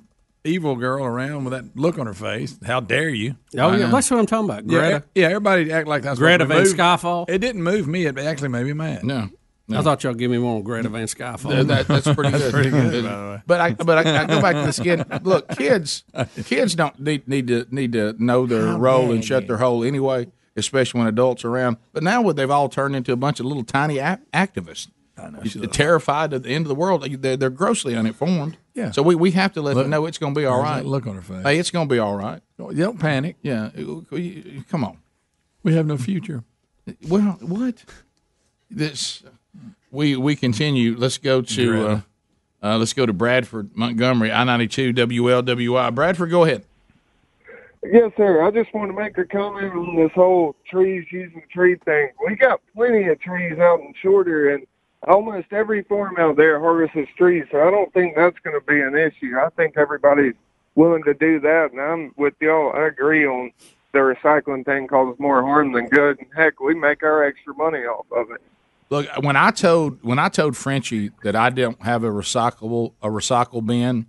[SPEAKER 5] evil girl around with that look on her face. How dare you?
[SPEAKER 4] Oh, yeah. That's what I'm talking about.
[SPEAKER 5] Yeah,
[SPEAKER 4] Greta.
[SPEAKER 5] e- Yeah, everybody act like that's
[SPEAKER 4] Greta
[SPEAKER 5] what we
[SPEAKER 4] Van
[SPEAKER 5] moved.
[SPEAKER 4] Skyfall.
[SPEAKER 5] It didn't move me. It actually made me mad.
[SPEAKER 2] No.
[SPEAKER 4] I thought y'all give me more on Greta Van Skyfall.
[SPEAKER 5] That- that- (laughs) that's
[SPEAKER 2] (laughs)
[SPEAKER 5] pretty
[SPEAKER 2] That's
[SPEAKER 5] good.
[SPEAKER 2] pretty good,
[SPEAKER 5] by the way.
[SPEAKER 2] But I but I, I go back to this again. Look, kids, kids don't need, need to need to know their role and shut their hole anyway, especially when adults are around. But now what they've all turned into a bunch of little tiny a- activists. I know, they're terrified of the end of the world. They're, they're grossly uninformed.
[SPEAKER 5] Yeah.
[SPEAKER 2] So we, we have to let
[SPEAKER 5] Look-
[SPEAKER 2] them know it's going to be all
[SPEAKER 5] There's
[SPEAKER 2] right.
[SPEAKER 5] that Look on her face.
[SPEAKER 2] Hey, it's going to be all right.
[SPEAKER 5] Don't panic.
[SPEAKER 2] Yeah. it- it- Come on.
[SPEAKER 5] We have no future.
[SPEAKER 2] Well,
[SPEAKER 5] (laughs)
[SPEAKER 2] what? This we we continue. Let's go to uh, uh, let's go to Bradford, Montgomery, I ninety two WLWI. Bradford, go ahead.
[SPEAKER 18] Yes, sir. I just want to make a comment on this whole trees using tree thing. We got plenty of trees out in Shorter, and almost every farm out there harvests trees, so I don't think that's going to be an issue. I think everybody's willing to do that, and I'm with y'all. I agree on the recycling thing causes more harm than good, and heck, we make our extra money off of it.
[SPEAKER 2] Look, when I told when I told Frenchie that I don't have a recyclable a recycle bin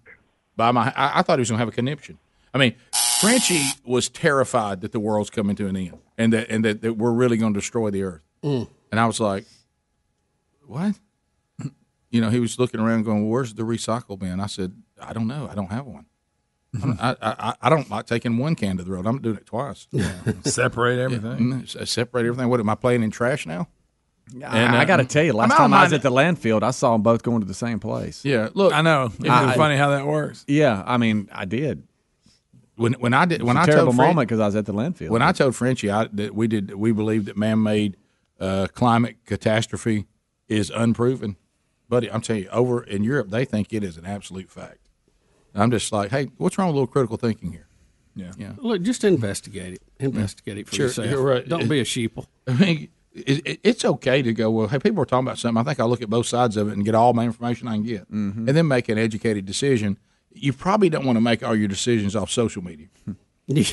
[SPEAKER 2] by my, I, I thought he was going to have a conniption. I mean, Frenchie was terrified that the world's coming to an end and that and that, that we're really going to destroy the earth. And I was like, what? You know, he was looking around going, where's the recycle bin? I said, I don't know. I don't have one. I don't, I, I, I don't like taking one can to the road. I'm doing it twice. (laughs)
[SPEAKER 5] Separate everything.
[SPEAKER 2] Yeah, mm, separate everything. What am I playing in trash now?
[SPEAKER 6] I- I got to tell you, last
[SPEAKER 2] uh, I'm out
[SPEAKER 6] time
[SPEAKER 2] of
[SPEAKER 6] I was
[SPEAKER 2] my-
[SPEAKER 6] at the landfill, I saw them both going to the same place.
[SPEAKER 2] Yeah, look, I know. Isn't it funny how that
[SPEAKER 5] works?
[SPEAKER 6] Yeah, I mean, I did.
[SPEAKER 2] When when I did
[SPEAKER 6] It's
[SPEAKER 2] when
[SPEAKER 6] a
[SPEAKER 2] I
[SPEAKER 6] terrible
[SPEAKER 2] told Fred-
[SPEAKER 6] moment because I was at the landfill.
[SPEAKER 2] When I told Frenchie I, that we did, we believe that man-made uh, climate catastrophe is unproven, buddy. I'm telling you, over in Europe, they think it is an absolute fact. I'm just like, hey, what's wrong with a little critical thinking here?
[SPEAKER 5] Yeah,
[SPEAKER 2] yeah.
[SPEAKER 4] Look, just investigate it. Investigate it for
[SPEAKER 2] Sure,
[SPEAKER 4] yourself.
[SPEAKER 2] you're right.
[SPEAKER 4] Don't be a sheeple.
[SPEAKER 2] I mean, it, it, it's okay to go. Well, hey, people are talking about something. I think I'll look at both sides of it and get all my information I can get, and then make an educated decision. You probably don't want to make all your decisions off social media.
[SPEAKER 4] (laughs) you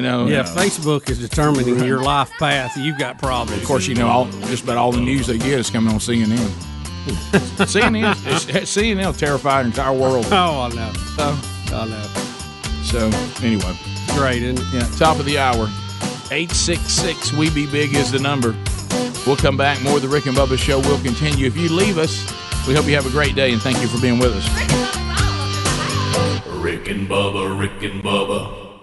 [SPEAKER 2] know,
[SPEAKER 4] Hmm. yeah, Facebook is determining your life path. You've got problems.
[SPEAKER 2] Of course, you know all just about all the news they get is coming on CNN.
[SPEAKER 4] (laughs)
[SPEAKER 2] CNN, it's- CNN will terrify the entire world.
[SPEAKER 4] Oh, I know.
[SPEAKER 2] So,
[SPEAKER 4] I know.
[SPEAKER 2] So, anyway,
[SPEAKER 4] great, isn't it?
[SPEAKER 2] Yeah. Top of the hour, eight six six. We be big is the number. We'll come back. More of the Rick and Bubba show will continue. If you leave us, we hope you have a great day and thank you for being with us.
[SPEAKER 8] Rick and Bubba, Rick and Bubba,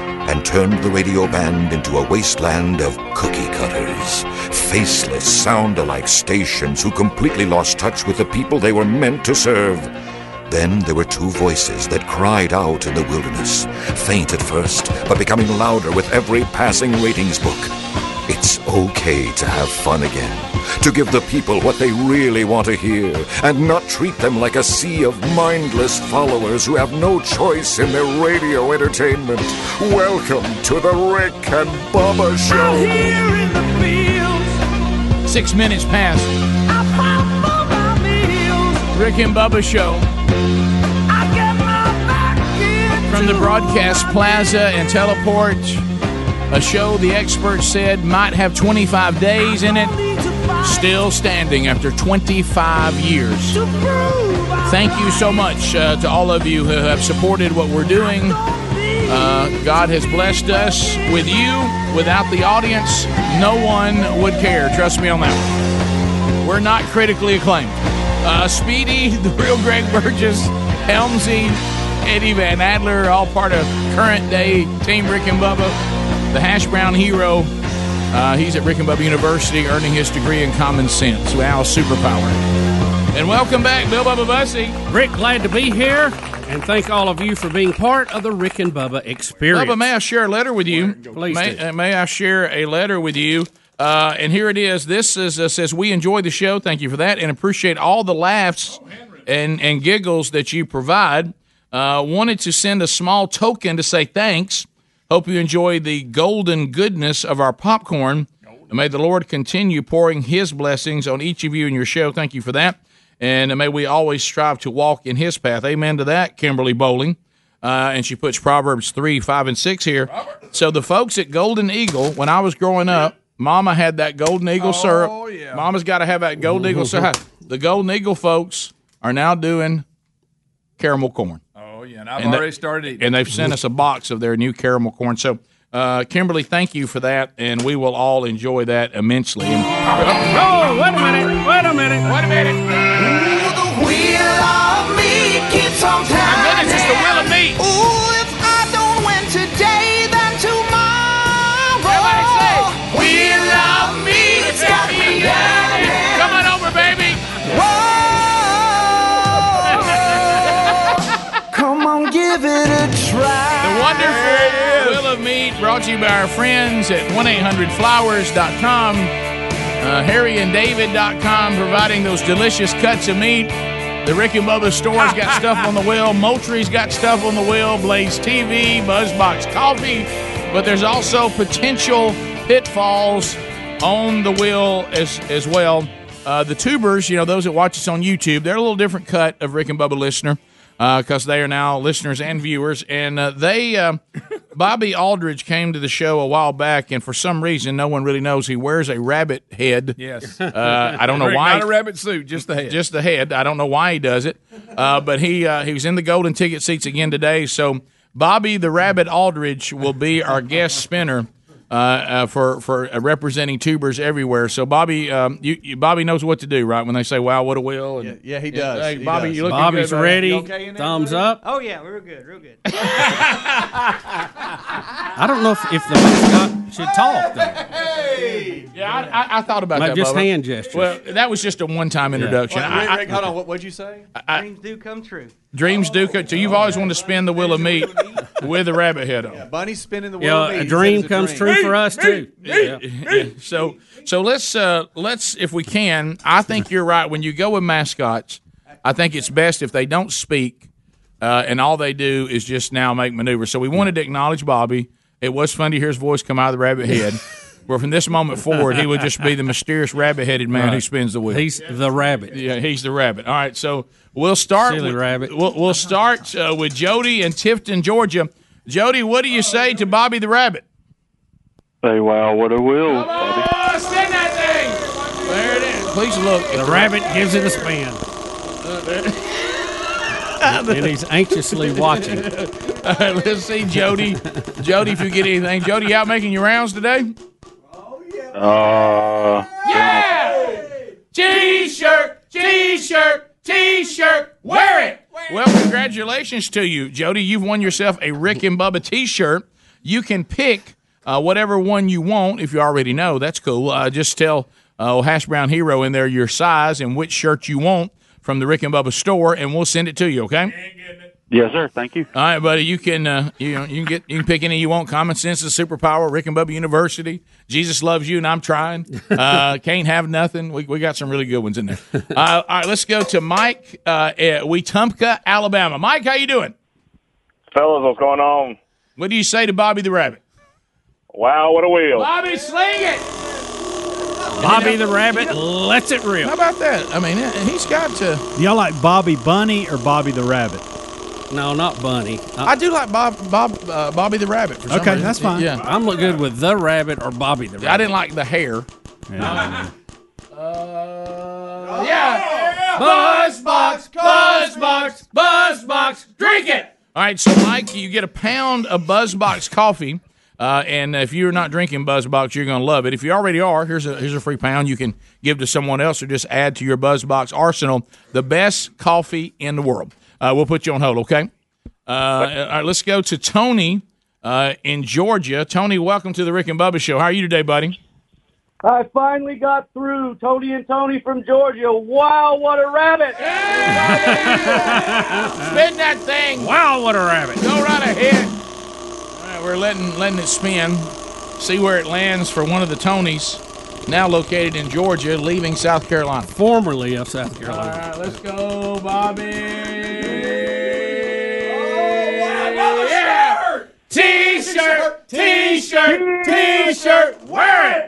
[SPEAKER 19] and turned the radio band into a wasteland of cookie cutters. Faceless, sound alike stations who completely lost touch with the people they were meant to serve. Then there were two voices that cried out in the wilderness, faint at first, but becoming louder with every passing ratings book. It's okay to have fun again, to give the people what they really want to hear, and not treat them like a sea of mindless followers who have no choice in their radio entertainment. Welcome to the Rick and Bubba Show.
[SPEAKER 2] Six minutes past.
[SPEAKER 20] for my meals.
[SPEAKER 2] Rick and Bubba Show. From the broadcast plaza and teleport, a show the experts said might have 25 days in it, still standing after 25 years. Thank you so much uh, to all of you who have supported what we're doing. Uh, God has blessed us with you. Without the audience, no one would care. Trust me on that one. We're not critically acclaimed. Uh, Speedy, (laughs) the real Greg Burgess, Helmsy, Eddie Van Adler, all part of current day Team Rick and Bubba. The hash brown hero. Uh, he's at Rick and Bubba University earning his degree in common sense. Wow, superpower. And welcome back, Bill Bubba Bussy.
[SPEAKER 4] Rick, glad to be here, and thank all of you for being part of the Rick and Bubba experience.
[SPEAKER 2] Bubba, may I share a letter with you?
[SPEAKER 4] Please
[SPEAKER 2] May,
[SPEAKER 4] do.
[SPEAKER 2] uh, may I share a letter with you? Uh, and here it is. This is, uh, says, We enjoy the show. Thank you for that. And appreciate all the laughs and, and giggles that you provide. Uh, wanted to send a small token to say thanks. Hope you enjoy the golden goodness of our popcorn. And may the Lord continue pouring his blessings on each of you and your show. Thank you for that. And may we always strive to walk in his path. Amen to that, Kimberly Bowling. Uh, and she puts Proverbs 3, 5, and 6 here. So the folks at Golden Eagle, when I was growing up, Mama had that Golden Eagle syrup. Mama's got to have that Golden Eagle syrup. (laughs) The Golden Eagle folks are now doing caramel corn.
[SPEAKER 5] Oh yeah, and I've
[SPEAKER 2] And that-
[SPEAKER 5] already started eating.
[SPEAKER 2] And they've sent us a box of their new caramel corn. So, uh, Kimberly, thank you for that. And we will all enjoy that immensely. And
[SPEAKER 4] Oh, wait a minute. Wait a minute.
[SPEAKER 2] Wait a minute.
[SPEAKER 21] Wheel of me keeps on turning. My goodness, it's the wheel of me. Ooh, if I don't win today, then tomorrow. Everybody say, Wheel of me, it's got me yearning. Come on over, baby. Whoa. Come on, give it a try.
[SPEAKER 2] The wonderful Will of Meat brought to you by our friends at 1-800-Flowers.com, uh, HarryandDavid.com, providing those delicious cuts of meat. The Rick and Bubba store's got stuff on the wheel. Moultrie's got stuff on the wheel. Blaze TV, Buzzbox Coffee. But there's also potential pitfalls on the wheel as, as well. Uh, the tubers, you know, those that watch us on YouTube, they're a little different cut of Rick and Bubba listener because Uh, they are now listeners and viewers. And uh, they, uh, (laughs) Bobby Aldridge came to the show a while back, and for some reason, no one really knows, he wears a rabbit head. (laughs)
[SPEAKER 5] Yes.
[SPEAKER 2] Uh, I don't know
[SPEAKER 5] Rick,
[SPEAKER 2] why.
[SPEAKER 5] Not a rabbit suit, just the head.
[SPEAKER 2] Just the head. I don't know why he does it, uh, but he uh, he was in the golden ticket seats again today. So Bobby the Rabbit Aldridge will be our guest spinner uh, uh, for for uh, representing tubers everywhere. So Bobby, um, you, you Bobby knows what to do, right? When they say "Wow, what a will!" and-
[SPEAKER 6] Yeah, he does.
[SPEAKER 2] Hey,
[SPEAKER 6] He
[SPEAKER 2] Bobby,
[SPEAKER 6] does.
[SPEAKER 2] you looking
[SPEAKER 4] Bobby's
[SPEAKER 2] good, buddy.
[SPEAKER 4] ready.
[SPEAKER 2] You okay in there,
[SPEAKER 4] Thumbs
[SPEAKER 2] buddy?
[SPEAKER 4] up.
[SPEAKER 22] Oh yeah, we were good, real good.
[SPEAKER 4] I don't know if, if the mascot should talk, though.
[SPEAKER 2] Yeah, I, I, I thought about
[SPEAKER 4] Mate,
[SPEAKER 2] that.
[SPEAKER 4] just
[SPEAKER 2] Bubba.
[SPEAKER 4] hand gestures.
[SPEAKER 2] Well, that was just a one-time introduction.
[SPEAKER 6] Wait,
[SPEAKER 2] I-
[SPEAKER 6] Rick,
[SPEAKER 2] I-
[SPEAKER 6] Rick, hold on. What, what'd you say?
[SPEAKER 22] Dreams do come true.
[SPEAKER 2] dreams do come. So you've always wanted to spin the wheel of meat with a rabbit head on.
[SPEAKER 6] Bunny's spinning the
[SPEAKER 4] Yeah,
[SPEAKER 6] wheel.
[SPEAKER 4] a dream comes true for us, too. Yeah.
[SPEAKER 2] So so let's uh, let's if we can. I think you're right. When you go with mascots, I think it's best if they don't speak uh, and all they do is just now make maneuvers. So we wanted to acknowledge Bobby. It was fun to hear his voice come out of the rabbit
[SPEAKER 4] (laughs)
[SPEAKER 2] head. Where from this moment forward, he would just be the mysterious rabbit-headed man who
[SPEAKER 4] Right.
[SPEAKER 2] spins the wheel.
[SPEAKER 4] He's the rabbit.
[SPEAKER 2] Yeah, he's the rabbit. All right, so we'll start.
[SPEAKER 4] Silly
[SPEAKER 2] with,
[SPEAKER 4] rabbit.
[SPEAKER 2] We'll, we'll start uh, with Jody and Tifton, Georgia. Jody, what do you say to Bobby the rabbit?
[SPEAKER 14] Say, wow, what a will.
[SPEAKER 2] Oh, spin that thing! There it is. Uh, Please look.
[SPEAKER 4] The rabbit gives it a spin,
[SPEAKER 2] (laughs)
[SPEAKER 4] and he's anxiously watching.
[SPEAKER 2] All right, let's see, Jody. Jody, if you get anything, Jody, you out making your rounds today?
[SPEAKER 14] Uh,
[SPEAKER 2] Yeah! T-shirt, T-shirt, T-shirt. Wear it. Well, congratulations to you, Jody. You've won yourself a Rick and Bubba T-shirt. You can pick uh, whatever one you want. If you already know, that's cool. Uh, just tell uh, old Hash Brown Hero in there your size and which shirt you want from the Rick and Bubba store, and we'll send it to you. Okay.
[SPEAKER 14] yes, sir. Thank you.
[SPEAKER 2] All right, buddy. You can uh, you know, you can get you can pick any you want. Common sense is a superpower. Rick and Bubba University. Jesus loves you, and I'm (laughs) trying. Uh, can't have nothing. We, we got some really good ones in there. Uh, all right, let's go to Mike. Uh, at Wetumpka, Alabama. Mike, how you doing?
[SPEAKER 23] Fellas, what's going on?
[SPEAKER 2] What do you say to Bobby the Rabbit?
[SPEAKER 23] Wow, what a wheel.
[SPEAKER 2] Bobby, sling it.
[SPEAKER 5] Bobby the Rabbit lets it rip.
[SPEAKER 2] How about that? I mean, and he's got to.
[SPEAKER 7] Do y'all like Bobby Bunny or Bobby the Rabbit?
[SPEAKER 4] No, not Bunny.
[SPEAKER 2] I do like Bob, Bob, uh, Bobby the Rabbit. For some
[SPEAKER 7] Okay,
[SPEAKER 2] reason.
[SPEAKER 7] that's fine.
[SPEAKER 2] Yeah,
[SPEAKER 4] I'm look good with the rabbit or Bobby the rabbit.
[SPEAKER 2] I didn't like the hair.
[SPEAKER 21] Yeah.
[SPEAKER 2] Buzzbox,
[SPEAKER 21] Buzzbox,
[SPEAKER 2] Buzzbox, drink it. All right, so Mike, you get a pound of Buzzbox coffee, uh, and if you're not drinking Buzzbox, you're going to love it. If you already are, here's a here's a free pound you can give to someone else, or just add to your Buzzbox arsenal. The best coffee in the world. Uh, we'll put you on hold, okay? Uh, all right, let's go to Tony uh, in Georgia. Tony, welcome to the Rick and Bubba Show. How are you today, buddy?
[SPEAKER 24] I finally got through. Tony and Tony from Georgia. Wow, what a rabbit!
[SPEAKER 2] Spin that thing.
[SPEAKER 5] Wow, what a rabbit.
[SPEAKER 2] Go right ahead. All right, we're letting letting it spin. See where it lands for one of the Tonys, now located in Georgia, leaving South Carolina.
[SPEAKER 4] Formerly of South Carolina.
[SPEAKER 2] All right, let's go, Bobby.
[SPEAKER 21] Yeah.
[SPEAKER 2] T-shirt, T-shirt, T-shirt. Wear it.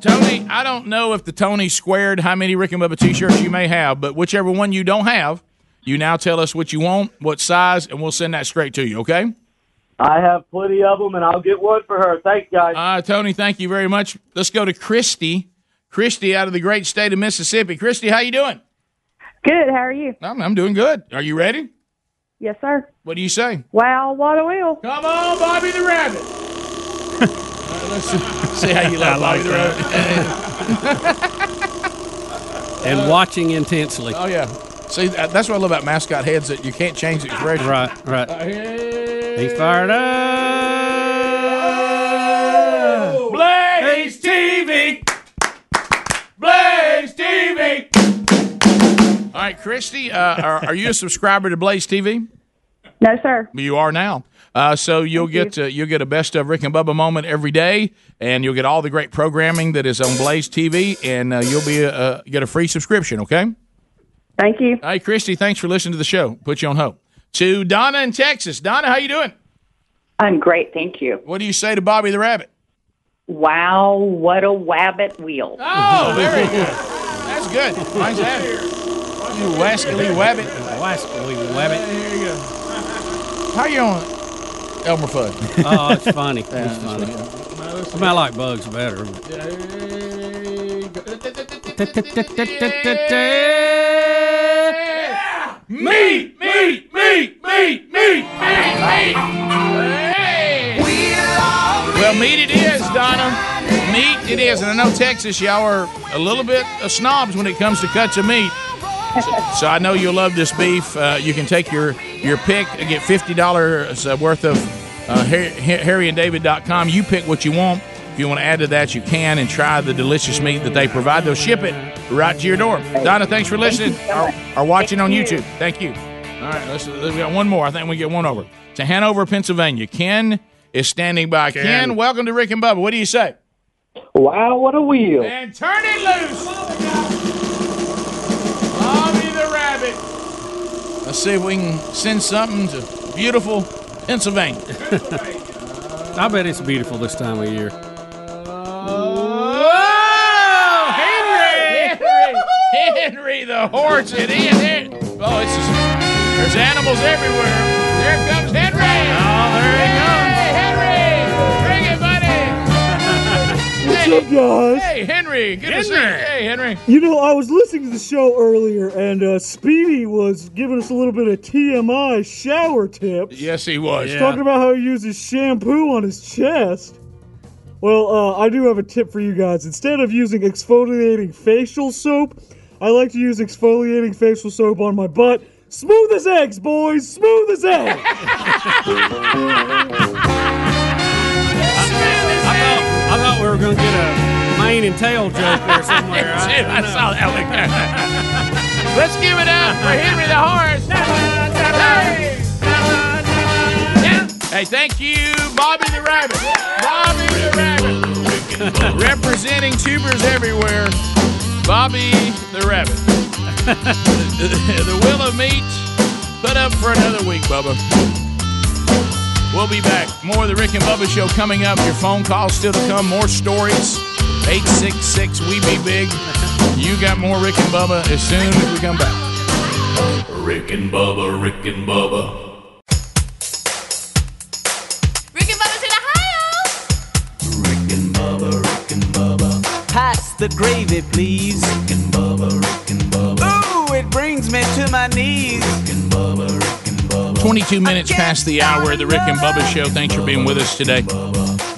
[SPEAKER 2] Tony, I don't know if the Tony squared how many Rick and Bubba T-shirts you may have, but whichever one you don't have, you now tell us what you want, what size, and we'll send that straight to you. Okay.
[SPEAKER 24] I have plenty of them, and I'll get one for her. Thanks, guys.
[SPEAKER 2] Uh, Tony, thank you very much. Let's go to Christy. Christy out of the great state of Mississippi. Christy, how you doing?
[SPEAKER 25] Good. How are you?
[SPEAKER 2] I'm, I'm doing good. Are you ready?
[SPEAKER 25] Yes, sir.
[SPEAKER 2] What do you say?
[SPEAKER 25] Wow, what a wheel.
[SPEAKER 2] Come on, Bobby the Rabbit. let's see, see (laughs) how you
[SPEAKER 4] I
[SPEAKER 2] like Bobby
[SPEAKER 4] like
[SPEAKER 2] the Rabbit.
[SPEAKER 4] (laughs) And watching intensely.
[SPEAKER 2] Oh, yeah. See, that- that's what I love about mascot heads that you can't change the expression. Uh,
[SPEAKER 4] Right, right. He's fired up.
[SPEAKER 2] Blaze TV. Blaze TV. All right, Christy, uh, are, are you a subscriber to Blaze TV?
[SPEAKER 25] No, sir.
[SPEAKER 2] You are now. Uh, so you'll get uh, you'll get a best of Rick and Bubba moment every day, and you'll get all the great programming that is on Blaze TV, and uh, you'll be uh, get a free subscription. Okay.
[SPEAKER 25] Thank you.
[SPEAKER 2] Hey, Christy, thanks for listening to the show. Put you on hold. To Donna in Texas. Donna, how you doing?
[SPEAKER 26] I'm great, thank you.
[SPEAKER 2] What do you say to Bobby the Rabbit?
[SPEAKER 26] Wow, what a wabbit wheel.
[SPEAKER 2] Oh, very good. That's good. Mine's that. You wascally wabbit.
[SPEAKER 4] Wascally wabbit.
[SPEAKER 2] There you go. How you on Elmer Fudd?
[SPEAKER 4] Oh, it's funny. It's
[SPEAKER 2] (laughs) Yeah, it's
[SPEAKER 4] funny.
[SPEAKER 2] funny.
[SPEAKER 4] I, mean, I like bugs better.
[SPEAKER 21] Meat, meat, meat, meat, meat, meat, meat.
[SPEAKER 2] Well, meat it is, Donna. Meat it is. And I know Texas, y'all are a little bit of snobs when it comes to cuts of meat. So I know you'll love this beef. Uh, you can take your, your pick and get $50 worth of uh, Har- Har- harryanddavid.com. You pick what you want. If you want to add to that, you can and try the delicious meat that they provide. They'll ship it right to your door. Donna, thanks for listening or, or watching on YouTube. Thank you. All right, let's, we got one more. I think we get one over. To Hanover, Pennsylvania. Ken is standing by. Ken,
[SPEAKER 21] Ken.
[SPEAKER 2] welcome to Rick and Bubba. What do you say?
[SPEAKER 24] Wow, what a wheel.
[SPEAKER 2] And turn it loose. Bobby the Rabbit. Let's see if we can send something to beautiful
[SPEAKER 27] (laughs)
[SPEAKER 2] Pennsylvania.
[SPEAKER 4] I bet it's beautiful this time of year.
[SPEAKER 2] Oh, Henry! (laughs) Henry the horse. It is. It- Oh, it's just, there's animals everywhere. There comes Henry. Oh, there he comes. Henry, bring it, buddy.
[SPEAKER 27] What's
[SPEAKER 2] Hey.
[SPEAKER 27] up, guys?
[SPEAKER 2] Hey, Henry. Good to see you. Hey, Henry.
[SPEAKER 27] You know, I was listening to the show earlier, and uh, Speedy was giving us a little bit of TMI shower tips.
[SPEAKER 2] Yes, he was.
[SPEAKER 27] He's talking about how he uses shampoo on his chest. Well, uh, I do have a tip for you guys. Instead of using exfoliating facial soap, I like to use exfoliating facial soap on my butt. Smooth as eggs, boys. Smooth as eggs.
[SPEAKER 4] I thought we were going to get a mane and tail joke
[SPEAKER 2] (laughs)
[SPEAKER 6] (laughs)
[SPEAKER 4] there somewhere. I,
[SPEAKER 2] saw that
[SPEAKER 5] (laughs)
[SPEAKER 2] Let's give it up for Henry the (laughs) horse. Hey, thank you, Bobby the Rabbit. Bobby the Rabbit. Representing tubers everywhere, Bobby the Rabbit. (laughs) the will of meat put up for another week, Bubba. We'll be back. More of the Rick and Bubba Show coming up. Your phone calls still to come. More stories. 866 We Be Big. You got more Rick and Bubba as soon as we come back.
[SPEAKER 8] Rick and Bubba, Rick and Bubba,
[SPEAKER 21] Rick and Bubba's in Ohio.
[SPEAKER 1] Pass the gravy, please. Rick and Bubba, Rick and Bubba. Ooh, it brings me to my knees.
[SPEAKER 2] 22 minutes past the hour of the Rick and Bubba Show. Thanks for being with us today. A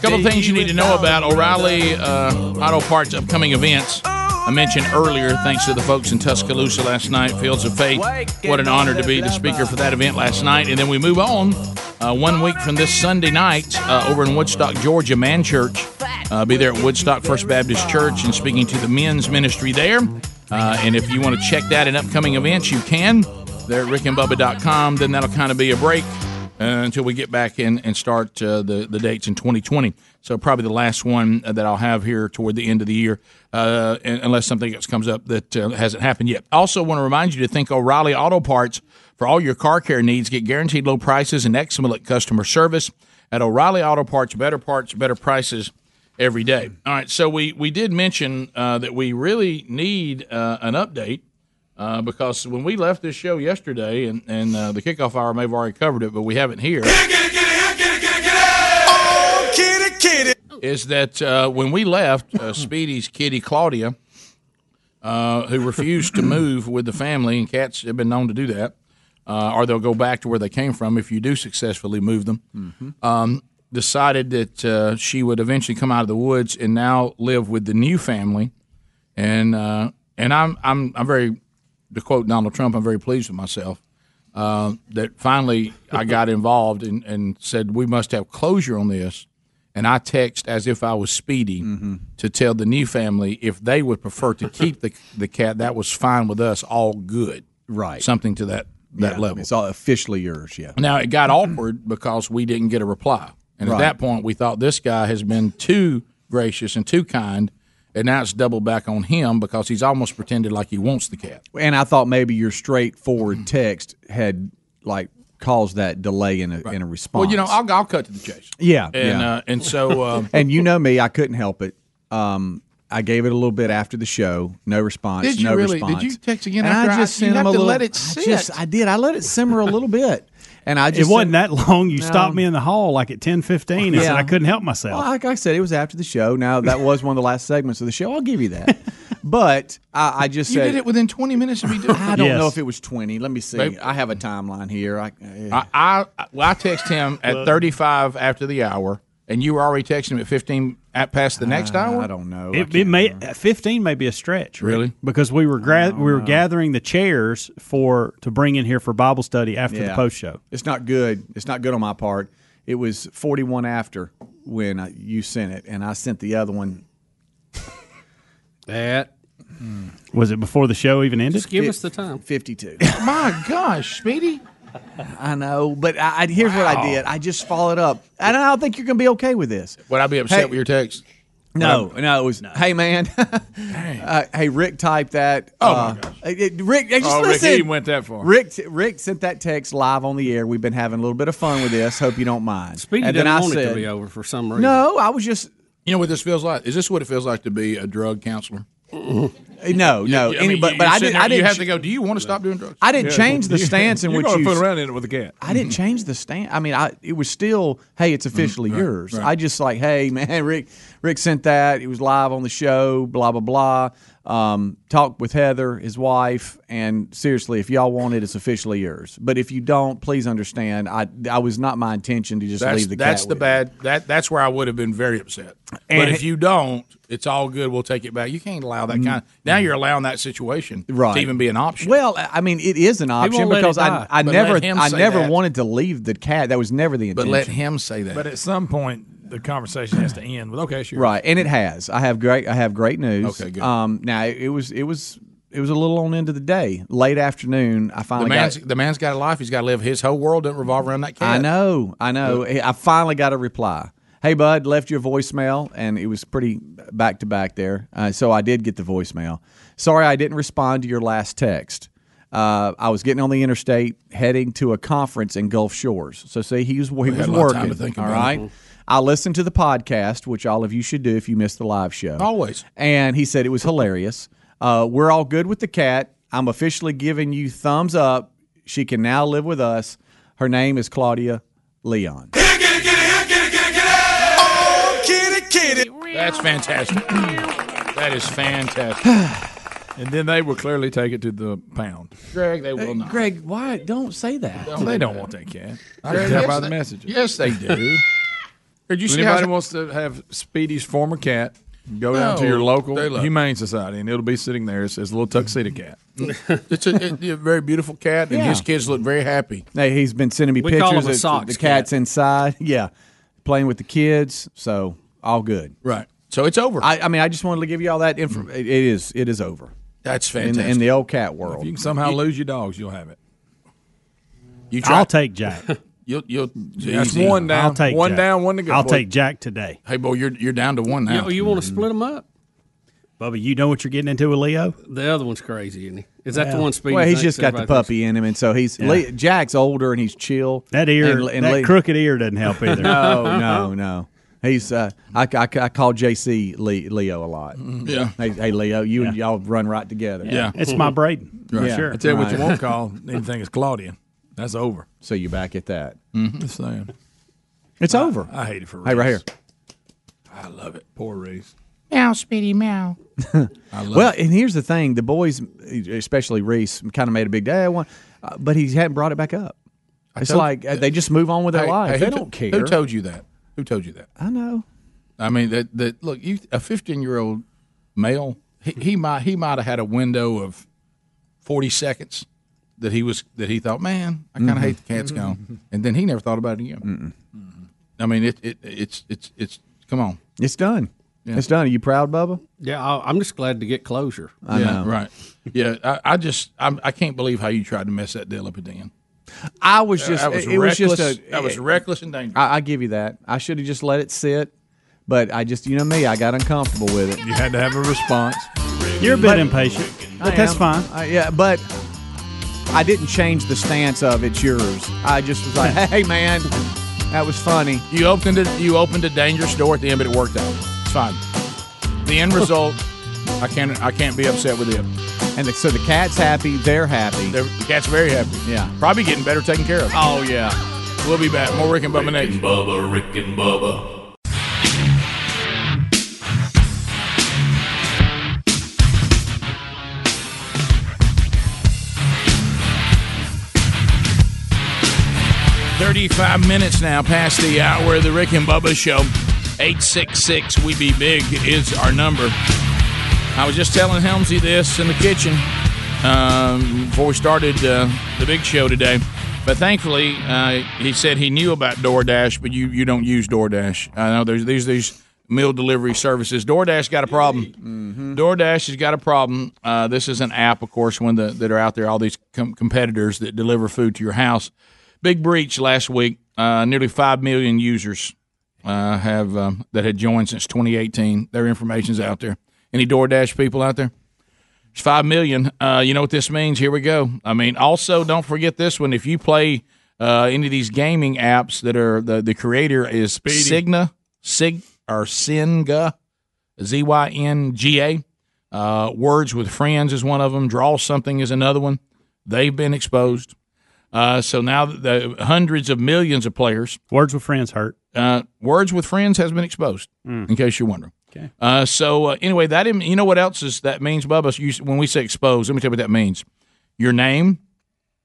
[SPEAKER 2] couple of things you need to know about O'Reilly uh, Auto Parts upcoming events. I mentioned earlier, thanks to the folks in Tuscaloosa last night, Fields of Faith. What an honor to be the speaker for that event last night. And then we move on uh, one week from this Sunday night uh, over in Woodstock, Georgia, Man Church. Uh, be there at Woodstock First Baptist Church and speaking to the men's ministry there. Uh, and if you want to check that in upcoming events, you can there at rickandbubba.com. Then that'll kind of be a break uh, until we get back in and start uh, the, the dates in 2020. So probably the last one uh, that I'll have here toward the end of the year, uh, un- unless something else comes up that uh, hasn't happened yet. Also want to remind you to thank O'Reilly Auto Parts for all your car care needs. Get guaranteed low prices and excellent customer service at O'Reilly Auto Parts. Better parts, better prices every day. All right, so we, we did mention uh, that we really need uh, an update uh, because when we left this show yesterday, and, and uh, the kickoff hour may have already covered it, but we haven't here.
[SPEAKER 21] Kitty, kitty.
[SPEAKER 2] Is that uh, when we left uh, Speedy's kitty Claudia, uh, who refused to move with the family, and cats have been known to do that, uh, or they'll go back to where they came from if you do successfully move them.
[SPEAKER 4] Mm-hmm.
[SPEAKER 2] Um, decided that uh, she would eventually come out of the woods and now live with the new family, and uh, and I'm I'm I'm very to quote Donald Trump, I'm very pleased with myself uh, that finally I got involved and, and said we must have closure on this. And I text as if I was Speedy
[SPEAKER 6] Mm-hmm.
[SPEAKER 2] to tell the new family if they would prefer to keep the the cat. That was fine with us, all good, right? Something to that that
[SPEAKER 6] Yeah,
[SPEAKER 2] level.
[SPEAKER 6] It's all officially yours, yeah.
[SPEAKER 2] Now it got awkward because we didn't get a reply, and
[SPEAKER 6] Right.
[SPEAKER 2] at that point we thought this guy has been too gracious and too kind, and now it's double back on him because he's almost pretended like he wants the cat.
[SPEAKER 6] And I thought maybe your straightforward text had like caused that delay in a, in a response.
[SPEAKER 2] Well, you know, I'll, I'll cut to the chase.
[SPEAKER 6] yeah,
[SPEAKER 2] and
[SPEAKER 6] yeah.
[SPEAKER 2] uh, and
[SPEAKER 6] (laughs)
[SPEAKER 2] so uh,
[SPEAKER 6] and you know me, I couldn't help it. Um, I gave it a little bit after the show. No response.
[SPEAKER 2] Did you
[SPEAKER 6] no
[SPEAKER 2] really? Did
[SPEAKER 6] Response.
[SPEAKER 2] you text again
[SPEAKER 6] And
[SPEAKER 2] after I-
[SPEAKER 6] I just
[SPEAKER 2] you
[SPEAKER 6] sent
[SPEAKER 2] have
[SPEAKER 6] him a
[SPEAKER 2] to
[SPEAKER 6] little.
[SPEAKER 2] let it
[SPEAKER 6] I just I did. I let it simmer a little bit, and I
[SPEAKER 7] It
[SPEAKER 6] just
[SPEAKER 7] wasn't
[SPEAKER 6] sent-
[SPEAKER 7] that long. You
[SPEAKER 6] No.
[SPEAKER 7] stopped me in the hall like at ten fifteen, and said
[SPEAKER 6] Yeah.
[SPEAKER 7] I couldn't help myself.
[SPEAKER 6] Well, like I said, it was after the show. Now that was one of the last segments of the show. I'll give
[SPEAKER 2] (laughs)
[SPEAKER 6] you that. But I, I just
[SPEAKER 2] you
[SPEAKER 6] said
[SPEAKER 2] did it within 20 minutes of me doing.
[SPEAKER 6] I don't know if it was twenty. Let me see.
[SPEAKER 2] Maybe-
[SPEAKER 6] I have a timeline here. I,
[SPEAKER 2] I I, I, well, I text him at
[SPEAKER 6] Well-
[SPEAKER 2] 35 after the hour, and you were already texting him at 15 at past the next hour. I
[SPEAKER 6] Ah, don't know.
[SPEAKER 7] It, it may fifteen may be a stretch, Rick,
[SPEAKER 2] Really?
[SPEAKER 7] because we were gra-
[SPEAKER 6] Oh,
[SPEAKER 7] we were gathering the chairs for to bring in here for Bible study after the
[SPEAKER 6] Yeah.
[SPEAKER 7] post show.
[SPEAKER 6] It's not good. It's not good on my part. It was 41 after when I, you sent it, and I sent the other one.
[SPEAKER 4] That
[SPEAKER 7] Was it before the show even ended?
[SPEAKER 4] Just give us the
[SPEAKER 6] (laughs)
[SPEAKER 4] time.
[SPEAKER 6] 52.
[SPEAKER 2] My gosh, Speedy.
[SPEAKER 6] I know, but I, I, here's what I
[SPEAKER 2] Wow.
[SPEAKER 6] did. I just followed up, and I don't think you're going to be okay with this.
[SPEAKER 2] Would I be upset
[SPEAKER 6] Hey.
[SPEAKER 2] with your text?
[SPEAKER 6] No,
[SPEAKER 2] Would I-
[SPEAKER 6] no, it was. Hey, man. (laughs) uh, hey, Rick typed that.
[SPEAKER 2] Oh, my
[SPEAKER 6] uh, it- Rick, just
[SPEAKER 5] Oh, Rick, he
[SPEAKER 6] listen.
[SPEAKER 5] went that far.
[SPEAKER 6] Rick, Rick sent that text live on the air. We've been having a little bit of fun with this. Hope you don't mind.
[SPEAKER 4] Speedy
[SPEAKER 6] and then
[SPEAKER 4] didn't
[SPEAKER 6] I
[SPEAKER 4] want
[SPEAKER 6] said,
[SPEAKER 4] it to be over for some reason.
[SPEAKER 6] No, I was just.
[SPEAKER 2] You know what this feels like? Is this what it feels like to be a drug counselor?
[SPEAKER 6] Uh, No, no.
[SPEAKER 2] You- I
[SPEAKER 6] any-
[SPEAKER 2] mean,
[SPEAKER 6] but
[SPEAKER 2] you-
[SPEAKER 6] but
[SPEAKER 2] you're
[SPEAKER 6] I
[SPEAKER 2] sitting
[SPEAKER 6] didn't.
[SPEAKER 2] there,
[SPEAKER 6] I didn't.
[SPEAKER 2] You have to go. Do you want to stop doing drugs?
[SPEAKER 6] I didn't change the
[SPEAKER 5] You-
[SPEAKER 6] stance in
[SPEAKER 5] you're
[SPEAKER 6] which
[SPEAKER 5] gonna
[SPEAKER 6] you
[SPEAKER 5] fool around in it with a cat.
[SPEAKER 6] I didn't change the stand. I mean, I it was still, hey, it's officially yours.
[SPEAKER 5] right.
[SPEAKER 6] I just like, hey, man, (laughs) Rick, Rick sent that. It was live on the show. Blah blah blah. Um, talked with Heather, his wife, and seriously, if y'all want it, it's officially yours. But if you don't, please understand. I I was not my intention to just
[SPEAKER 2] that's
[SPEAKER 6] leave the
[SPEAKER 2] that's
[SPEAKER 6] cat
[SPEAKER 2] the
[SPEAKER 6] with
[SPEAKER 2] bad. That that's where I would have been very upset. but
[SPEAKER 6] And- Mm.
[SPEAKER 2] if you don't, it's all good. We'll take it back. You can't allow that kind. Of, now you're allowing that situation
[SPEAKER 6] Right.
[SPEAKER 2] to even be an option.
[SPEAKER 6] Well, I mean, it is an option
[SPEAKER 2] won't let
[SPEAKER 6] because
[SPEAKER 2] it
[SPEAKER 6] I
[SPEAKER 2] die.
[SPEAKER 6] I
[SPEAKER 2] But
[SPEAKER 6] never
[SPEAKER 2] let him
[SPEAKER 6] I
[SPEAKER 2] say
[SPEAKER 6] never
[SPEAKER 2] that.
[SPEAKER 6] wanted to leave the cat. That was never the
[SPEAKER 2] But
[SPEAKER 6] intention.
[SPEAKER 2] let him say that.
[SPEAKER 5] But at some point, the conversation has to end with, okay, sure.
[SPEAKER 6] Right, and it has. I have great. I have great news.
[SPEAKER 5] Okay, good.
[SPEAKER 6] Um, now it, it was it was it was a little on into the day, late afternoon. I
[SPEAKER 2] the
[SPEAKER 6] finally
[SPEAKER 2] man's
[SPEAKER 6] got.
[SPEAKER 2] the man's got a life. He's got to live. His whole world doesn't revolve around that cat.
[SPEAKER 6] I know, I know. I finally got a reply. Hey, bud, left you a voicemail, and it was pretty back to back there. Uh, so I did get the voicemail. Sorry, I didn't respond to your last text. Uh, I was getting on the interstate, heading to a conference in Gulf Shores. So see, he was he
[SPEAKER 2] had
[SPEAKER 6] was
[SPEAKER 2] a lot of time
[SPEAKER 6] working.
[SPEAKER 2] to think
[SPEAKER 6] all
[SPEAKER 2] about
[SPEAKER 6] right.
[SPEAKER 2] it.
[SPEAKER 6] I listened to the podcast, which all of you should do if you missed the live show.
[SPEAKER 2] Always.
[SPEAKER 6] And he said it was hilarious. Uh, we're all good with the cat. I'm officially giving you thumbs up. She can now live with us. Her name is Claudia Leon.
[SPEAKER 2] That's fantastic. that is
[SPEAKER 6] (sighs)
[SPEAKER 2] fantastic.
[SPEAKER 5] And then they will clearly take it to the pound.
[SPEAKER 2] Greg, they will not.
[SPEAKER 6] Greg, why? Don't say that.
[SPEAKER 5] Well, they don't want that cat. I
[SPEAKER 2] Greg,
[SPEAKER 5] can tell
[SPEAKER 2] yes,
[SPEAKER 5] by
[SPEAKER 2] they-
[SPEAKER 5] the messages.
[SPEAKER 2] yes, they do. Did you
[SPEAKER 5] If
[SPEAKER 2] see how-
[SPEAKER 5] anybody wants to have Speedy's former cat? Go down to
[SPEAKER 2] No,
[SPEAKER 5] your local
[SPEAKER 2] they love it.
[SPEAKER 5] humane society, and it'll be sitting there as, as a little tuxedo cat.
[SPEAKER 2] (laughs) it's a, it- a very beautiful cat, and
[SPEAKER 6] Yeah.
[SPEAKER 2] his kids look very happy.
[SPEAKER 6] Hey, he's been sending me
[SPEAKER 2] We
[SPEAKER 6] pictures
[SPEAKER 2] call him a
[SPEAKER 6] of the-
[SPEAKER 2] socks
[SPEAKER 6] the cat's inside. (laughs) Yeah, playing with the kids. So all good.
[SPEAKER 2] Right. So it's over.
[SPEAKER 6] I, I mean, I just wanted to give you all that info. It it is. It is over.
[SPEAKER 2] That's
[SPEAKER 6] In the- In,
[SPEAKER 2] fantastic.
[SPEAKER 6] the old cat world,
[SPEAKER 5] If you can somehow lose your dogs, you'll have it.
[SPEAKER 2] You
[SPEAKER 7] I'll take
[SPEAKER 5] (laughs)
[SPEAKER 7] Jack.
[SPEAKER 2] (laughs) You'll, you'll,
[SPEAKER 5] That's one down.
[SPEAKER 7] I'll take
[SPEAKER 5] One
[SPEAKER 7] Jack.
[SPEAKER 5] down, one to go.
[SPEAKER 7] I'll
[SPEAKER 5] Boy.
[SPEAKER 7] take Jack today.
[SPEAKER 2] Hey, boy, you're you're down to one now.
[SPEAKER 4] You, want to split them up?
[SPEAKER 7] Bubba, you know what you're getting into with Leo?
[SPEAKER 4] The other one's crazy, isn't he? Is that the one Speedy?
[SPEAKER 6] Well, he's
[SPEAKER 4] thinks
[SPEAKER 6] just got the
[SPEAKER 4] everybody thinks-
[SPEAKER 6] puppy in him, and so he's
[SPEAKER 7] Yeah.
[SPEAKER 6] Le- Jack's older and he's chill.
[SPEAKER 7] That ear,
[SPEAKER 6] and, and
[SPEAKER 7] that
[SPEAKER 6] Le-
[SPEAKER 7] crooked ear doesn't
[SPEAKER 6] (laughs)
[SPEAKER 7] help either.
[SPEAKER 6] no, no, no. He's uh, I, I, I call JC Le- Leo a lot.
[SPEAKER 5] Yeah.
[SPEAKER 6] Hey, hey, Leo, you and y'all run right together.
[SPEAKER 5] Yeah.
[SPEAKER 7] It's my Braden.
[SPEAKER 5] Right.
[SPEAKER 6] Yeah.
[SPEAKER 5] I tell you what you
[SPEAKER 6] Right. (laughs)
[SPEAKER 5] won't call anything is Claudia. That's over. Mm-hmm.
[SPEAKER 6] So you're back at that.
[SPEAKER 5] Just saying.
[SPEAKER 6] It's over.
[SPEAKER 5] I hate it for
[SPEAKER 6] Hey, right here.
[SPEAKER 5] (laughs) I love it. Poor Reese.
[SPEAKER 2] Meow, Speedy, meow.
[SPEAKER 6] well, and here's the thing: the boys, especially Reese, kind of made a big day. One, uh, but he hadn't brought it back up. It's
[SPEAKER 2] told-
[SPEAKER 6] like uh, they just move on with their
[SPEAKER 2] Hey,
[SPEAKER 6] life.
[SPEAKER 2] hey,
[SPEAKER 6] they
[SPEAKER 2] who
[SPEAKER 6] don't
[SPEAKER 2] to-
[SPEAKER 6] care.
[SPEAKER 2] Who told you that? Who told you that?
[SPEAKER 6] I know.
[SPEAKER 2] I mean that that look you a 15 year old male he, he might he might have had a window of 40 seconds that he was that he thought Oh, man I kind of
[SPEAKER 6] Mm-hmm.
[SPEAKER 5] Mhm.
[SPEAKER 2] hate the cat's gone and then he never thought about it again. I mean it, it it's it's it's come on
[SPEAKER 6] It's done. It's done. Are you proud, Bubba?
[SPEAKER 4] Yeah, I, I'm just glad to get closure.
[SPEAKER 6] I
[SPEAKER 2] yeah
[SPEAKER 6] know.
[SPEAKER 2] right yeah I, I just I'm, I can't believe how you tried to mess that deal up at the end.
[SPEAKER 6] I was just.
[SPEAKER 2] that Uh, was
[SPEAKER 6] it was just
[SPEAKER 2] reckless.
[SPEAKER 6] a. eh,
[SPEAKER 2] that was reckless and dangerous.
[SPEAKER 6] I, I give you that. I should have just let it sit, but I just, you know me, I got uncomfortable with it. You
[SPEAKER 5] had to have a response.
[SPEAKER 7] You're a bit impatient, but that's fine.
[SPEAKER 6] Uh, yeah, but I didn't change the stance of it's yours. I just
[SPEAKER 2] (laughs)
[SPEAKER 6] was like,
[SPEAKER 7] (laughs)
[SPEAKER 6] hey man, that was funny.
[SPEAKER 2] You opened it. You opened a dangerous door at the end, but it worked out. It's fine. The end result, I can't. I can't be upset with it.
[SPEAKER 6] And so the cat's happy. They're happy.
[SPEAKER 2] They're, the cat's very happy.
[SPEAKER 6] Yeah.
[SPEAKER 2] Probably getting better taken care of.
[SPEAKER 6] Oh yeah.
[SPEAKER 2] We'll be back. More Rick and Bubba next.
[SPEAKER 8] Bubba, Rick and Bubba.
[SPEAKER 2] Thirty-five minutes now past the hour of the Rick and Bubba show. Eight six six. We be big is our number. I was just telling Helmsy this in the kitchen um, before we started uh, the big show today. But thankfully, uh, he said he knew about DoorDash, but you, you don't use DoorDash. I know there's these these meal delivery services. DoorDash got a problem. DoorDash has got a problem. Uh, this is an app, of course, one that, that are out there. All these com- competitors that deliver food to your house. Big breach last week. Uh, nearly five million users uh, have um, that had joined since 2018. Their information's out there. Any DoorDash people out there? It's five million. Uh, you know what this means? Here we go. I mean, also don't forget this one. If you play uh, any of these gaming apps that are the the creator is Signa Sig or Singa Z Y N G A. Uh, Words with friends is one of them. Draw something is another one. They've been exposed. Uh, so now the hundreds of millions of players.
[SPEAKER 7] Words with friends hurt. Mm.
[SPEAKER 2] Uh, Words with friends has been exposed. In case you're wondering. Okay. Uh, so uh, anyway, that im- you know what else is that means, Bubba? You, when we say exposed, let me tell you what that means. Your name,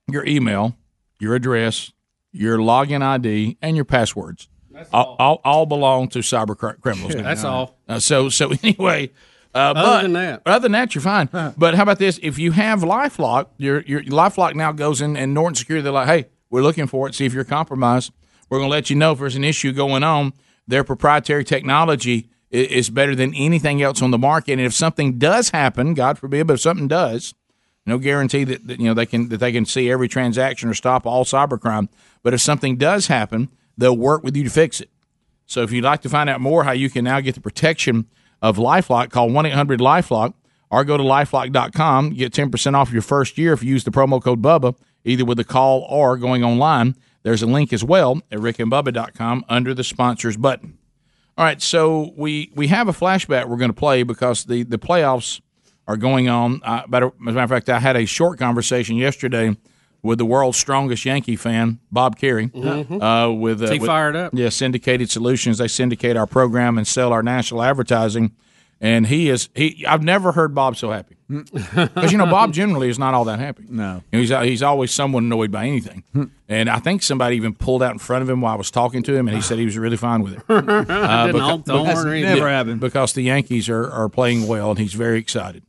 [SPEAKER 2] your email, your address, your login ID, and your passwords. all. All, all belong to cyber cr- criminals. now.
[SPEAKER 4] (laughs) That's all.
[SPEAKER 2] Uh, so
[SPEAKER 5] (laughs)
[SPEAKER 2] so anyway. Uh,
[SPEAKER 4] Other
[SPEAKER 2] but
[SPEAKER 4] than that.
[SPEAKER 2] other than (laughs) that, you're fine. But how about this? If you have LifeLock, your your LifeLock now goes in, and Norton Security, they're like, "Hey, we're looking for it. See if you're compromised. We're going to let you know if there's an issue going on." Their proprietary technology i- is better than anything else on the market. And if something does happen, God forbid, but if something does, no guarantee that, that you know they can that they can see every transaction or stop all cybercrime. But if something does happen, they'll work with you to fix it. So if you'd like to find out more how you can now get the protection of LifeLock, call 1-800-LifeLock or go to lifelock.com. Get 10% off your first year if you use the promo code BUBBA, either with a call or going online. There's a link as well at rickandbubba.com under the sponsors button. All right, so we we have a flashback we're going to play because the the playoffs are going on. Uh, better, as a matter of fact, I had a short conversation yesterday with the world's strongest Yankee fan, Bob Carey.
[SPEAKER 4] Mhm.
[SPEAKER 2] Uh, with uh,
[SPEAKER 4] Is he
[SPEAKER 2] with-
[SPEAKER 4] fired up?
[SPEAKER 2] Yeah, syndicated solutions. They syndicate our program and sell our national advertising. And he is he. I've never heard Bob so
[SPEAKER 4] (laughs)
[SPEAKER 2] happy because you know Bob generally is not all that happy.
[SPEAKER 6] No.
[SPEAKER 2] You know, he's he's always someone annoyed by anything.
[SPEAKER 4] Hmm.
[SPEAKER 2] And I think somebody even pulled out in front of him while I was talking to him, and he said he was really fine with it.
[SPEAKER 6] Uh,
[SPEAKER 4] I Uh,
[SPEAKER 5] uh,
[SPEAKER 4] didn't honk the horn or anything.
[SPEAKER 2] Because the Yankees are, are playing well, and he's very excited.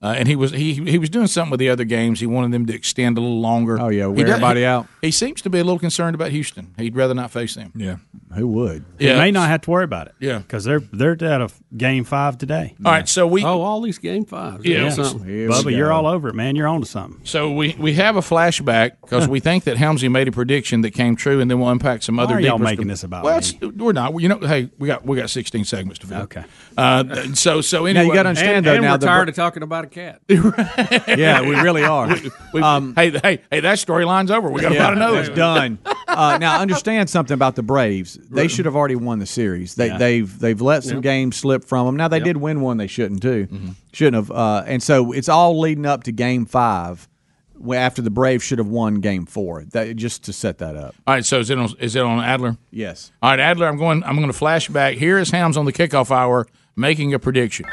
[SPEAKER 2] Uh, and he was he he was doing something with the other games. He wanted them to extend a little longer. Oh yeah,
[SPEAKER 6] wear everybody out.
[SPEAKER 2] He seems to be a little concerned about Houston. He'd rather not face them.
[SPEAKER 5] Yeah.
[SPEAKER 6] Who would?
[SPEAKER 7] You
[SPEAKER 2] Yeah.
[SPEAKER 7] may not have to worry about it.
[SPEAKER 2] Yeah.
[SPEAKER 7] because they're they're out of game five today.
[SPEAKER 2] All right, so we
[SPEAKER 4] oh all these game fives.
[SPEAKER 2] Yeah.
[SPEAKER 4] Yeah,
[SPEAKER 2] Something. Here we
[SPEAKER 7] Bubba, you're
[SPEAKER 2] go.
[SPEAKER 7] all over it, man. You're on to something.
[SPEAKER 2] So we, we have a flashback because we think that Helmsy made a prediction that came true, and then we'll unpack some
[SPEAKER 7] Why
[SPEAKER 2] other.
[SPEAKER 7] are y'all
[SPEAKER 2] deeper-
[SPEAKER 7] making this about
[SPEAKER 2] well, it's- We're not. You know, hey, we got we got sixteen segments to fill. Okay. Uh, so so
[SPEAKER 6] Now, you
[SPEAKER 2] anyway,
[SPEAKER 6] gotta understand,
[SPEAKER 4] And,
[SPEAKER 6] though,
[SPEAKER 4] and
[SPEAKER 6] now
[SPEAKER 4] we're
[SPEAKER 6] the-
[SPEAKER 4] tired of talking about a cat.
[SPEAKER 6] (laughs) yeah, we really are.
[SPEAKER 2] (laughs)
[SPEAKER 6] Um,
[SPEAKER 2] We- hey, hey, hey, that storyline's over. We got
[SPEAKER 6] Yeah,
[SPEAKER 2] about another.
[SPEAKER 6] it's (laughs) done. Uh, now understand something about the Braves. They should have already won the series. They,
[SPEAKER 2] Yeah.
[SPEAKER 6] They've they've let some
[SPEAKER 2] Yep.
[SPEAKER 6] games slip from them. Now they
[SPEAKER 2] Yep.
[SPEAKER 6] did win one. They shouldn't do. Shouldn't have. Uh, and so it's all leading up to Game Five, wh- after the Braves should have won Game Four. That, just to set that up.
[SPEAKER 2] All right, so is it on, is it on Adler?
[SPEAKER 6] Yes.
[SPEAKER 2] All right, Adler, I'm going. I'm going to flashback. Here is Hams on the kickoff hour making a prediction.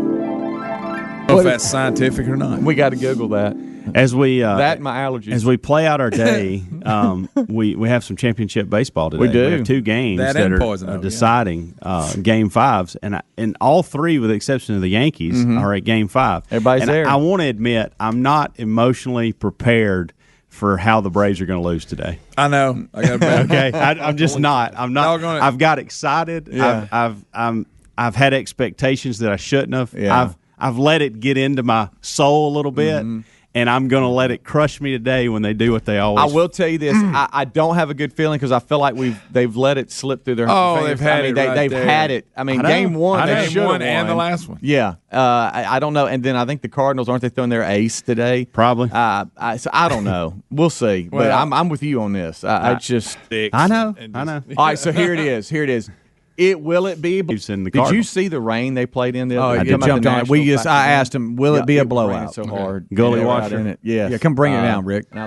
[SPEAKER 6] know if that's scientific or not. We got to Google that.
[SPEAKER 7] As we uh,
[SPEAKER 6] That and my allergies.
[SPEAKER 7] As we play out
[SPEAKER 6] (laughs)
[SPEAKER 7] our day, um, we we have some championship baseball today.
[SPEAKER 6] We do.
[SPEAKER 7] have two games
[SPEAKER 6] That
[SPEAKER 7] that,
[SPEAKER 6] and
[SPEAKER 7] are,
[SPEAKER 6] poison
[SPEAKER 7] are
[SPEAKER 6] oak, yeah.
[SPEAKER 7] deciding uh, game fives, and I, and all three, with the exception of the Yankees,
[SPEAKER 6] Mhm.
[SPEAKER 7] are at game five.
[SPEAKER 6] Everybody's
[SPEAKER 7] And
[SPEAKER 6] there.
[SPEAKER 7] I, want to admit, I'm not emotionally prepared for how the Braves are going to lose today.
[SPEAKER 5] I know.
[SPEAKER 6] (laughs)
[SPEAKER 5] I got
[SPEAKER 7] okay, I, I'm just not. I'm not. I've got excited.
[SPEAKER 5] Yeah.
[SPEAKER 7] I've, I've I'm I've had expectations that I shouldn't have.
[SPEAKER 5] Yeah.
[SPEAKER 7] I've I've let it get into my soul a little bit,
[SPEAKER 6] Mm-hmm.
[SPEAKER 7] and I'm going to let it crush me today when they do what they
[SPEAKER 6] I
[SPEAKER 7] always.
[SPEAKER 6] will tell you this: I, I don't have a good feeling because I feel like we've they've let it slip through their.
[SPEAKER 5] Oh,
[SPEAKER 6] fingers.
[SPEAKER 5] they've had
[SPEAKER 6] I mean,
[SPEAKER 5] it
[SPEAKER 6] They,
[SPEAKER 5] right
[SPEAKER 6] they've
[SPEAKER 5] there.
[SPEAKER 6] had it. I mean,
[SPEAKER 5] I know.
[SPEAKER 6] game one,
[SPEAKER 5] I know.
[SPEAKER 6] they
[SPEAKER 5] Game
[SPEAKER 6] should have
[SPEAKER 5] one and the last one.
[SPEAKER 6] Yeah, uh, I, I don't know. And then I think the Cardinals aren't they throwing their ace today? Probably. Uh, I, so I don't know. we'll see. but
[SPEAKER 7] Well-
[SPEAKER 6] I'm, I'm with you on this. I, I
[SPEAKER 7] I-
[SPEAKER 6] just.
[SPEAKER 7] I know. I know.
[SPEAKER 6] All right, so here it is. Here it is. It will it be? Did
[SPEAKER 7] in the
[SPEAKER 6] you
[SPEAKER 7] Cardinals.
[SPEAKER 6] see the rain they played in the?
[SPEAKER 7] Oh,
[SPEAKER 6] other
[SPEAKER 7] yeah.
[SPEAKER 6] day? Talking about
[SPEAKER 7] Jumped
[SPEAKER 6] the
[SPEAKER 7] on it.
[SPEAKER 6] national
[SPEAKER 7] We just-
[SPEAKER 6] back-
[SPEAKER 7] I asked him, will it be a blowout?
[SPEAKER 6] So
[SPEAKER 7] Okay.
[SPEAKER 6] hard.
[SPEAKER 7] Goalie
[SPEAKER 6] Yeah, right
[SPEAKER 7] washer.
[SPEAKER 6] in it. Yes. Uh,
[SPEAKER 7] Yeah, come bring it Uh, down,
[SPEAKER 6] Rick. Uh,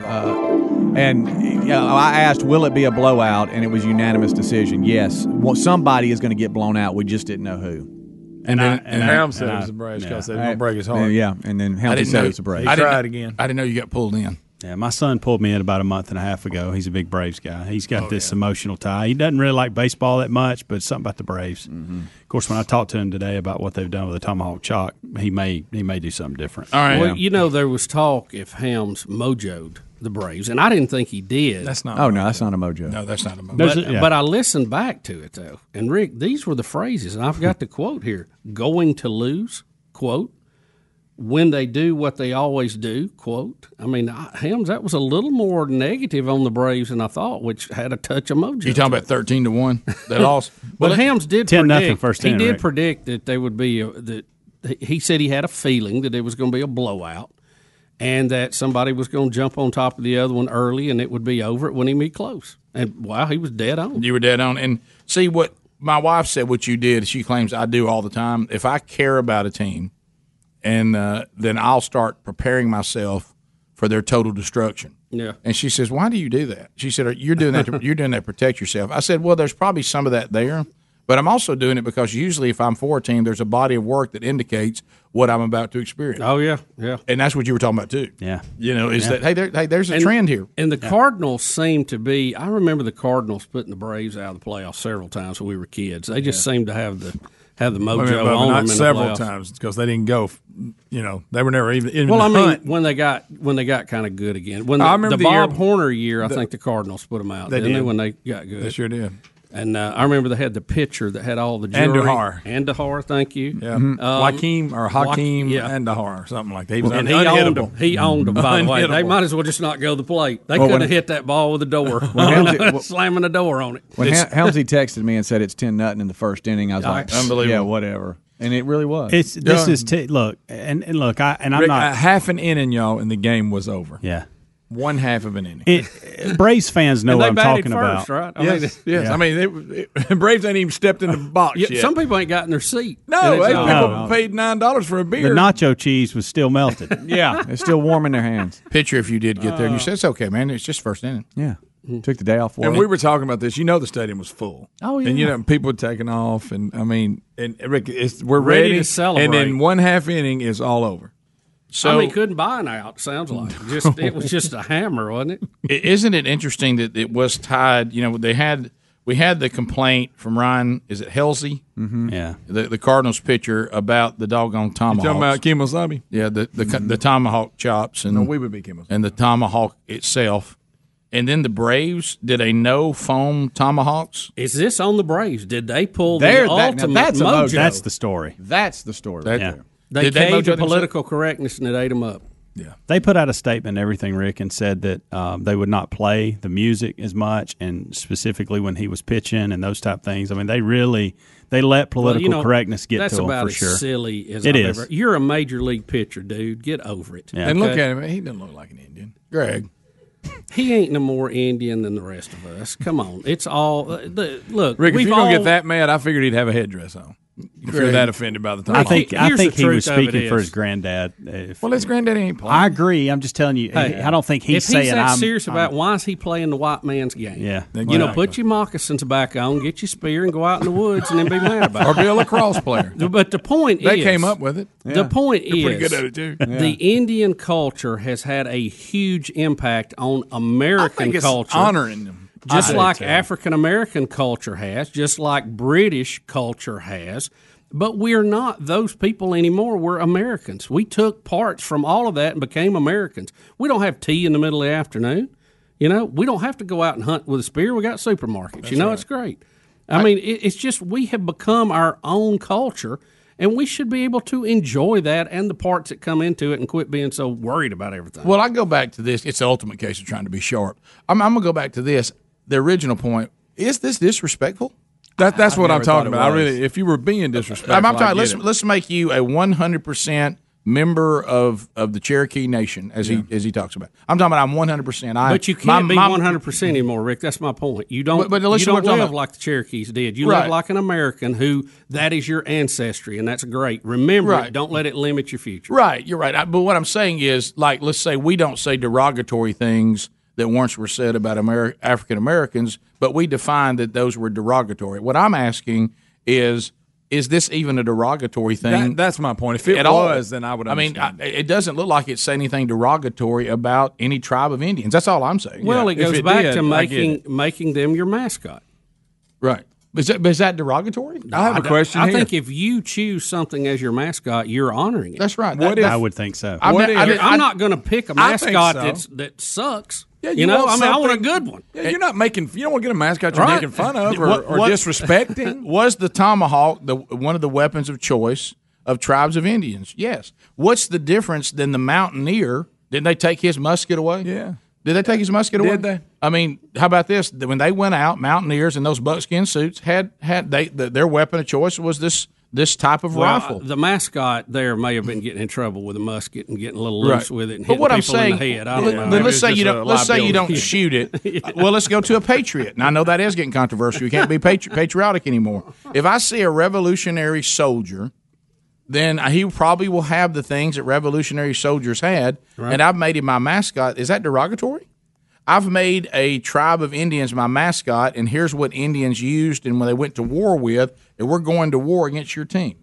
[SPEAKER 6] and you know, I asked, will it be a blowout? And it was unanimous decision. Yes. Well, somebody is going to get blown out. We just didn't know who.
[SPEAKER 5] And then- and Ham said it
[SPEAKER 6] I-
[SPEAKER 5] was the Braves 'cause they
[SPEAKER 6] yeah.
[SPEAKER 5] didn't wanna break his heart.
[SPEAKER 6] Yeah, and then
[SPEAKER 5] I
[SPEAKER 6] Helmsy
[SPEAKER 5] didn't
[SPEAKER 6] said
[SPEAKER 5] know-
[SPEAKER 6] it was the Braves.
[SPEAKER 5] I didn't- Tried
[SPEAKER 2] again. I didn't know you got pulled in.
[SPEAKER 7] Yeah, my son pulled me in about a month and a half ago. He's a big Braves guy. He's got this emotional tie. He doesn't really like baseball that much, but something about the Braves. Of course, when I talked to him today about what they've done with the tomahawk chalk, he may he may do something different.
[SPEAKER 4] Well,
[SPEAKER 7] Yeah.
[SPEAKER 4] you know there was talk if Helms mojoed the Braves, and I didn't think he did. That's
[SPEAKER 2] not.
[SPEAKER 6] Oh, no, that's not a mojo.
[SPEAKER 2] No, that's not a mojo.
[SPEAKER 4] But, uh, but I listened back to it though, and Rick, these were the phrases, and I've got the quote here: "Going to lose," quote. When they do what they always do, quote. I mean, I, Helms, that was a little more negative on the Braves than I thought, which had a touch of mojo. You
[SPEAKER 2] talking about thirteen to one? They lost.
[SPEAKER 4] (laughs) but
[SPEAKER 2] Well, it-
[SPEAKER 4] Helms did
[SPEAKER 2] 10
[SPEAKER 4] predict.
[SPEAKER 2] nothing first
[SPEAKER 4] he
[SPEAKER 2] inning,
[SPEAKER 4] did
[SPEAKER 2] Rick.
[SPEAKER 4] predict that they would be a, that. he- He said he had a feeling that it was going to be a blowout, and that somebody was going to jump on top of the other one early, and it would be over. It wouldn't even be close. And wow, he was dead on.
[SPEAKER 2] You were dead on. And see what my wife said. What you did, she claims I do all the time. If I care about a team, and uh, then I'll start preparing myself for their total destruction.
[SPEAKER 4] Yeah.
[SPEAKER 2] And she says, "Why do you do that?" She said, "You're doing that. To, you're doing that to protect yourself." I said, "Well, there's probably some of that there, but I'm also doing it because usually, if I'm for a team, there's a body of work that indicates what I'm about to experience."
[SPEAKER 4] Oh yeah, yeah.
[SPEAKER 2] And that's what you were talking about too.
[SPEAKER 7] Yeah.
[SPEAKER 2] You know, is
[SPEAKER 4] Yeah.
[SPEAKER 2] that hey, there, hey, there's a
[SPEAKER 4] And-
[SPEAKER 2] trend here.
[SPEAKER 4] And the Cardinals seem to be. I remember the Cardinals putting the Braves out of the playoffs several times when we were kids. They just seem to have the have the mojo
[SPEAKER 5] Wait a minute, Bubba,
[SPEAKER 4] on
[SPEAKER 5] not
[SPEAKER 4] them in
[SPEAKER 5] several
[SPEAKER 4] the playoffs.
[SPEAKER 5] times because they didn't go. f- You know, they were never even. even
[SPEAKER 4] Well, I
[SPEAKER 5] in the
[SPEAKER 4] mean,
[SPEAKER 5] hunt.
[SPEAKER 4] when they got when they got kind of good again. When the,
[SPEAKER 5] I remember
[SPEAKER 4] the,
[SPEAKER 5] the year-
[SPEAKER 4] Bob Horner year, I
[SPEAKER 5] the-
[SPEAKER 4] think the Cardinals put them out.
[SPEAKER 5] They
[SPEAKER 4] didn't
[SPEAKER 5] did.
[SPEAKER 4] when they got good.
[SPEAKER 5] They sure did.
[SPEAKER 4] And uh, I remember they had the pitcher that had all the jury.
[SPEAKER 5] Andahar.
[SPEAKER 4] Andahar, thank you.
[SPEAKER 5] Yeah.
[SPEAKER 4] Um,
[SPEAKER 5] Joaquim or
[SPEAKER 4] Joaqu-
[SPEAKER 5] Hakeem
[SPEAKER 4] yeah.
[SPEAKER 5] Andahar or something like that. He was un-
[SPEAKER 4] and he owned
[SPEAKER 5] unhittable.
[SPEAKER 4] them. He owned them. By the (laughs) way, they
[SPEAKER 5] Unhittable.
[SPEAKER 4] might as well just not go to the plate. They
[SPEAKER 6] Well,
[SPEAKER 4] couldn't
[SPEAKER 6] when-
[SPEAKER 4] have hit that ball with a door,
[SPEAKER 5] (laughs)
[SPEAKER 6] When Helmsy-
[SPEAKER 4] (laughs) slamming a door on it.
[SPEAKER 6] When
[SPEAKER 4] It's-
[SPEAKER 6] Hel- Helmsy texted me and said it's ten nothing in the first inning, I was
[SPEAKER 4] (laughs) All
[SPEAKER 6] like,
[SPEAKER 4] right. Unbelievable.
[SPEAKER 6] Yeah, whatever. And it really was.
[SPEAKER 7] It's this is t- look and, and look I and I'm
[SPEAKER 5] Rick,
[SPEAKER 7] not
[SPEAKER 5] uh, half an inning, y'all, and the game was over.
[SPEAKER 7] Yeah.
[SPEAKER 5] one half of an inning.
[SPEAKER 7] It, Braves fans know
[SPEAKER 5] And
[SPEAKER 7] what
[SPEAKER 5] they
[SPEAKER 7] I'm
[SPEAKER 5] batted
[SPEAKER 7] talking about.
[SPEAKER 5] first, right? I mean, Yes, (laughs) yes. I mean, they, (laughs) Braves ain't even stepped in the box
[SPEAKER 4] Yeah,
[SPEAKER 5] yet.
[SPEAKER 4] Some people ain't got in their seat.
[SPEAKER 5] No,
[SPEAKER 4] And
[SPEAKER 5] they,
[SPEAKER 4] it's
[SPEAKER 5] people
[SPEAKER 4] all-
[SPEAKER 5] paid nine dollars for a
[SPEAKER 7] the
[SPEAKER 5] beer.
[SPEAKER 7] nacho cheese was
[SPEAKER 6] (laughs)
[SPEAKER 7] still melted.
[SPEAKER 5] Yeah.
[SPEAKER 6] it's still warm in their hands.
[SPEAKER 2] Picture if you did get there and you
[SPEAKER 4] Uh.
[SPEAKER 2] said it's okay, man. It's just first inning.
[SPEAKER 6] Yeah, took the day off.
[SPEAKER 5] And we were talking about this. You know, the stadium was full.
[SPEAKER 6] Oh, yeah.
[SPEAKER 5] And you know, people were taking off, and I mean, and Rick, it's, we're
[SPEAKER 4] Ready
[SPEAKER 5] ready,
[SPEAKER 4] to celebrate.
[SPEAKER 5] And then one half inning is all over.
[SPEAKER 4] I mean, couldn't buy an out.
[SPEAKER 5] (laughs)
[SPEAKER 4] Sounds (laughs) like just it was just a hammer, wasn't it?
[SPEAKER 2] I- Isn't it interesting that it was tied? You know, they had we had the complaint from Ryan. Is it Helsey?
[SPEAKER 7] Mm-hmm. Yeah,
[SPEAKER 2] the, the Cardinals pitcher about the doggone tomahawks.
[SPEAKER 5] about Kimosabe?
[SPEAKER 2] Yeah, the the, co- the tomahawk chops and
[SPEAKER 5] No, we would be Kimosabe.
[SPEAKER 2] and the tomahawk itself. And then the Braves did a no foam tomahawks.
[SPEAKER 4] Is this on the Braves? Did they pull
[SPEAKER 2] There,
[SPEAKER 4] the
[SPEAKER 2] that- now
[SPEAKER 4] ultimate
[SPEAKER 2] that's a
[SPEAKER 4] mojo?
[SPEAKER 2] mojo. That's the
[SPEAKER 7] story.
[SPEAKER 6] That's the story.
[SPEAKER 2] That-
[SPEAKER 7] Yeah.
[SPEAKER 4] They
[SPEAKER 7] Did they mojo
[SPEAKER 4] caved to
[SPEAKER 7] themselves?
[SPEAKER 4] political correctness and it ate them up.
[SPEAKER 7] They put out a statement and everything, Rick, and said that um, they would not play the music as much, and specifically when he was pitching and those type things. I mean, they really they let
[SPEAKER 4] Well,
[SPEAKER 7] political
[SPEAKER 4] you know,
[SPEAKER 7] correctness get
[SPEAKER 4] that's
[SPEAKER 7] to them
[SPEAKER 4] about
[SPEAKER 7] for
[SPEAKER 4] as
[SPEAKER 7] sure.
[SPEAKER 4] silly as
[SPEAKER 7] It
[SPEAKER 4] I've
[SPEAKER 7] is.
[SPEAKER 4] ever. You're a major league pitcher, dude. Get over it.
[SPEAKER 7] Yeah. And look
[SPEAKER 5] at him. He doesn't look like an Indian. Greg.
[SPEAKER 4] He ain't no more Indian than the rest of us. Come on, it's all uh, the- look.
[SPEAKER 5] Rick, if
[SPEAKER 4] we've
[SPEAKER 5] you're gonna
[SPEAKER 4] all-
[SPEAKER 5] get that mad, I figured he'd have a headdress on. If you're
[SPEAKER 7] Greg.
[SPEAKER 5] that offended by the time,
[SPEAKER 7] I think I think he was speaking for his
[SPEAKER 5] grand.
[SPEAKER 7] granddad. If-
[SPEAKER 5] Well, his granddaddy ain't playing.
[SPEAKER 7] I agree. I'm just telling you.
[SPEAKER 4] Hey,
[SPEAKER 7] I don't think he's
[SPEAKER 4] if
[SPEAKER 7] saying
[SPEAKER 4] he's that
[SPEAKER 7] I'm
[SPEAKER 4] serious about why is he playing the white man's game?
[SPEAKER 7] Yeah.
[SPEAKER 4] you know,
[SPEAKER 7] Exactly.
[SPEAKER 4] put your moccasins back on, get your spear, and go out in the woods, and then be
[SPEAKER 5] (laughs)
[SPEAKER 4] mad about it.
[SPEAKER 5] Or be a lacrosse player.
[SPEAKER 4] (laughs) But the point
[SPEAKER 5] They
[SPEAKER 4] is,
[SPEAKER 5] came up with it. Yeah.
[SPEAKER 4] The point
[SPEAKER 5] They're pretty
[SPEAKER 4] is,
[SPEAKER 5] good at it, too.
[SPEAKER 4] The Indian culture has had a huge impact on American
[SPEAKER 5] it's
[SPEAKER 4] culture.
[SPEAKER 5] honoring them. I
[SPEAKER 4] just
[SPEAKER 5] do,
[SPEAKER 4] like
[SPEAKER 5] too.
[SPEAKER 4] African American culture has, just like British culture has. But we're not those people anymore. We're Americans. We took parts from all of that and became Americans. We don't have tea in the middle of the afternoon. You know, we don't have to go out and hunt with a spear. We got supermarkets. you know, it's great. I, mean, it, it's just we have become our own culture, and we should be able to enjoy that and the parts that come into it, and quit being so worried about everything.
[SPEAKER 2] Well, I go back to this. It's the ultimate case of trying to be sharp. I'm, I'm going to go back to this. The original point is this disrespectful?
[SPEAKER 5] That, that's
[SPEAKER 2] I've
[SPEAKER 5] what I'm
[SPEAKER 2] never
[SPEAKER 5] talking
[SPEAKER 2] thought it
[SPEAKER 5] about. I
[SPEAKER 2] was.
[SPEAKER 5] really, if you were being disrespectful,
[SPEAKER 2] I'm, I'm
[SPEAKER 5] I
[SPEAKER 2] talking.
[SPEAKER 5] get
[SPEAKER 2] Let's
[SPEAKER 5] it.
[SPEAKER 2] let's make you a 100 percent member of of the Cherokee Nation, as he as he talks about. I'm talking about. I'm 100. percent
[SPEAKER 4] but you can't be one hundred percent anymore, Rick. That's my point. You don't.
[SPEAKER 2] But- but
[SPEAKER 4] you
[SPEAKER 2] listen to what
[SPEAKER 4] don't
[SPEAKER 2] we're talking
[SPEAKER 4] live
[SPEAKER 2] about.
[SPEAKER 4] like the Cherokees did. You
[SPEAKER 2] Right.
[SPEAKER 4] live like an American who that is your ancestry, and that's great. Remember,
[SPEAKER 2] Right.
[SPEAKER 4] it. don't let it limit your future.
[SPEAKER 2] Right, you're right. I, but what I'm saying is, like, let's say we don't say derogatory things that once were said about Ameri- African Americans, but we define that those were derogatory. What I'm asking is, is this even a derogatory thing?
[SPEAKER 5] That- that's my point. If it
[SPEAKER 2] at all?
[SPEAKER 5] was, then I would
[SPEAKER 2] I mean, I, it doesn't look like it's anything derogatory about any tribe of Indians. That's all I'm saying.
[SPEAKER 4] Well, it goes back to
[SPEAKER 2] making.
[SPEAKER 4] making making them your mascot.
[SPEAKER 2] Right. Is that, is that derogatory?
[SPEAKER 5] I have a
[SPEAKER 4] don't-
[SPEAKER 5] question
[SPEAKER 4] I
[SPEAKER 5] here.
[SPEAKER 4] think if you choose something as your mascot, you're honoring it.
[SPEAKER 2] That's right. What That- if-
[SPEAKER 7] I would think so.
[SPEAKER 4] I'm,
[SPEAKER 7] What
[SPEAKER 4] not-
[SPEAKER 7] if-
[SPEAKER 4] I'm not going to pick a
[SPEAKER 5] I think
[SPEAKER 4] mascot
[SPEAKER 5] so.
[SPEAKER 4] that's, that sucks.
[SPEAKER 5] Yeah,
[SPEAKER 4] you, know, I mean, I want a
[SPEAKER 5] something-
[SPEAKER 4] good one.
[SPEAKER 5] Yeah, you're not making. You don't want to get a mascot you're
[SPEAKER 2] Right.
[SPEAKER 5] making fun
[SPEAKER 4] (laughs)
[SPEAKER 5] of or,
[SPEAKER 2] What-
[SPEAKER 5] or
[SPEAKER 2] what- (laughs)
[SPEAKER 5] disrespecting.
[SPEAKER 2] Was the tomahawk the one of the weapons of choice of tribes of Indians? Yes. What's the difference than the mountaineer? Didn't they take his musket away? Yeah. Did they take his musket away?
[SPEAKER 5] Did they?
[SPEAKER 2] I mean, how about this? That When they went out, mountaineers in those buckskin suits had had they the, their weapon of choice was this this type of
[SPEAKER 4] Well,
[SPEAKER 2] rifle.
[SPEAKER 4] uh, The mascot there may have been getting in trouble with a musket and getting a little
[SPEAKER 2] Right.
[SPEAKER 4] loose with it and
[SPEAKER 2] but
[SPEAKER 4] hitting
[SPEAKER 2] what I'm
[SPEAKER 4] people
[SPEAKER 2] saying,
[SPEAKER 4] in the head. I
[SPEAKER 2] let-
[SPEAKER 4] don't know.
[SPEAKER 2] let- let's say you don't. Let's say you don't shoot
[SPEAKER 4] (laughs)
[SPEAKER 2] it. Well, let's go to a patriot, and I know that is getting controversial. You can't be patri- patriotic anymore. If I see a revolutionary soldier, then he probably will have the things that revolutionary soldiers had,
[SPEAKER 5] Right.
[SPEAKER 2] and I've made him my mascot. Is that derogatory? I've made a tribe of Indians my mascot, and here's what Indians used and when they went to war with, and we're going to war against your team.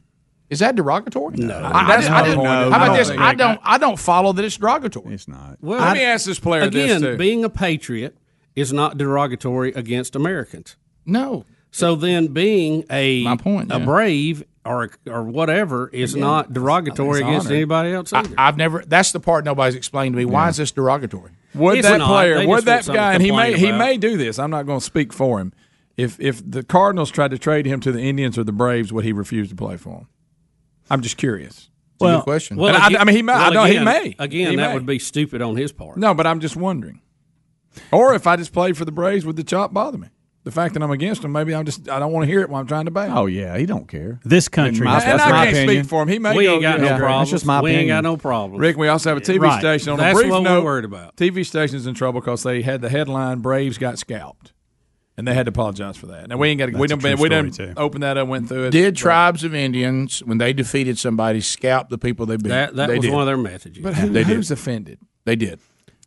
[SPEAKER 2] Is that derogatory? No, I,
[SPEAKER 5] That's
[SPEAKER 2] I,
[SPEAKER 5] my
[SPEAKER 2] didn't-
[SPEAKER 5] point.
[SPEAKER 2] How
[SPEAKER 5] I
[SPEAKER 2] about
[SPEAKER 5] don't
[SPEAKER 2] this?
[SPEAKER 5] think-
[SPEAKER 2] I don't. I don't follow that it's derogatory. It's
[SPEAKER 6] not.
[SPEAKER 4] Well,
[SPEAKER 5] Let me ask this player this,
[SPEAKER 4] again.
[SPEAKER 5] too.
[SPEAKER 4] being a patriot is not derogatory against Americans.
[SPEAKER 2] No.
[SPEAKER 4] So then, being a
[SPEAKER 2] point,
[SPEAKER 4] a
[SPEAKER 2] yeah.
[SPEAKER 4] brave or or whatever is not derogatory against
[SPEAKER 2] honored.
[SPEAKER 4] anybody else.
[SPEAKER 2] I, I've never. That's the part nobody's explained to me. Why is this derogatory?
[SPEAKER 5] Would
[SPEAKER 2] It's
[SPEAKER 5] that
[SPEAKER 2] not. They
[SPEAKER 5] player? Would
[SPEAKER 2] just want
[SPEAKER 5] that
[SPEAKER 2] something
[SPEAKER 5] guy?
[SPEAKER 2] to
[SPEAKER 5] And he
[SPEAKER 2] complain
[SPEAKER 5] may he
[SPEAKER 2] about.
[SPEAKER 5] may do this. I'm not going to speak for him. If if the Cardinals tried to trade him to the Indians or the Braves, would he refuse to play for them? I'm just curious.
[SPEAKER 2] It's a good Well- question.
[SPEAKER 5] And I, I mean, he may.
[SPEAKER 4] well,
[SPEAKER 5] I know
[SPEAKER 4] again-
[SPEAKER 5] he may.
[SPEAKER 4] Again,
[SPEAKER 5] He
[SPEAKER 4] that
[SPEAKER 5] may.
[SPEAKER 4] would be stupid on his part.
[SPEAKER 5] No, but I'm just wondering. Or if I just played for the Braves, would the chop bother me? the fact that I'm against him, maybe I'm just I don't want to hear it while I'm trying to bail.
[SPEAKER 6] Oh yeah, he don't care.
[SPEAKER 7] This country,
[SPEAKER 5] my, and I can't speak for him. He may
[SPEAKER 6] We
[SPEAKER 5] go,
[SPEAKER 6] ain't got no
[SPEAKER 5] yeah,
[SPEAKER 6] problems. That's just my We ain't opinion. got no problems.
[SPEAKER 5] Rick, we also have a
[SPEAKER 6] Yeah.
[SPEAKER 5] TV
[SPEAKER 6] Right.
[SPEAKER 5] station on
[SPEAKER 6] That's
[SPEAKER 5] a brief
[SPEAKER 6] what we're
[SPEAKER 5] note.
[SPEAKER 6] worried about.
[SPEAKER 5] TV station's in trouble because they had the headline Braves got scalped, and they had to apologize for that. Now we ain't got to we
[SPEAKER 2] That's a
[SPEAKER 5] done been-
[SPEAKER 2] true
[SPEAKER 5] we done
[SPEAKER 2] story, too.
[SPEAKER 5] open that up, went through it.
[SPEAKER 2] Did tribes of Indians, when they defeated somebody, scalp the people they beat?
[SPEAKER 4] That- that
[SPEAKER 2] They
[SPEAKER 4] was
[SPEAKER 2] did.
[SPEAKER 4] one of their messages.
[SPEAKER 5] But who-
[SPEAKER 2] they did.
[SPEAKER 5] who's offended?
[SPEAKER 2] They did.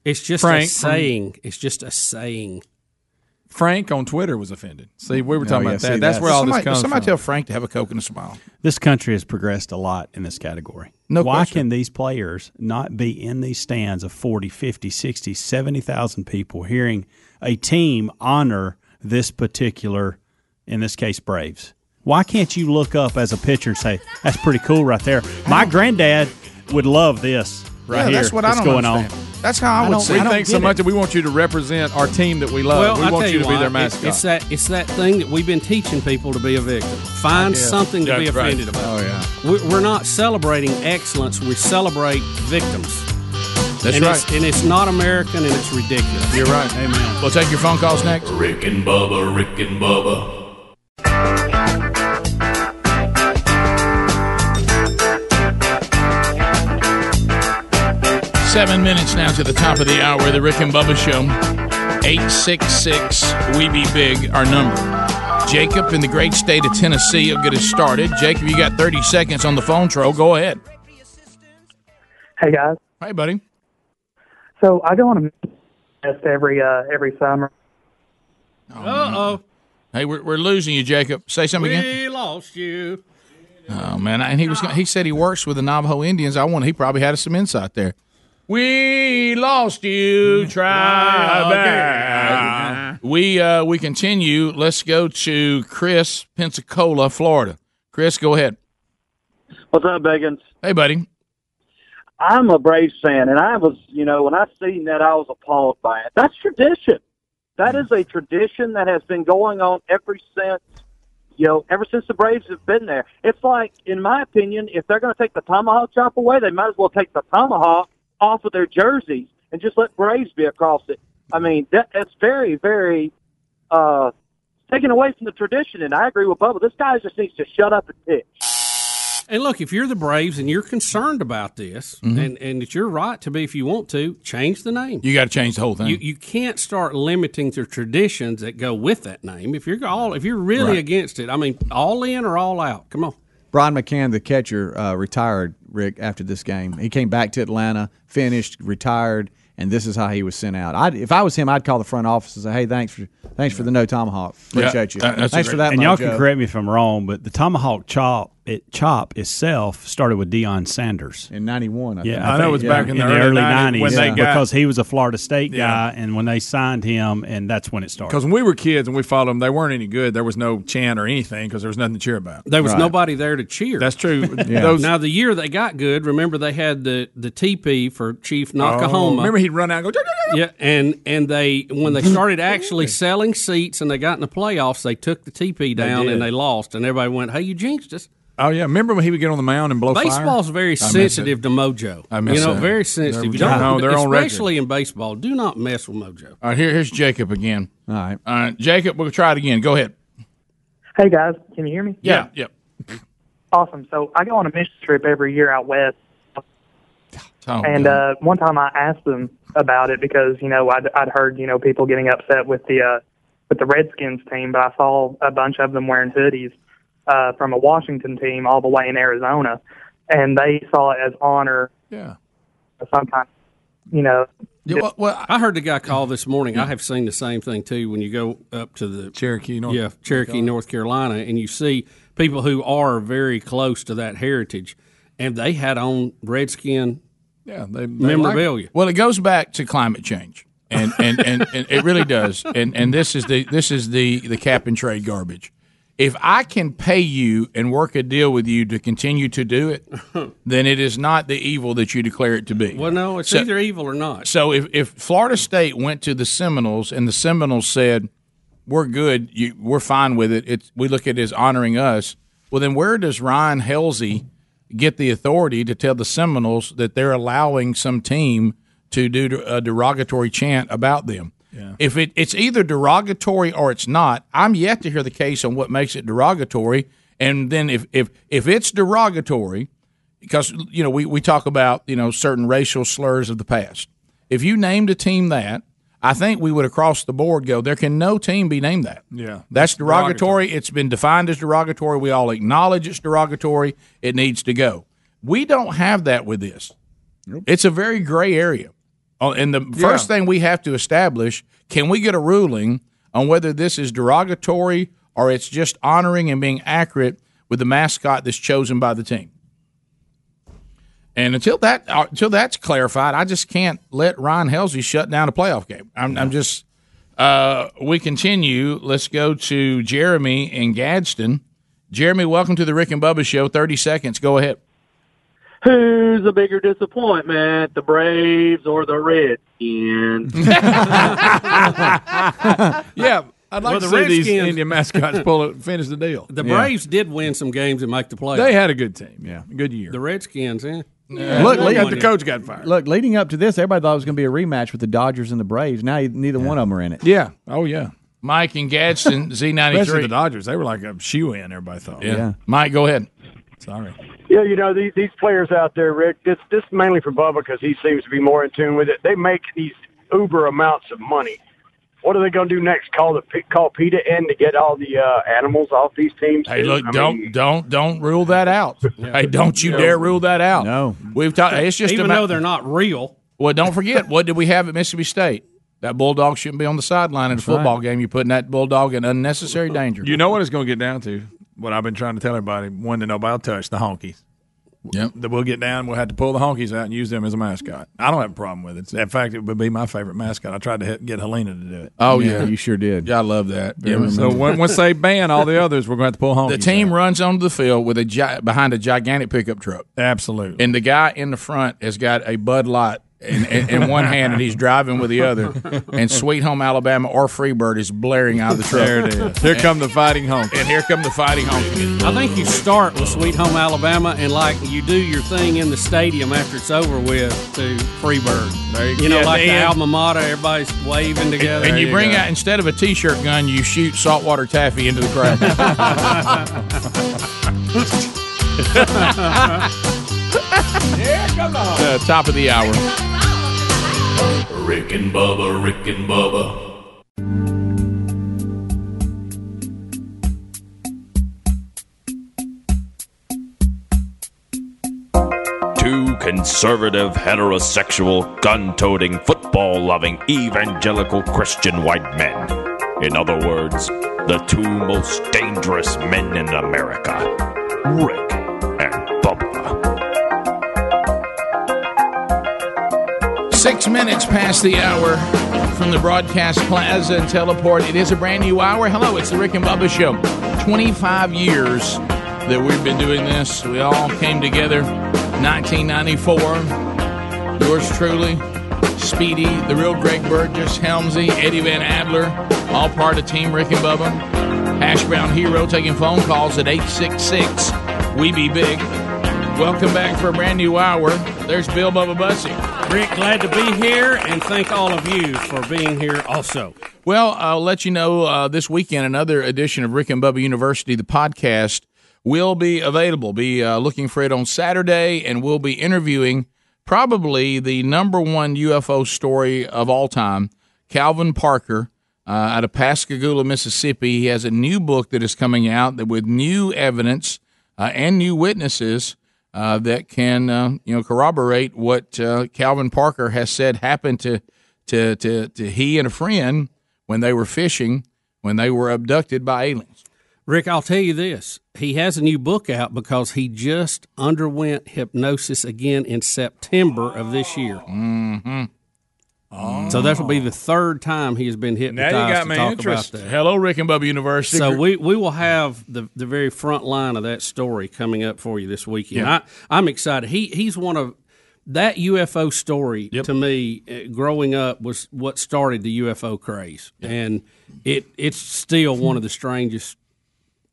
[SPEAKER 4] It's just
[SPEAKER 5] Frank
[SPEAKER 4] a
[SPEAKER 5] from-
[SPEAKER 4] saying. It's just a saying.
[SPEAKER 5] Frank on Twitter was offended. See, we were
[SPEAKER 4] Oh,
[SPEAKER 5] talking
[SPEAKER 4] yeah,
[SPEAKER 5] about
[SPEAKER 4] see,
[SPEAKER 5] that. That's,
[SPEAKER 4] that's-
[SPEAKER 5] where all
[SPEAKER 2] somebody,
[SPEAKER 5] this comes
[SPEAKER 2] Somebody
[SPEAKER 5] from.
[SPEAKER 2] tell Frank to have a Coke and a smile.
[SPEAKER 7] This country has progressed a lot in this category.
[SPEAKER 2] No
[SPEAKER 7] Why
[SPEAKER 2] question.
[SPEAKER 7] can these players not be in these stands of 40, 50, 60, 70,000 people hearing a team honor this particular, in this case, Braves? Why can't you look up as a pitcher and say, that's pretty cool right there? My granddad would love this right
[SPEAKER 5] Yeah,
[SPEAKER 7] here.
[SPEAKER 5] that's what I
[SPEAKER 7] that's
[SPEAKER 5] don't
[SPEAKER 7] going
[SPEAKER 5] understand.
[SPEAKER 7] on.
[SPEAKER 2] That's how
[SPEAKER 5] I
[SPEAKER 7] don't-
[SPEAKER 5] would say.
[SPEAKER 7] I
[SPEAKER 5] We
[SPEAKER 7] don't
[SPEAKER 5] think so
[SPEAKER 7] get
[SPEAKER 5] much
[SPEAKER 7] it.
[SPEAKER 5] that we want you to represent our team that we love. we
[SPEAKER 4] I
[SPEAKER 5] want
[SPEAKER 4] tell
[SPEAKER 5] you to be
[SPEAKER 4] what,
[SPEAKER 5] their
[SPEAKER 4] it's-
[SPEAKER 5] mascot.
[SPEAKER 4] It's that it's that thing that we've been teaching people to be a victim.
[SPEAKER 5] I
[SPEAKER 4] Find
[SPEAKER 5] guess.
[SPEAKER 4] something to be
[SPEAKER 5] That's right.
[SPEAKER 4] offended about.
[SPEAKER 5] Oh, yeah.
[SPEAKER 4] We- We're not celebrating excellence. We celebrate victims.
[SPEAKER 2] That's
[SPEAKER 4] and
[SPEAKER 2] right.
[SPEAKER 4] It's, and it's not American, and it's ridiculous.
[SPEAKER 2] You're right.
[SPEAKER 7] Amen.
[SPEAKER 2] We'll take your phone calls next.
[SPEAKER 8] Rick and Bubba, Rick and Bubba.
[SPEAKER 2] Seven minutes now to the top of the hour. The Rick and Bubba Show. 866 We Be Big, our number. Jacob in the great state of Tennessee will get us started. Jacob, you got 30 seconds on the phone troll. Go ahead.
[SPEAKER 9] Hey guys.
[SPEAKER 2] Hey buddy.
[SPEAKER 9] So I go on a music fest every uh, every summer.
[SPEAKER 4] Uh oh.
[SPEAKER 2] Hey, we're, we're losing you, Jacob. Say something again.
[SPEAKER 4] We lost you.
[SPEAKER 2] Oh man, and he was gonna- he said he works with the Navajo Indians. I want he probably had some insight there. We lost you, tribe.
[SPEAKER 5] again.
[SPEAKER 2] We uh, we continue. Let's go to Chris, Pensacola, Florida. Chris, go ahead.
[SPEAKER 10] What's up, Biggins?
[SPEAKER 2] Hey, buddy.
[SPEAKER 10] I'm a Braves fan, and I was, you know, when I seen that, I was appalled by it. That's tradition. That is a tradition that has been going on ever since, you know, ever since the Braves have been there. It's like, in my opinion, if they're going to take the tomahawk chop away, they might as well take the tomahawk off of their jerseys and just let Braves be across it. I mean, that, that's very, very uh, taken away from the tradition, and I agree with Bubba. This guy just needs to shut up and pitch.
[SPEAKER 4] And look, if you're the Braves and you're concerned about this, and, and it's your right to be if you want to, change the name.
[SPEAKER 2] Mm-hmm. You got to change the whole thing.
[SPEAKER 4] You, you can't start limiting the traditions that go with that name. If you're all, if you're really
[SPEAKER 6] Right.
[SPEAKER 4] against it, I mean, all in or all out. Come on.
[SPEAKER 6] Brian McCann, the catcher, uh, retired Rick after this game. He came back to Atlanta, finished, retired, and this is how he was sent out. I'd, if I was him, I'd call the front office and say, "Hey, thanks for thanks for the no tomahawk. Appreciate you. thanks for that."
[SPEAKER 7] And y'all
[SPEAKER 6] Mojo."
[SPEAKER 7] can correct me if I'm wrong, but the tomahawk chop it chop itself started with Deion Sanders
[SPEAKER 6] in '91. I think.
[SPEAKER 7] yeah,
[SPEAKER 5] I know it
[SPEAKER 7] think,
[SPEAKER 5] was
[SPEAKER 7] yeah.
[SPEAKER 5] back in the early 90s when they got-
[SPEAKER 7] because he was a Florida State
[SPEAKER 5] Yeah.
[SPEAKER 7] guy, and when they signed him, and that's when it started.
[SPEAKER 5] Because when we were kids and we followed them, they weren't any good. There was no chant or anything because there was nothing to cheer about.
[SPEAKER 4] There was nobody there to cheer.
[SPEAKER 5] That's
[SPEAKER 4] (laughs)
[SPEAKER 5] true.
[SPEAKER 4] Yeah.
[SPEAKER 5] Those-
[SPEAKER 4] now the year they got good, remember they had the the TP for Chief Nakahoma.
[SPEAKER 5] Oh, remember he'd run out and go.
[SPEAKER 4] yeah, and and they when they started actually selling seats and they got in the playoffs, they took the TP down
[SPEAKER 5] did.
[SPEAKER 4] and they lost, and everybody went, "Hey, you jinxed us."
[SPEAKER 5] Oh yeah, remember when he would get on the mound and blow fire?
[SPEAKER 4] Baseball's very
[SPEAKER 5] I miss
[SPEAKER 4] sensitive
[SPEAKER 5] it.
[SPEAKER 4] to mojo.
[SPEAKER 5] I miss
[SPEAKER 4] you know,
[SPEAKER 5] that.
[SPEAKER 4] very
[SPEAKER 5] They're-
[SPEAKER 4] sensitive. You don't,
[SPEAKER 5] No, they're on record.
[SPEAKER 4] especially in baseball. Do not mess with mojo.
[SPEAKER 2] All right, here, here's Jacob again.
[SPEAKER 6] All right.
[SPEAKER 2] All right, Uh, Jacob, we'll try it again. Go ahead.
[SPEAKER 9] Hey guys, can you hear me?
[SPEAKER 2] Yeah, yeah.
[SPEAKER 9] Awesome. So I go on a mission trip every year out west,
[SPEAKER 2] Tom,
[SPEAKER 9] and uh, one time I asked them about it because you know I'd, I'd heard you know people getting upset with the uh, with the Redskins team, but I saw a bunch of them wearing hoodies uh, from a Washington team all the way in Arizona, and they saw it as honor.
[SPEAKER 5] Yeah.
[SPEAKER 9] Sometimes, you know.
[SPEAKER 2] well,
[SPEAKER 4] I heard the guy call this morning. I have seen the same thing too. When you go up to the
[SPEAKER 5] Cherokee, North
[SPEAKER 4] yeah, Cherokee, North Carolina, and you see people who are very close to that heritage, and they had on redskin
[SPEAKER 5] Yeah, they, they
[SPEAKER 4] memorabilia.
[SPEAKER 2] Well, it goes back to climate change, and and,
[SPEAKER 4] (laughs)
[SPEAKER 2] and, and it really does. And and this is the this is the the cap and trade garbage. If I can pay you and work a deal with you to continue to do it,
[SPEAKER 4] (laughs)
[SPEAKER 2] then it is not the evil that you declare it to be.
[SPEAKER 4] Well, no, it's
[SPEAKER 2] So-
[SPEAKER 4] either evil or not.
[SPEAKER 2] So if, if Florida State went to the Seminoles and the Seminoles said, "We're good, you, we're fine with it," it's, we look at it as honoring us. Well, then where does Ryan Helsey get the authority to tell the Seminoles that they're allowing some team to do a derogatory chant about them? If it, it's either derogatory or it's not, I'm yet to hear the case on what makes it derogatory. And then if if if it's derogatory, because you know we, we talk about you know certain racial slurs of the past. If you named a team that, I think we would across the board go there can no team be named that.
[SPEAKER 5] Yeah.
[SPEAKER 2] That's derogatory. It's been defined as derogatory. We all acknowledge it's derogatory. It needs to go. We don't have that with this. It's a very gray area. Oh, And the first thing we have to establish can we get a ruling on whether this is derogatory or it's just honoring and being accurate with the mascot that's chosen by the team? And until that uh, until that's clarified, I just can't let Ryan Helsey shut down a playoff game. I'm, I'm just. Uh, we continue. Let's go to Jeremy in Gadsden. Jeremy, welcome to the Rick and Bubba Show. Thirty seconds. Go ahead.
[SPEAKER 24] Who's a bigger disappointment, the Braves or the Redskins?
[SPEAKER 5] yeah, I'd like to see
[SPEAKER 4] Well, the
[SPEAKER 5] these
[SPEAKER 4] Redskins-
[SPEAKER 5] Indian mascots pull it, finish the deal.
[SPEAKER 4] The Braves did win some games and make the playoffs.
[SPEAKER 5] They had a good team.
[SPEAKER 6] Yeah.
[SPEAKER 5] Good year.
[SPEAKER 4] The Redskins, eh?
[SPEAKER 6] Look,
[SPEAKER 4] They
[SPEAKER 6] Lee-
[SPEAKER 4] got the coach.
[SPEAKER 5] got fired.
[SPEAKER 6] Look, leading up to this, everybody thought it was going to be a rematch with the Dodgers and the Braves. Now neither one of them are in it.
[SPEAKER 5] Yeah. Oh yeah.
[SPEAKER 2] Mike and Gadsden,
[SPEAKER 5] (laughs) Especially
[SPEAKER 2] Z93.
[SPEAKER 5] the Dodgers. They were like a shoe in. Everybody thought.
[SPEAKER 2] Yeah. Mike, go ahead.
[SPEAKER 5] Sorry.
[SPEAKER 28] Yeah, you know these, these players out there, Rick. This this mainly for Bubba because he seems to be more in tune with it. They make these uber amounts of money. What are they going to do next? Call the P- call PETA in to get all the uh, animals off these teams?
[SPEAKER 2] Hey,
[SPEAKER 28] too?
[SPEAKER 2] look,
[SPEAKER 28] I
[SPEAKER 2] don't (laughs)
[SPEAKER 28] mean,
[SPEAKER 2] don't don't rule that
[SPEAKER 5] (laughs)
[SPEAKER 2] out. Hey, don't you
[SPEAKER 28] No.
[SPEAKER 2] dare rule that out. No, we've talked. It's just
[SPEAKER 4] Even
[SPEAKER 2] about,
[SPEAKER 4] though they're not real.
[SPEAKER 2] Well, don't forget what did we have at Mississippi State? That bulldog shouldn't be on the sideline in a football game. You're putting that bulldog in unnecessary danger.
[SPEAKER 5] Uh, You know what it's going to get down to? What I've been trying to tell everybody: one that nobody will touch the honkies.
[SPEAKER 2] Yep.
[SPEAKER 5] That we'll get down. We'll have to pull the honkies out and use them as a mascot. I don't have a problem with it. In fact, it would be my favorite mascot. I tried to hit- get Helena to do it.
[SPEAKER 2] Oh yeah, you
[SPEAKER 6] sure did.
[SPEAKER 2] Yeah, I love that.
[SPEAKER 5] Yeah, so when- once they ban
[SPEAKER 2] (laughs)
[SPEAKER 5] all the others, we're going to have to pull honkies.
[SPEAKER 2] The team runs onto the field with a gi- behind a gigantic pickup truck.
[SPEAKER 5] Absolutely.
[SPEAKER 2] And the guy in the front has got a Bud Light in, in, in one hand and he's driving with the other. And Sweet Home Alabama or Freebird is blaring out of the truck.
[SPEAKER 5] There it is. Here come the fighting home.
[SPEAKER 2] And here come the fighting home.
[SPEAKER 4] I think you start with Sweet Home Alabama and like you do your thing in the stadium after it's over with to Freebird.
[SPEAKER 2] There
[SPEAKER 4] You know,
[SPEAKER 2] Yeah,
[SPEAKER 4] like the
[SPEAKER 2] and-
[SPEAKER 4] alma mater, everybody's waving together.
[SPEAKER 2] And, you bring out instead of a t-shirt gun, you shoot saltwater taffy into the crowd. Uh, top of (laughs) the hour.
[SPEAKER 8] Rick and Bubba, Rick and Bubba.
[SPEAKER 16] Two conservative, heterosexual, gun toting, football loving, evangelical Christian white men. In other words, the two most dangerous men in America Rick and Bubba.
[SPEAKER 2] Six minutes past the hour from the broadcast plaza and teleport. It is a brand new hour. Hello, it's the Rick and Bubba Show. 25 years that we've been doing this. We all came together 1994. Yours truly, Speedy, the real Greg Burgess, Helmsy, Eddie Van Adler, all part of Team Rick and Bubba. Hash Brown Hero taking phone calls at 866 We Be Big. Welcome back for a brand new hour. There's Bill Bubba Bussy.
[SPEAKER 4] Rick, glad to be here, and thank all of you for being here also.
[SPEAKER 2] Well, I'll let you know uh, this weekend another edition of Rick and Bubba University, the podcast, will be available. Be uh, looking for it on Saturday, and we'll be interviewing probably the number one UFO story of all time, Calvin Parker. Uh, out of Pascagoula, Mississippi, he has a new book that is coming out that with new evidence uh, and new witnesses uh, that can uh, you know corroborate what uh, Calvin Parker has said happened to to to to he and a friend when they were fishing when they were abducted by aliens.
[SPEAKER 4] Rick, I'll tell you this. He has a new book out because he just underwent hypnosis again in September of this year. Mm-hmm. So that will be the third time he has been
[SPEAKER 5] Now you
[SPEAKER 4] hypnotized
[SPEAKER 5] got
[SPEAKER 4] to
[SPEAKER 5] me
[SPEAKER 4] talk
[SPEAKER 5] interested.
[SPEAKER 4] about that.
[SPEAKER 2] Hello, Rick and Bubba University.
[SPEAKER 4] So we, we will have the, the very front line of that story coming up for you this weekend.
[SPEAKER 2] Yeah.
[SPEAKER 4] I, I'm excited. He he's one of that UFO story to me uh, growing up was what started the UFO craze, and it it's still one of the strangest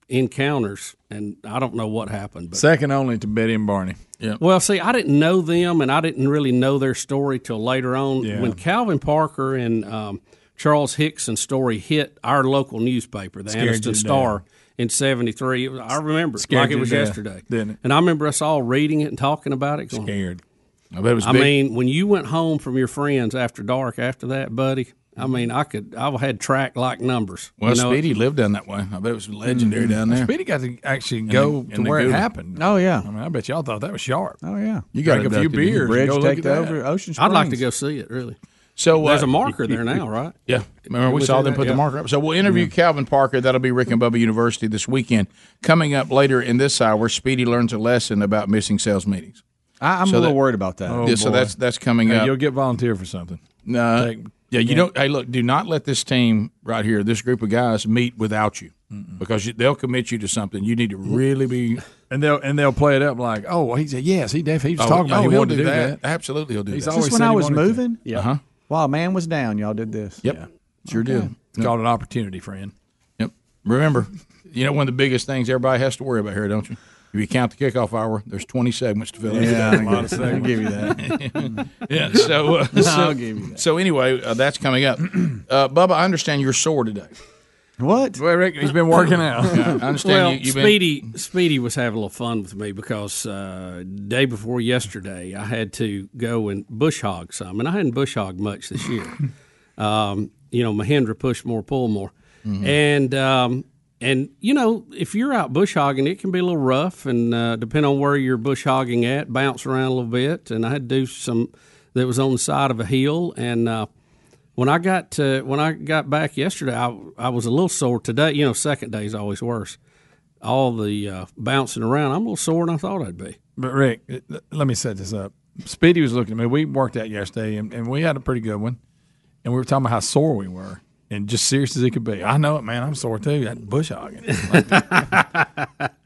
[SPEAKER 4] encounters. And I don't know what happened, but
[SPEAKER 5] Second only to Betty and Barney.
[SPEAKER 2] Yeah.
[SPEAKER 4] well, see, I didn't know them, and I didn't really know their story till later on.
[SPEAKER 5] Yeah.
[SPEAKER 4] When Calvin Parker and um, Charles Hickson story hit our local newspaper, the
[SPEAKER 5] Scared you
[SPEAKER 4] Anniston
[SPEAKER 5] to
[SPEAKER 4] Star, in '73. I remember it
[SPEAKER 5] Scared
[SPEAKER 4] like
[SPEAKER 5] you
[SPEAKER 4] it was
[SPEAKER 5] to death,
[SPEAKER 4] yesterday,
[SPEAKER 5] didn't it?
[SPEAKER 4] And I remember us all reading it and talking about it. Going,
[SPEAKER 5] Scared. I bet it was
[SPEAKER 4] I
[SPEAKER 5] big.
[SPEAKER 4] mean, when you went home from your friends after dark, after that, buddy. I mean, I could. I had track like numbers.
[SPEAKER 2] Well,
[SPEAKER 4] you know?
[SPEAKER 2] Speedy lived down that way. I bet it was legendary
[SPEAKER 4] Mhm.
[SPEAKER 2] down there.
[SPEAKER 4] Speedy
[SPEAKER 5] Mm-hmm. got to actually
[SPEAKER 2] And
[SPEAKER 5] go
[SPEAKER 2] the-
[SPEAKER 5] to
[SPEAKER 2] and the
[SPEAKER 5] where it
[SPEAKER 2] Gouda.
[SPEAKER 5] happened.
[SPEAKER 6] Oh yeah.
[SPEAKER 5] I mean, I bet y'all thought that was sharp.
[SPEAKER 6] Oh yeah.
[SPEAKER 2] You
[SPEAKER 5] got
[SPEAKER 2] got
[SPEAKER 5] a few
[SPEAKER 2] abducted, didn't you?
[SPEAKER 5] beers. and
[SPEAKER 2] Bridge
[SPEAKER 5] go look
[SPEAKER 2] take
[SPEAKER 5] at that. uh,
[SPEAKER 2] over Ocean
[SPEAKER 4] I'd like to
[SPEAKER 2] Springs.
[SPEAKER 4] go see it. Really.
[SPEAKER 2] So
[SPEAKER 4] there's a marker there
[SPEAKER 5] (laughs)
[SPEAKER 4] now, right?
[SPEAKER 2] Yeah, remember we
[SPEAKER 4] We
[SPEAKER 2] saw
[SPEAKER 4] did
[SPEAKER 2] them
[SPEAKER 4] that,
[SPEAKER 2] put the
[SPEAKER 4] yeah.
[SPEAKER 2] marker up. So we'll interview Calvin Parker. That'll be Rick and Bubba University this weekend. Coming up later in this hour, Speedy learns a lesson about missing sales meetings.
[SPEAKER 6] I, I'm
[SPEAKER 2] So
[SPEAKER 6] a little
[SPEAKER 2] that-
[SPEAKER 6] worried about that.
[SPEAKER 2] Oh, Yeah, so boy. that's- that's coming
[SPEAKER 5] Hey,
[SPEAKER 2] up.
[SPEAKER 5] You'll get volunteer for something.
[SPEAKER 2] No,
[SPEAKER 5] Take-
[SPEAKER 2] yeah, you
[SPEAKER 5] yeah.
[SPEAKER 2] don't. Hey, look, do not let this team right here, this group of guys, meet without you, because you, they'll commit you to something. You need to really be.
[SPEAKER 5] And they'll and they'll play it up like, oh, well, he said yes, he definitely he was talking about
[SPEAKER 2] oh,
[SPEAKER 5] he
[SPEAKER 2] he'll
[SPEAKER 5] wanted to do that.
[SPEAKER 2] Absolutely, he'll do
[SPEAKER 5] He's
[SPEAKER 2] that.
[SPEAKER 5] always
[SPEAKER 6] Just when
[SPEAKER 5] said
[SPEAKER 6] I
[SPEAKER 5] he
[SPEAKER 6] was
[SPEAKER 5] wanted to.
[SPEAKER 6] moving.
[SPEAKER 2] Yeah. Uh-huh.
[SPEAKER 6] While man was down, y'all did this.
[SPEAKER 2] Yep. Sure
[SPEAKER 6] Okay.
[SPEAKER 2] did.
[SPEAKER 5] It's called an opportunity, friend.
[SPEAKER 2] Yep. Remember, you know one of the biggest things everybody has to worry about here, don't you? If you count the kickoff hour, there's 20 segments to fill out. (laughs)
[SPEAKER 5] Yeah, I Lot of give- I'll give you
[SPEAKER 6] that.
[SPEAKER 2] yeah. (laughs) So,
[SPEAKER 5] (laughs)
[SPEAKER 2] uh, so,
[SPEAKER 6] I'll give you
[SPEAKER 2] so anyway, uh, that's coming up. (clears throat) Uh, Bubba, I understand you're sore today.
[SPEAKER 6] What?
[SPEAKER 5] Well, Rick, he's been
[SPEAKER 2] (laughs)
[SPEAKER 5] working out.
[SPEAKER 2] Yeah, I understand
[SPEAKER 4] well,
[SPEAKER 2] you, you've been-
[SPEAKER 4] Speedy, Speedy was having a little fun with me because uh, day before yesterday, I had to go and bush hog some, and I hadn't bush hogged much
[SPEAKER 2] (laughs)
[SPEAKER 4] this year. um, you know, Mahindra push more, pull more,
[SPEAKER 10] Mm-hmm.
[SPEAKER 17] Mhm.
[SPEAKER 4] and um, and you know, if you're out bush hogging, it can be a little rough, and uh, depend on where you're bush hogging at, bounce around a little bit, and I had to do some that was on the side of a hill, and. Uh, when I got to, when I got back yesterday, I, I was a little sore today. You know, second day is always worse. All the uh, bouncing around, I'm a little sore than I thought I'd be.
[SPEAKER 5] But Rick, l- l- let me set this up. Speedy was looking at me. We worked out yesterday, and, and we had a pretty good one. And we were talking about how sore we were, and just serious as it could be. I know it, man. I'm sore too. That
[SPEAKER 2] (laughs)
[SPEAKER 5] bush hogging, like that.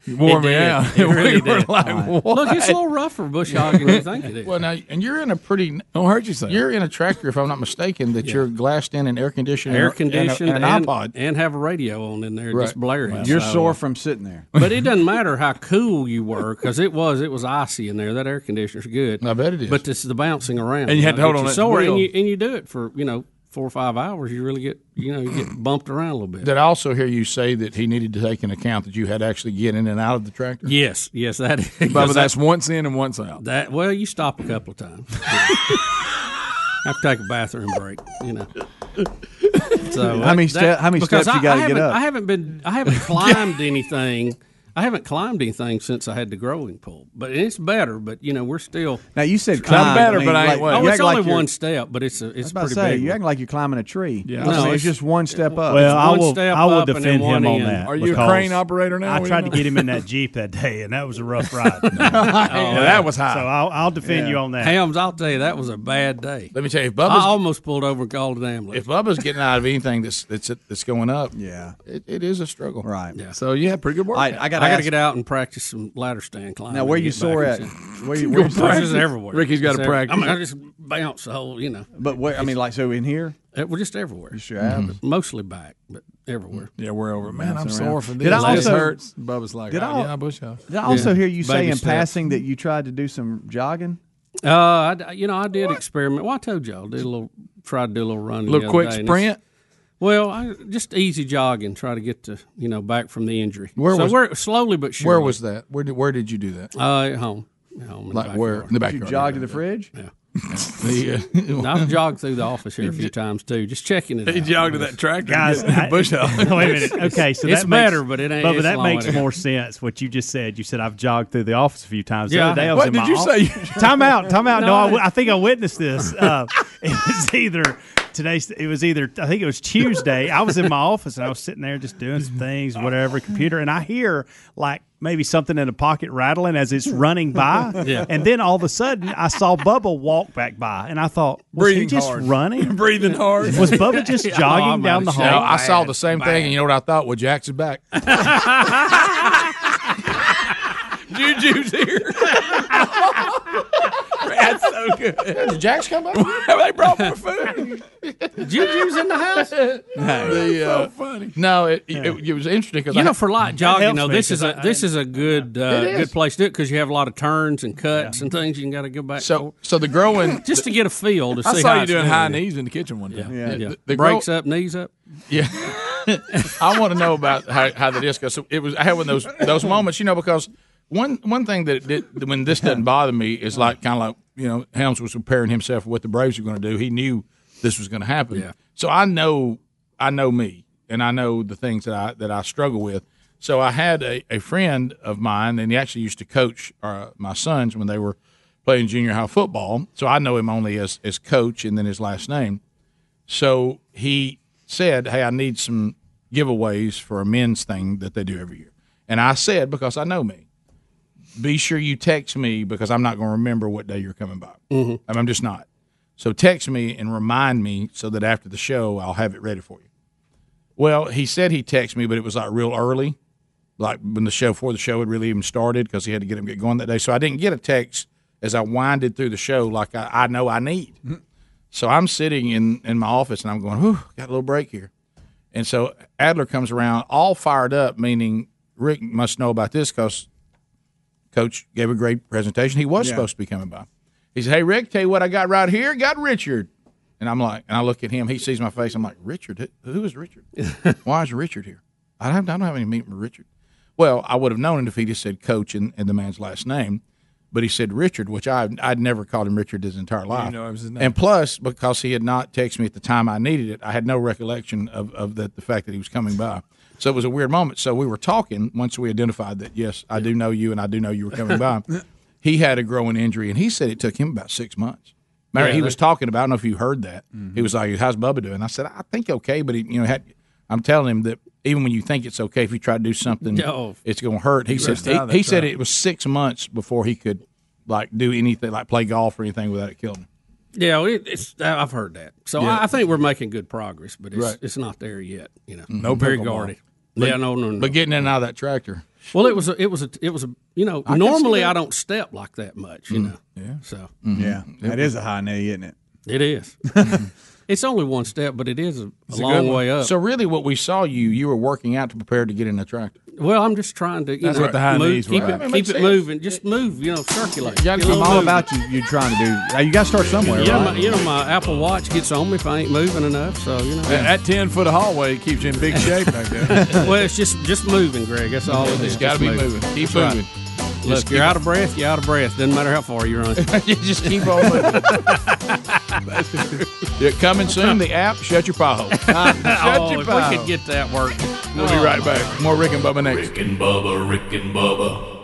[SPEAKER 5] you wore
[SPEAKER 4] It
[SPEAKER 5] me
[SPEAKER 4] did.
[SPEAKER 5] out.
[SPEAKER 4] (laughs) It
[SPEAKER 5] We
[SPEAKER 4] really
[SPEAKER 5] were
[SPEAKER 4] did.
[SPEAKER 5] like, what?
[SPEAKER 4] Look, it's a little rougher bush hogging (laughs) than you think it is.
[SPEAKER 2] Well, now, and you're in a pretty.
[SPEAKER 4] Oh,
[SPEAKER 5] Don't hurt yourself.
[SPEAKER 2] You're in a tractor, if I'm not mistaken, that you're glassed in and air conditioned.
[SPEAKER 4] Air conditioned
[SPEAKER 2] and,
[SPEAKER 4] and,
[SPEAKER 2] a- and an iPod.
[SPEAKER 4] and have a radio on in there
[SPEAKER 2] Right.
[SPEAKER 4] just blaring. uh,
[SPEAKER 2] Well, you're sore
[SPEAKER 6] from sitting there.
[SPEAKER 4] but it doesn't matter how cool you were because it was it was icy in there. That air conditioner's good. I
[SPEAKER 2] bet it is.
[SPEAKER 4] But this is the bouncing around,
[SPEAKER 5] And you had to
[SPEAKER 4] Now,
[SPEAKER 5] hold
[SPEAKER 4] get
[SPEAKER 5] on
[SPEAKER 4] you
[SPEAKER 5] that
[SPEAKER 4] sore, and
[SPEAKER 5] wheel.
[SPEAKER 4] you and you do it for you know four or five hours. You really get you know you get bumped around a little bit.
[SPEAKER 2] Did I also hear you say that he needed to take into account that you had to actually get in and out of the tractor?
[SPEAKER 4] Yes, yes, that.
[SPEAKER 5] Bubba, that's once in and once out.
[SPEAKER 4] That well, you stop a couple of times. (laughs) Have to take a bathroom break, you know. So uh,
[SPEAKER 6] How many
[SPEAKER 4] that-
[SPEAKER 6] ste- how many
[SPEAKER 4] because
[SPEAKER 6] steps you
[SPEAKER 4] I-
[SPEAKER 6] gotta
[SPEAKER 4] I
[SPEAKER 6] get
[SPEAKER 4] haven't-
[SPEAKER 6] up?
[SPEAKER 4] I haven't been,
[SPEAKER 6] (laughs)
[SPEAKER 5] (laughs)
[SPEAKER 4] I haven't climbed anything. I haven't climbed anything since I had the growing pool, but it's better. But you know, we're still
[SPEAKER 6] Now you said
[SPEAKER 4] trying-
[SPEAKER 6] climb.
[SPEAKER 4] Oh,
[SPEAKER 6] you
[SPEAKER 4] it's
[SPEAKER 6] act
[SPEAKER 4] only
[SPEAKER 6] you're-
[SPEAKER 4] one step, but it's a, it's
[SPEAKER 6] I was
[SPEAKER 4] pretty
[SPEAKER 6] about to say,
[SPEAKER 4] big.
[SPEAKER 6] (laughs) You acting like you're climbing a tree.
[SPEAKER 4] Yeah.
[SPEAKER 6] Yeah,
[SPEAKER 4] No,
[SPEAKER 6] it's,
[SPEAKER 4] it's-
[SPEAKER 6] just one step up.
[SPEAKER 7] Well, I
[SPEAKER 4] one
[SPEAKER 7] will.
[SPEAKER 4] step
[SPEAKER 7] I will
[SPEAKER 4] up and then
[SPEAKER 7] defend
[SPEAKER 4] one
[SPEAKER 7] him on
[SPEAKER 4] in.
[SPEAKER 7] that.
[SPEAKER 4] Are you a
[SPEAKER 7] because
[SPEAKER 4] crane operator now?
[SPEAKER 7] I
[SPEAKER 4] We
[SPEAKER 7] tried to
[SPEAKER 4] don't
[SPEAKER 7] get
[SPEAKER 4] know.
[SPEAKER 7] him (laughs) in that jeep that day, and that was a rough ride.
[SPEAKER 4] (laughs) Yeah,
[SPEAKER 7] that was high. So I'll- I'll defend you on that.
[SPEAKER 4] Oh, Hams, I'll tell you that was a bad day.
[SPEAKER 2] Let me tell you, if
[SPEAKER 4] I
[SPEAKER 2] Bubba's
[SPEAKER 4] almost pulled over and called an ambulance.
[SPEAKER 2] if Bubba's getting out of anything that's that's that's going up,
[SPEAKER 6] yeah,
[SPEAKER 2] it, it is a struggle,
[SPEAKER 6] right?
[SPEAKER 4] Yeah.
[SPEAKER 5] So you had pretty good work.
[SPEAKER 4] I gotta, get out and practice some ladder stand climbing.
[SPEAKER 6] Now, where
[SPEAKER 4] to
[SPEAKER 6] you
[SPEAKER 4] get
[SPEAKER 6] sore at?
[SPEAKER 4] back and shit. (laughs)
[SPEAKER 6] Where you- where you
[SPEAKER 4] It's
[SPEAKER 6] sore at?
[SPEAKER 4] just everywhere.
[SPEAKER 6] Ricky's gotta
[SPEAKER 4] It's every-
[SPEAKER 6] practice.
[SPEAKER 4] I, mean, I just bounce the whole, you know.
[SPEAKER 6] But where? I mean, like so in here.
[SPEAKER 4] It, we're just everywhere.
[SPEAKER 6] sure have.
[SPEAKER 4] But Mostly back, but everywhere.
[SPEAKER 5] Yeah, we're over.
[SPEAKER 6] Man,
[SPEAKER 5] I'm
[SPEAKER 6] Bounce
[SPEAKER 5] sore
[SPEAKER 6] around.
[SPEAKER 5] from this.
[SPEAKER 6] Did I
[SPEAKER 5] this
[SPEAKER 6] also-
[SPEAKER 5] hurts. Bubba's like,
[SPEAKER 6] Did
[SPEAKER 5] oh,
[SPEAKER 6] I-
[SPEAKER 5] yeah, I bush hogged.
[SPEAKER 6] Did I also
[SPEAKER 4] Yeah.
[SPEAKER 6] hear you say
[SPEAKER 4] Baby
[SPEAKER 6] in
[SPEAKER 4] steps.
[SPEAKER 6] passing that you tried to do some jogging?
[SPEAKER 4] Uh, I d you know, I did experiment. Well, I told y'all, did a little, tried to do a little run. the
[SPEAKER 5] Little
[SPEAKER 4] other
[SPEAKER 5] quick
[SPEAKER 4] day, and it's-
[SPEAKER 5] sprint?
[SPEAKER 4] Well, I, just easy jogging, try to get to you know back from the injury. so we're slowly but surely.
[SPEAKER 2] Where was that? Where did where did you do that?
[SPEAKER 4] Uh, at home. At home in the
[SPEAKER 2] like where
[SPEAKER 4] backyard.
[SPEAKER 2] in the backyard?
[SPEAKER 6] Did you jog to the fridge?
[SPEAKER 4] Yeah.
[SPEAKER 2] The,
[SPEAKER 4] And I've jogged through the office here
[SPEAKER 2] (laughs)
[SPEAKER 4] a few times too, just checking it.
[SPEAKER 5] He
[SPEAKER 4] out.
[SPEAKER 5] jogged to that tractor.
[SPEAKER 4] Guys,
[SPEAKER 5] and
[SPEAKER 4] I-
[SPEAKER 5] bush hog.
[SPEAKER 4] Wait a
[SPEAKER 7] (laughs) Wait a minute. Okay, so
[SPEAKER 4] It's
[SPEAKER 7] that makes-
[SPEAKER 4] better, but it ain't-
[SPEAKER 7] Bubba,
[SPEAKER 4] it's
[SPEAKER 7] that
[SPEAKER 4] long
[SPEAKER 7] makes
[SPEAKER 4] way to
[SPEAKER 7] more sense. What you just said. You said I've jogged through the office a few times.
[SPEAKER 4] Yeah,
[SPEAKER 7] the other day I was
[SPEAKER 4] what
[SPEAKER 7] in
[SPEAKER 4] did
[SPEAKER 7] my
[SPEAKER 4] you say you
[SPEAKER 7] office. (laughs) time out. Time out. No,
[SPEAKER 4] No,
[SPEAKER 7] I,
[SPEAKER 4] I
[SPEAKER 7] w-
[SPEAKER 4] didn't.
[SPEAKER 7] I think I witnessed this. Uh, (laughs) it was either today's. It was either I think it was Tuesday. I was in my office and I was sitting there just doing some things, whatever, computer, and I hear like maybe something in a pocket rattling as it's running
[SPEAKER 4] (laughs)
[SPEAKER 7] by.
[SPEAKER 5] Yeah.
[SPEAKER 7] And then all of a sudden, I saw Bubba walk back by, and I thought, was he
[SPEAKER 5] Breathing
[SPEAKER 7] just
[SPEAKER 5] hard.
[SPEAKER 7] running?
[SPEAKER 5] Breathing hard.
[SPEAKER 7] Was Bubba just jogging down the hall?
[SPEAKER 2] No, I saw the same thing, and you know what I thought? Well, Jack's back.
[SPEAKER 5] (laughs) Juju's here.
[SPEAKER 6] That's so good.
[SPEAKER 2] Did Jack's come up?
[SPEAKER 6] they brought more food.
[SPEAKER 4] Juju's in the house.
[SPEAKER 2] The, uh, No, it, it, it was interesting because
[SPEAKER 4] You know, for light jog, you know, this is
[SPEAKER 2] a
[SPEAKER 4] a this is a good uh,
[SPEAKER 2] It is.
[SPEAKER 4] good place to do it because you have a lot of turns and cuts and things. You can got to go back.
[SPEAKER 2] So, so the growing
[SPEAKER 4] (laughs) just to get a feel to
[SPEAKER 5] I
[SPEAKER 4] see.
[SPEAKER 5] saw
[SPEAKER 4] how
[SPEAKER 5] you
[SPEAKER 4] it's
[SPEAKER 5] doing high
[SPEAKER 2] knees in the kitchen one time.
[SPEAKER 4] Yeah,
[SPEAKER 2] Yeah.
[SPEAKER 4] yeah.
[SPEAKER 2] The- the
[SPEAKER 4] breaks
[SPEAKER 2] grow-
[SPEAKER 4] up, knees up.
[SPEAKER 2] Yeah. (laughs) I want to know about how, how the disco. So it was I had one of those those moments, you know, because one one thing that it did when this doesn't bother me is like kind of like you know Helms was preparing himself for what the Braves were going to do. He knew this was going to happen.
[SPEAKER 4] Yeah.
[SPEAKER 2] So I know I know me and I know the things that I that I struggle with. So I had a, a friend of mine, and he actually used to coach uh, my sons when they were playing junior high football. So I know him only as as coach and then his last name. So he said, "Hey, I need some giveaways for a men's thing that they do every year." And I said, because I know me, be sure you text me because I'm not going to remember what day you're coming by.
[SPEAKER 4] Mhm.
[SPEAKER 2] I mean, I'm just not. So text me and remind me so that after the show I'll have it ready for you. Well, he said he texted me, but it was like real early, like when the show before the show had really even started because he had to get him get going that day. So I didn't get a text as I winded through the show like I, I know I need. So I'm sitting in, in my office and I'm going, whew, got a little break here. And so Adler comes around all fired up, meaning Rick must know about this because Coach gave a great presentation. He was
[SPEAKER 17] Yeah.
[SPEAKER 2] supposed to be coming by. He said, Hey, Rick, tell you what I got right here. Got Richard. And I'm like, and I look at him. He sees my face. I'm like, Richard? Who who is Richard? Why is Richard here? I don't, I don't have any meeting with Richard. Well, I would have known it if he just said coach and, and the man's last name. But he said Richard, which I, I'd never called him Richard his entire life.
[SPEAKER 5] know it was his name.
[SPEAKER 2] and plus, because he had not texted me at the time I needed it, I had no recollection of, of that, the fact that he was coming by. So it was a weird moment. So we were talking once we identified that, yes, I do know you and I do know you were coming (laughs) by. he had a growing injury, and he said it took him about six months. Matter,
[SPEAKER 17] Yeah,
[SPEAKER 2] he
[SPEAKER 17] they-
[SPEAKER 2] was talking about. I don't know if you heard that. He was like, "How's Bubba doing?" I said, "I think okay, but he, you know, had, I'm telling him that even when you think it's okay, if you try to do something,
[SPEAKER 17] Oh.
[SPEAKER 2] it's going to hurt." He
[SPEAKER 17] He
[SPEAKER 2] said,
[SPEAKER 17] rests
[SPEAKER 2] "He,
[SPEAKER 17] down,
[SPEAKER 2] he
[SPEAKER 17] that's
[SPEAKER 2] said
[SPEAKER 17] right.
[SPEAKER 2] it was six months before he could like do anything, like play golf or anything without it killing him."
[SPEAKER 4] Yeah, well, it, it's uh, I've heard that. So
[SPEAKER 2] Yeah.
[SPEAKER 4] I, I think we're making good progress, but it's
[SPEAKER 2] Right. Mm-hmm.
[SPEAKER 4] it's not there yet. You know,
[SPEAKER 2] No
[SPEAKER 4] very
[SPEAKER 2] pickleball.
[SPEAKER 4] guarded.
[SPEAKER 2] But-
[SPEAKER 4] yeah, no, no, no.
[SPEAKER 2] But getting in and out of that tractor,
[SPEAKER 4] well, it was a, it was a, it was a, you know,
[SPEAKER 2] I can see
[SPEAKER 4] normally
[SPEAKER 2] that.
[SPEAKER 4] I don't step like that much. You
[SPEAKER 2] Mm.
[SPEAKER 4] know,
[SPEAKER 2] yeah.
[SPEAKER 4] So
[SPEAKER 6] Mm-hmm.
[SPEAKER 2] Mm-hmm.
[SPEAKER 6] Yeah, that is a Mm-hmm. high knee, isn't it? (laughs)
[SPEAKER 4] It is. it's only one step, but it is a, a
[SPEAKER 2] It's good
[SPEAKER 4] long
[SPEAKER 2] one.
[SPEAKER 4] way up.
[SPEAKER 2] So really, what we saw you, you were working out to prepare to get in the
[SPEAKER 4] (laughs)
[SPEAKER 2] tractor.
[SPEAKER 4] well, I'm just trying to you
[SPEAKER 2] That's
[SPEAKER 4] know
[SPEAKER 2] what the high
[SPEAKER 4] move-
[SPEAKER 2] knees
[SPEAKER 4] keep
[SPEAKER 2] were
[SPEAKER 4] it
[SPEAKER 2] about.
[SPEAKER 4] keep
[SPEAKER 2] Makes
[SPEAKER 4] it
[SPEAKER 2] sense.
[SPEAKER 4] moving. Just move. You know, circulate.
[SPEAKER 6] Yeah,
[SPEAKER 4] Get
[SPEAKER 6] I'm
[SPEAKER 4] a little
[SPEAKER 6] all
[SPEAKER 4] movement.
[SPEAKER 6] about you. You trying to do? uh, You got to start somewhere.
[SPEAKER 4] Yeah,
[SPEAKER 6] right?
[SPEAKER 4] my, you know my Apple Watch gets on me if I ain't moving enough. So you know
[SPEAKER 5] That ten foot of hallway keeps you in big shape back there.
[SPEAKER 4] (laughs) well, it's just just moving, Greg. That's all it
[SPEAKER 5] It's
[SPEAKER 4] is.
[SPEAKER 5] gotta
[SPEAKER 4] Just
[SPEAKER 5] be moving. Keep
[SPEAKER 4] That's right.
[SPEAKER 5] moving.
[SPEAKER 4] Look,
[SPEAKER 5] Just
[SPEAKER 4] you're
[SPEAKER 5] keep-
[SPEAKER 4] out of breath. You're out of breath. Doesn't matter how far you
[SPEAKER 5] (laughs)
[SPEAKER 4] run.
[SPEAKER 2] you just keep on
[SPEAKER 4] (laughs)
[SPEAKER 2] moving. Yeah, coming soon. The app, shut your pie
[SPEAKER 4] (laughs)
[SPEAKER 2] hole.
[SPEAKER 4] oh, if we
[SPEAKER 2] pie
[SPEAKER 4] could get that working,
[SPEAKER 2] We'll be right back. More Rick and Bubba next.
[SPEAKER 8] Rick and Bubba, Rick and Bubba.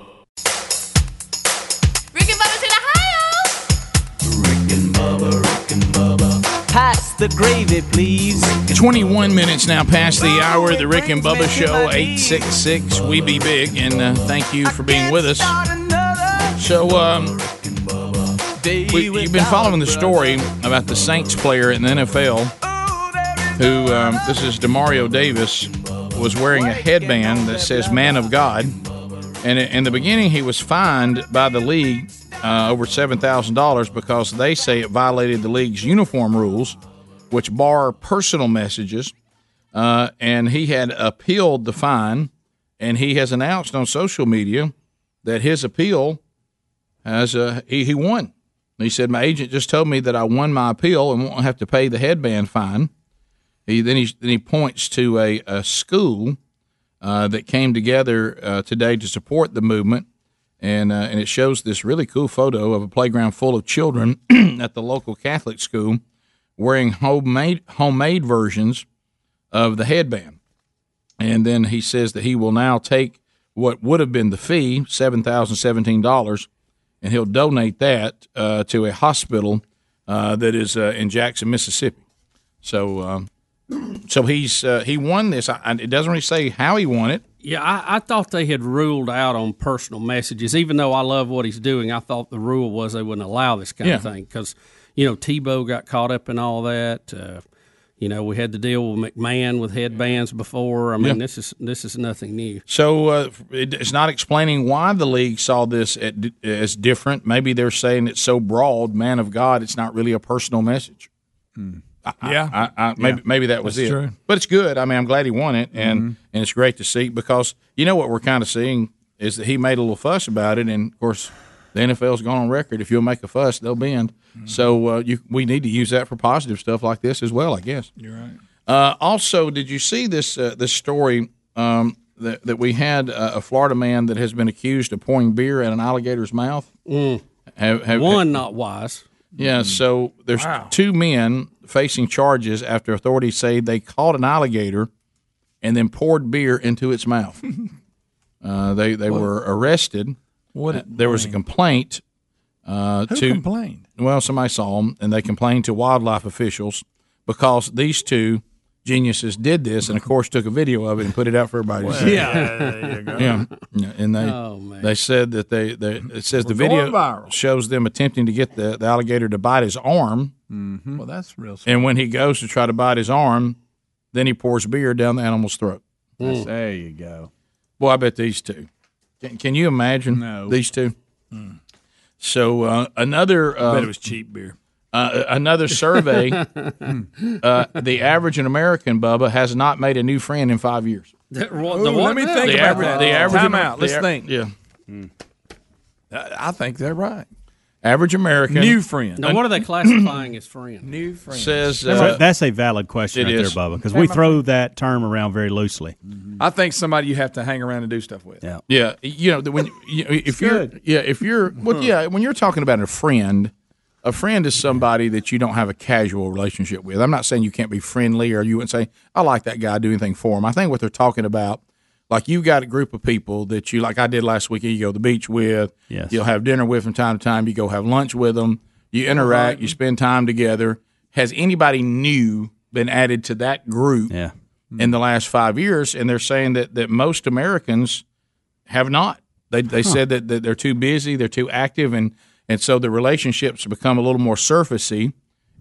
[SPEAKER 1] Pass the gravy, please.
[SPEAKER 2] 21 minutes now past the hour of the Rick and Bubba Show, 866 We Be Big, and uh, thank you for being with us. So, um, we, you've been following the story about the Saints player in the NFL who, um, this is Demario Davis, was wearing a headband that says Man of God. And i- in the beginning, he was fined by the league uh, over $7,000 because they say it violated the league's uniform rules, which bar personal messages. Uh, and he had appealed the fine, and he has announced on social media that his appeal has uh, he, he won. He said, My agent just told me that I won my appeal and won't have to pay the headband fine. He then he then he points to a, a school uh, that came together uh, today to support the movement, and uh, and it shows this really cool photo of a playground full of children (clears throat) at the local Catholic school wearing homemade homemade versions of the headband, and then he says that he will now take what would have been the fee seven thousand seventeen dollars, and he'll donate that uh, to a hospital uh, that is uh, in Jackson, Mississippi. So. Um, so he's uh, he won this. I, I- it doesn't really say how he won it.
[SPEAKER 4] Yeah, I, I thought they had ruled out on personal messages. Even though I love what he's doing, I thought the rule was they wouldn't allow this kind
[SPEAKER 2] Yeah.
[SPEAKER 4] of thing because you know Tebow got caught up in all that. Uh, You know, we had to deal with McMahon with headbands before. I mean, this is this is nothing new.
[SPEAKER 2] So uh, it- it's not explaining why the league saw this at, as different. Maybe they're saying it's so broad, man of God, it's not really a personal message.
[SPEAKER 5] Yeah.
[SPEAKER 2] I, I, maybe
[SPEAKER 5] Yeah.
[SPEAKER 2] maybe that was
[SPEAKER 5] That's
[SPEAKER 2] it.
[SPEAKER 5] true. Mm-hmm.
[SPEAKER 2] But it's good. I mean, I'm glad he won it, and and it's great to see because you know what we're kind of seeing is that he made a little fuss about it, and of course. The NFL's gone on record. If you'll make a fuss, they'll bend.
[SPEAKER 5] Mm-hmm.
[SPEAKER 2] So uh, you, we need to use that for positive stuff like this as well, I guess.
[SPEAKER 5] You're right.
[SPEAKER 2] Uh, also, did you see this uh, this story um, that that we had uh, a Florida man that has been accused of pouring beer at an alligator's mouth? Have, have,
[SPEAKER 4] Mm. One not wise. Mm.
[SPEAKER 2] Yeah. So there's
[SPEAKER 4] Wow.
[SPEAKER 2] two men facing charges after authorities say they caught an alligator and then poured beer into its
[SPEAKER 4] (laughs)
[SPEAKER 2] mouth. uh, they they
[SPEAKER 5] What?
[SPEAKER 2] were arrested.
[SPEAKER 5] What
[SPEAKER 2] Uh, there was a complaint. Uh,
[SPEAKER 5] Who
[SPEAKER 2] to,
[SPEAKER 5] complained?
[SPEAKER 2] Well, somebody saw them, and they complained to wildlife officials because these two geniuses did this, and of course took a video of it and put it out for everybody. to see.
[SPEAKER 5] Yeah, there you go.
[SPEAKER 2] yeah, Yeah, and they
[SPEAKER 5] Oh, man.
[SPEAKER 2] they said that they, they it says the
[SPEAKER 5] We're going
[SPEAKER 2] video
[SPEAKER 5] viral.
[SPEAKER 2] shows them attempting to get the, the alligator to bite his arm,
[SPEAKER 5] Well, that's real.
[SPEAKER 2] and when he goes to try to bite his arm, then he pours beer down the animal's throat.
[SPEAKER 5] Hmm.
[SPEAKER 6] That's- There you go.
[SPEAKER 2] Well, I bet these two. Can, can you imagine these two? So uh, another. Uh,
[SPEAKER 5] Mm. bet it was cheap beer.
[SPEAKER 2] Uh, another
[SPEAKER 5] (laughs)
[SPEAKER 2] survey. uh, the average American Bubba has not made a new friend in five years.
[SPEAKER 4] The,
[SPEAKER 5] Ooh, let me think
[SPEAKER 2] the
[SPEAKER 5] about
[SPEAKER 2] average,
[SPEAKER 5] that.
[SPEAKER 2] The average
[SPEAKER 5] Time
[SPEAKER 2] Amer-
[SPEAKER 5] out. Let's
[SPEAKER 2] the a-
[SPEAKER 5] think.
[SPEAKER 2] Yeah.
[SPEAKER 5] I I think they're right.
[SPEAKER 2] Average American
[SPEAKER 5] New friend.
[SPEAKER 4] Now, what are they classifying as friend?
[SPEAKER 5] New
[SPEAKER 2] Says uh,
[SPEAKER 7] That's a- that's a valid question
[SPEAKER 5] it
[SPEAKER 7] right
[SPEAKER 5] is.
[SPEAKER 7] there, Bubba, because
[SPEAKER 5] They're
[SPEAKER 7] we
[SPEAKER 5] my
[SPEAKER 7] throw that term around very loosely.
[SPEAKER 5] I think somebody you have to hang around and do stuff with.
[SPEAKER 7] Yeah.
[SPEAKER 2] Yeah, you know that when you, if you're yeah if you're
[SPEAKER 7] Uh-huh.
[SPEAKER 2] well yeah when you're talking about a friend, a friend is somebody that you don't have a casual relationship with. I'm not saying you can't be friendly or you wouldn't say I like that guy, I'd do anything for him. I think what they're talking about, like you got a group of people that you like I did last week. You go to the beach with,
[SPEAKER 7] Yes.
[SPEAKER 2] you'll have dinner with from time to time. You go have lunch with them. You interact. You spend time together. Has anybody new been added to that group?
[SPEAKER 7] Yeah.
[SPEAKER 2] In the last five years, and they're saying that that most Americans have not. They, they said that, that they're too busy, they're too active, and and so the relationships become a little more surfacey.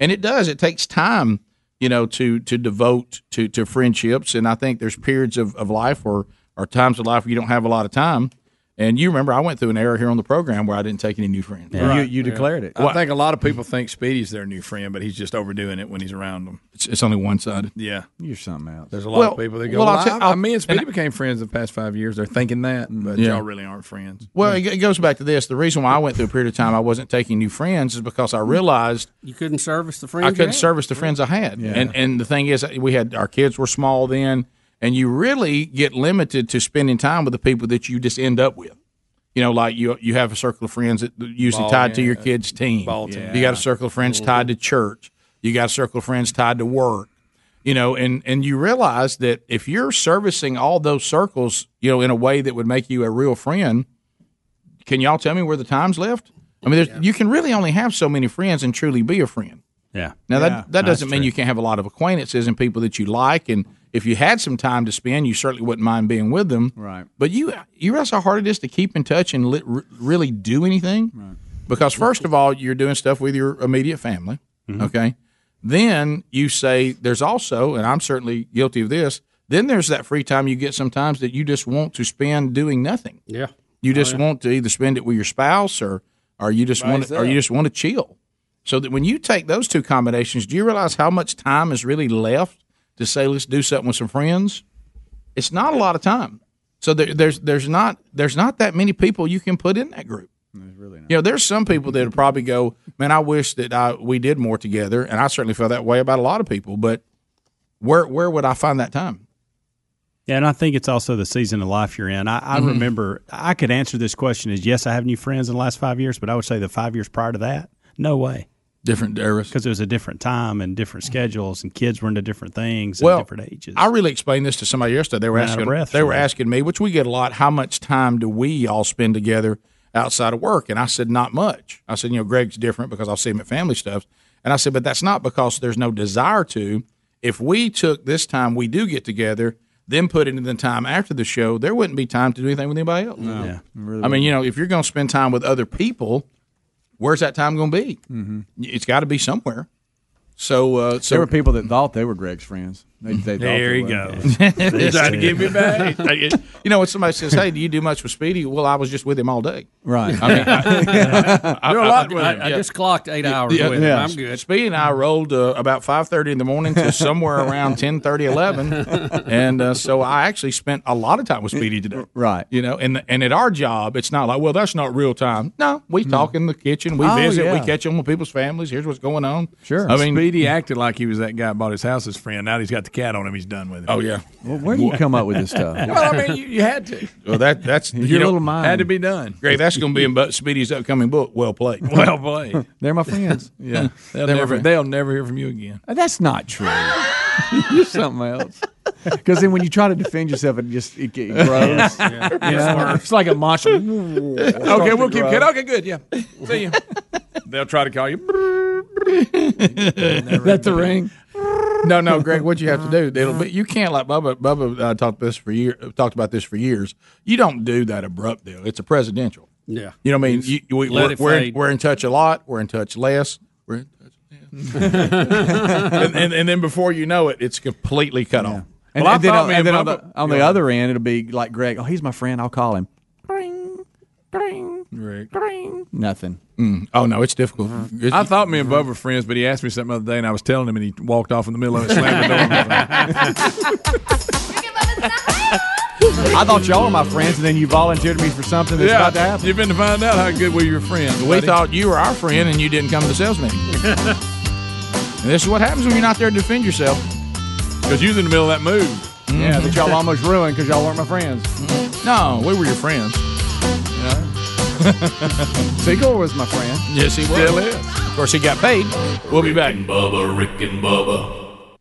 [SPEAKER 2] And it does. It takes time, you know, to to devote to to friendships. And I think there's periods of, of life or or times of life where you don't have a lot of time. And you remember, I went through an era here on the program where I didn't take any new friends.
[SPEAKER 5] I think a lot of people think Speedy's their new friend, but he's just overdoing it when he's around them.
[SPEAKER 2] It's, it's only one sided.
[SPEAKER 5] Yeah.
[SPEAKER 6] You're something else.
[SPEAKER 5] There's a lot of people that go, well,
[SPEAKER 2] well, I'll
[SPEAKER 5] I,
[SPEAKER 2] tell-
[SPEAKER 5] I-
[SPEAKER 2] I'll-
[SPEAKER 5] me and Speedy
[SPEAKER 2] and I-
[SPEAKER 5] became friends in the past five years. They're thinking that, but
[SPEAKER 2] Yeah.
[SPEAKER 5] y'all really aren't friends.
[SPEAKER 2] Well, it, it goes back to this. The reason why I went through a period of time I wasn't taking new friends is because I realized
[SPEAKER 4] You couldn't service the friend.
[SPEAKER 2] I couldn't service the friends I had.
[SPEAKER 4] Yeah.
[SPEAKER 2] And and the thing is, we had our kids were small then, and you really get limited to spending time with the people that you just end up with. You know, like you you have a circle of friends that usually
[SPEAKER 5] Ball,
[SPEAKER 2] tied to
[SPEAKER 5] yeah.
[SPEAKER 2] your kids' team.
[SPEAKER 5] Ball team. Mm-hmm.
[SPEAKER 2] You got a circle of friends tied to church. You got a circle of friends tied to work. You know, and and you realize that if you're servicing all those circles, you know, in a way that would make you a real friend, can y'all tell me where the time's left? I mean, there's, you can really only have so many friends and truly be a friend.
[SPEAKER 7] Yeah.
[SPEAKER 2] Now
[SPEAKER 7] Yeah.
[SPEAKER 2] that that
[SPEAKER 7] That's
[SPEAKER 2] doesn't mean you can't have a lot of acquaintances and people that you like, and if you had some time to spend, you certainly wouldn't mind being with them. Right. But you you realize how hard it is to keep in touch and li- re- really do anything, because first of all, you're doing stuff with your immediate family.
[SPEAKER 7] Mm-hmm.
[SPEAKER 2] Okay. Then you say there's also, and I'm certainly guilty of this. Then there's that free time you get sometimes that you just want to spend doing nothing.
[SPEAKER 4] Yeah.
[SPEAKER 2] You just want to either spend it with your spouse or or you just
[SPEAKER 4] By
[SPEAKER 2] want to, or you
[SPEAKER 4] yourself.
[SPEAKER 2] just want to chill. So that when you take those two combinations, do you realize how much time is really left to say let's do something with some friends? It's not a lot of time. So there, there's there's not there's not that many people you can put in that group. You know, there's some people that would probably go, man, I wish that I, we did more together, and I certainly feel that way about a lot of people. But where where would I find that time?
[SPEAKER 7] Yeah, and I think it's also the season of life you're in. I, I
[SPEAKER 4] Mm-hmm.
[SPEAKER 2] Mhm.
[SPEAKER 7] remember I could answer this question as yes, I have new friends in the last five years, but I would say the five years prior to that, no way.
[SPEAKER 2] Different eras
[SPEAKER 7] because it was a different time and different
[SPEAKER 4] Mm-hmm.
[SPEAKER 7] schedules, and kids were into different things
[SPEAKER 2] Well,
[SPEAKER 7] and different ages.
[SPEAKER 2] I really explained this to somebody yesterday. They were
[SPEAKER 7] Ran out of
[SPEAKER 2] asking
[SPEAKER 7] breath
[SPEAKER 2] they were
[SPEAKER 7] sometimes.
[SPEAKER 2] asking me, which we get a lot, how much time do we all spend together outside of work? And I said, not much. I said, you know, Greg's different because I'll see him at family stuff. And I said, but that's not because there's no desire to. If we took this time we do get together, then put it in the time after the show, there wouldn't be time to do anything with anybody else. I mean, you know, if you're going to spend time with other people, where's that time going to be? Mm-hmm. It's got to be somewhere. So, uh, so
[SPEAKER 6] there were people that thought they were Greg's friends. They, they thought
[SPEAKER 2] There
[SPEAKER 6] they
[SPEAKER 2] he (laughs)
[SPEAKER 6] (laughs) were.
[SPEAKER 2] goes. He's trying to give me back. (laughs) You know, when somebody says, "Hey, do you do much with Speedy?" Well, I was just with him all day.
[SPEAKER 6] Right.
[SPEAKER 2] I
[SPEAKER 6] (laughs)
[SPEAKER 2] mean, I, I,
[SPEAKER 4] You're a
[SPEAKER 2] I-
[SPEAKER 4] lot
[SPEAKER 2] I-
[SPEAKER 4] with
[SPEAKER 2] I-
[SPEAKER 4] him.
[SPEAKER 2] I just
[SPEAKER 4] clocked eight hours
[SPEAKER 2] yeah,
[SPEAKER 4] with
[SPEAKER 2] yeah.
[SPEAKER 4] him. I'm good.
[SPEAKER 2] Speedy and I rolled uh, about five thirty in the morning to (laughs) somewhere around 10, 11. and uh, so I actually spent a lot of time with Speedy today.
[SPEAKER 6] Right.
[SPEAKER 2] You know, and and at our job, it's not like, well, that's not real time. No, we
[SPEAKER 6] Hmm.
[SPEAKER 2] talk in the kitchen, we
[SPEAKER 5] Oh,
[SPEAKER 2] visit, we
[SPEAKER 5] yeah.
[SPEAKER 2] catch up with people's families. Here's what's going on.
[SPEAKER 5] I
[SPEAKER 2] I mean,
[SPEAKER 5] mean, Speedy acted like he was that guy bought his house his friend. Now he's got the cat on him. He's done with it.
[SPEAKER 2] Oh yeah.
[SPEAKER 6] Well, where do you come up with this stuff?
[SPEAKER 5] (laughs) well, I mean, you, you
[SPEAKER 6] (laughs)
[SPEAKER 5] had to.
[SPEAKER 2] Well, that that's
[SPEAKER 5] Your
[SPEAKER 2] you know,
[SPEAKER 5] little mind. had to be done.
[SPEAKER 2] Great, that's going to be in Bu- Speedy's upcoming book. Well played.
[SPEAKER 6] (laughs)
[SPEAKER 5] Well played.
[SPEAKER 6] (laughs) They're
[SPEAKER 2] (laughs)
[SPEAKER 6] my friends.
[SPEAKER 5] Yeah, they'll
[SPEAKER 2] They're my
[SPEAKER 5] never
[SPEAKER 2] friend.
[SPEAKER 5] they'll never hear from you again.
[SPEAKER 6] That's not true. (laughs) You're something else. Because then when you try to defend yourself, it just it, get- it grows.
[SPEAKER 5] Yeah.
[SPEAKER 6] You
[SPEAKER 5] It's
[SPEAKER 6] know?
[SPEAKER 5] worse.
[SPEAKER 6] It's like a
[SPEAKER 2] (laughs)
[SPEAKER 6] monster.
[SPEAKER 5] okay, we'll keep kid. Okay, good. Yeah. See you. (laughs) They'll try to call you. (laughs)
[SPEAKER 2] (laughs) That's the ring. No, no, Greg. What you have to do, it'll be, you can't like Bubba. Bubba uh, talked this for year, talked about this for years. You don't do that abrupt deal. It's a presidential.
[SPEAKER 4] Yeah.
[SPEAKER 2] You know what I mean? You, we,
[SPEAKER 4] Let
[SPEAKER 2] we're,
[SPEAKER 4] it
[SPEAKER 2] we're, in,
[SPEAKER 4] fade.
[SPEAKER 2] we're in touch a lot. We're in touch less. We're in touch less.
[SPEAKER 4] (laughs)
[SPEAKER 2] and, and, and then before you know it, it's completely cut off.
[SPEAKER 6] And,
[SPEAKER 2] Well, I
[SPEAKER 6] and then,
[SPEAKER 2] thought
[SPEAKER 6] on-
[SPEAKER 2] me
[SPEAKER 6] and then on
[SPEAKER 2] Bubba-
[SPEAKER 6] the, on the
[SPEAKER 2] Yeah.
[SPEAKER 6] other end, it'll be like Greg. Oh, he's my friend. I'll call him. Ring,
[SPEAKER 5] ring,
[SPEAKER 6] ring. Nothing. Mm-hmm.
[SPEAKER 2] Oh no, it's difficult.
[SPEAKER 5] I thought me and Bub were friends, but he asked me something the other day, and I was telling him, and he walked off in the middle of it, slammed
[SPEAKER 2] (laughs)
[SPEAKER 5] the door.
[SPEAKER 6] I thought y'all were my friends, and then you volunteered me for something that's about to happen.
[SPEAKER 5] You've been to find out how good we were your friends.
[SPEAKER 2] We thought you were our friend, and you didn't come to the sales
[SPEAKER 5] (laughs)
[SPEAKER 2] meeting. And this is what happens when you're not there to defend yourself. Mm-hmm.
[SPEAKER 5] Because you was in the middle of that move.
[SPEAKER 6] Yeah,
[SPEAKER 2] (laughs)
[SPEAKER 6] that y'all almost ruined because y'all weren't my friends.
[SPEAKER 2] No, we were your friends. You know?
[SPEAKER 6] Seagull was my friend.
[SPEAKER 2] Yes, he was.
[SPEAKER 6] Still is.
[SPEAKER 2] Of course, he got paid. We'll be back.
[SPEAKER 8] Bubba, Rick and Bubba.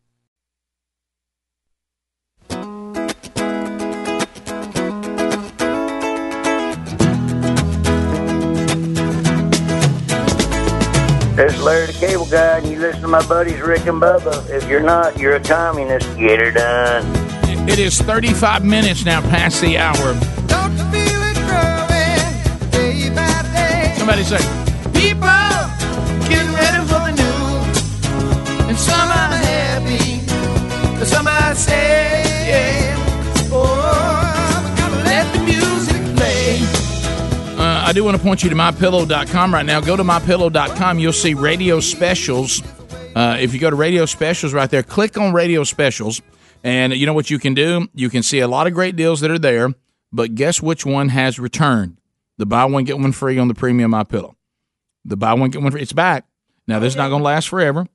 [SPEAKER 17] This is Larry the Cable Guy, and you listen to my buddies Rick and Bubba. If you're not, you're a communist. Get her done.
[SPEAKER 2] It is 35 minutes now past the hour.
[SPEAKER 21] Don't you feel it growing day by day?
[SPEAKER 2] Somebody say,
[SPEAKER 21] people getting ready for the new, and some are happy, but some are sad. Oh, we gotta let the music play.
[SPEAKER 2] Uh, I do want to point you to mypillow.com right now. Go to mypillow.com. You'll see radio specials. Uh, if you go to radio specials right there, click on radio specials. And you know what you can do? You can see a lot of great deals that are there, but guess which one has returned? The buy one, get one free on the premium My Pillow. The buy one, get one free. It's back. Now, this is not going to last forever.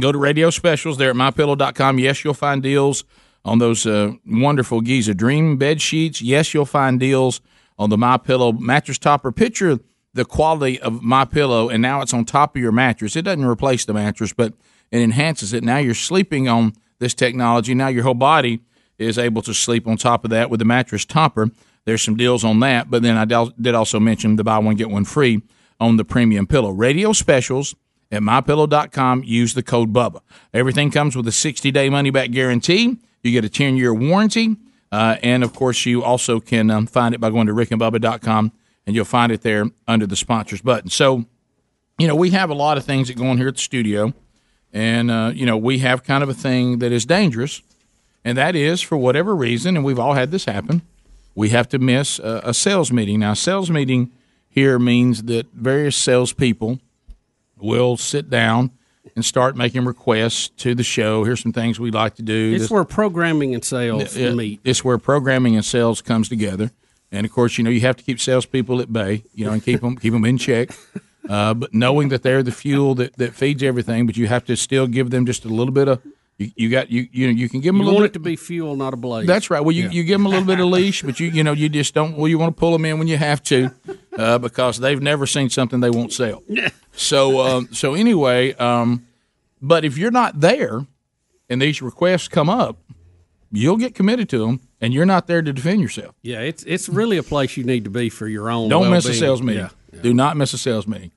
[SPEAKER 2] Go to radio specials there at mypillow.com. Yes, you'll find deals on those uh, wonderful Giza Dream bed sheets. Yes, you'll find deals on the My Pillow mattress topper. Picture the quality of My Pillow, and now it's on top of your mattress. It doesn't replace the mattress, but it enhances it. Now you're sleeping on this technology. Now your whole body is able to sleep on top of that with the mattress topper. There's some deals on that, but then I del- did also mention the buy one get one free on the premium pillow. Radio specials at mypillow.com. Use the code Bubba. Everything comes with a 60 day money back guarantee. You get a 10 year warranty. Uh, and of course, you also can um, find it by going to rickandbubba.com and you'll find it there under the sponsors button. So, you know, we have a lot of things that go on here at the studio. And, uh, you know, we have kind of a thing that is dangerous. And that is for whatever reason, and we've all had this happen, we have to miss a, a sales meeting. Now, sales meeting here means that various salespeople will sit down and start making requests to the show. Here's some things we'd like to do.
[SPEAKER 4] It's
[SPEAKER 2] This-
[SPEAKER 4] where programming and sales
[SPEAKER 2] yeah,
[SPEAKER 4] meet.
[SPEAKER 2] It's where programming and sales comes together, and of course, you know you have to keep salespeople at bay, you know, and keep them keep them in check. Uh, but knowing that they're the fuel that, that feeds everything, but you have to still give them just a little bit of you, you got you you know you can give them
[SPEAKER 4] You
[SPEAKER 2] a little
[SPEAKER 4] want
[SPEAKER 2] bit.
[SPEAKER 4] it to be fuel, not a blaze.
[SPEAKER 2] That's right. Well, you, you give them a little
[SPEAKER 4] (laughs)
[SPEAKER 2] bit of leash, but you you know you just don't. Well, you want to pull them in when you have to, uh, because they've never seen something they won't sell. So um, so anyway, um, but if you're not there, and these requests come up, you'll get committed to them, and you're not there to defend yourself.
[SPEAKER 4] (laughs) Yeah, it's it's really a place you need to be for your own.
[SPEAKER 2] Don't miss a
[SPEAKER 4] well-being.
[SPEAKER 2] sales meeting.
[SPEAKER 4] Yeah.
[SPEAKER 2] Do not miss a sales meeting.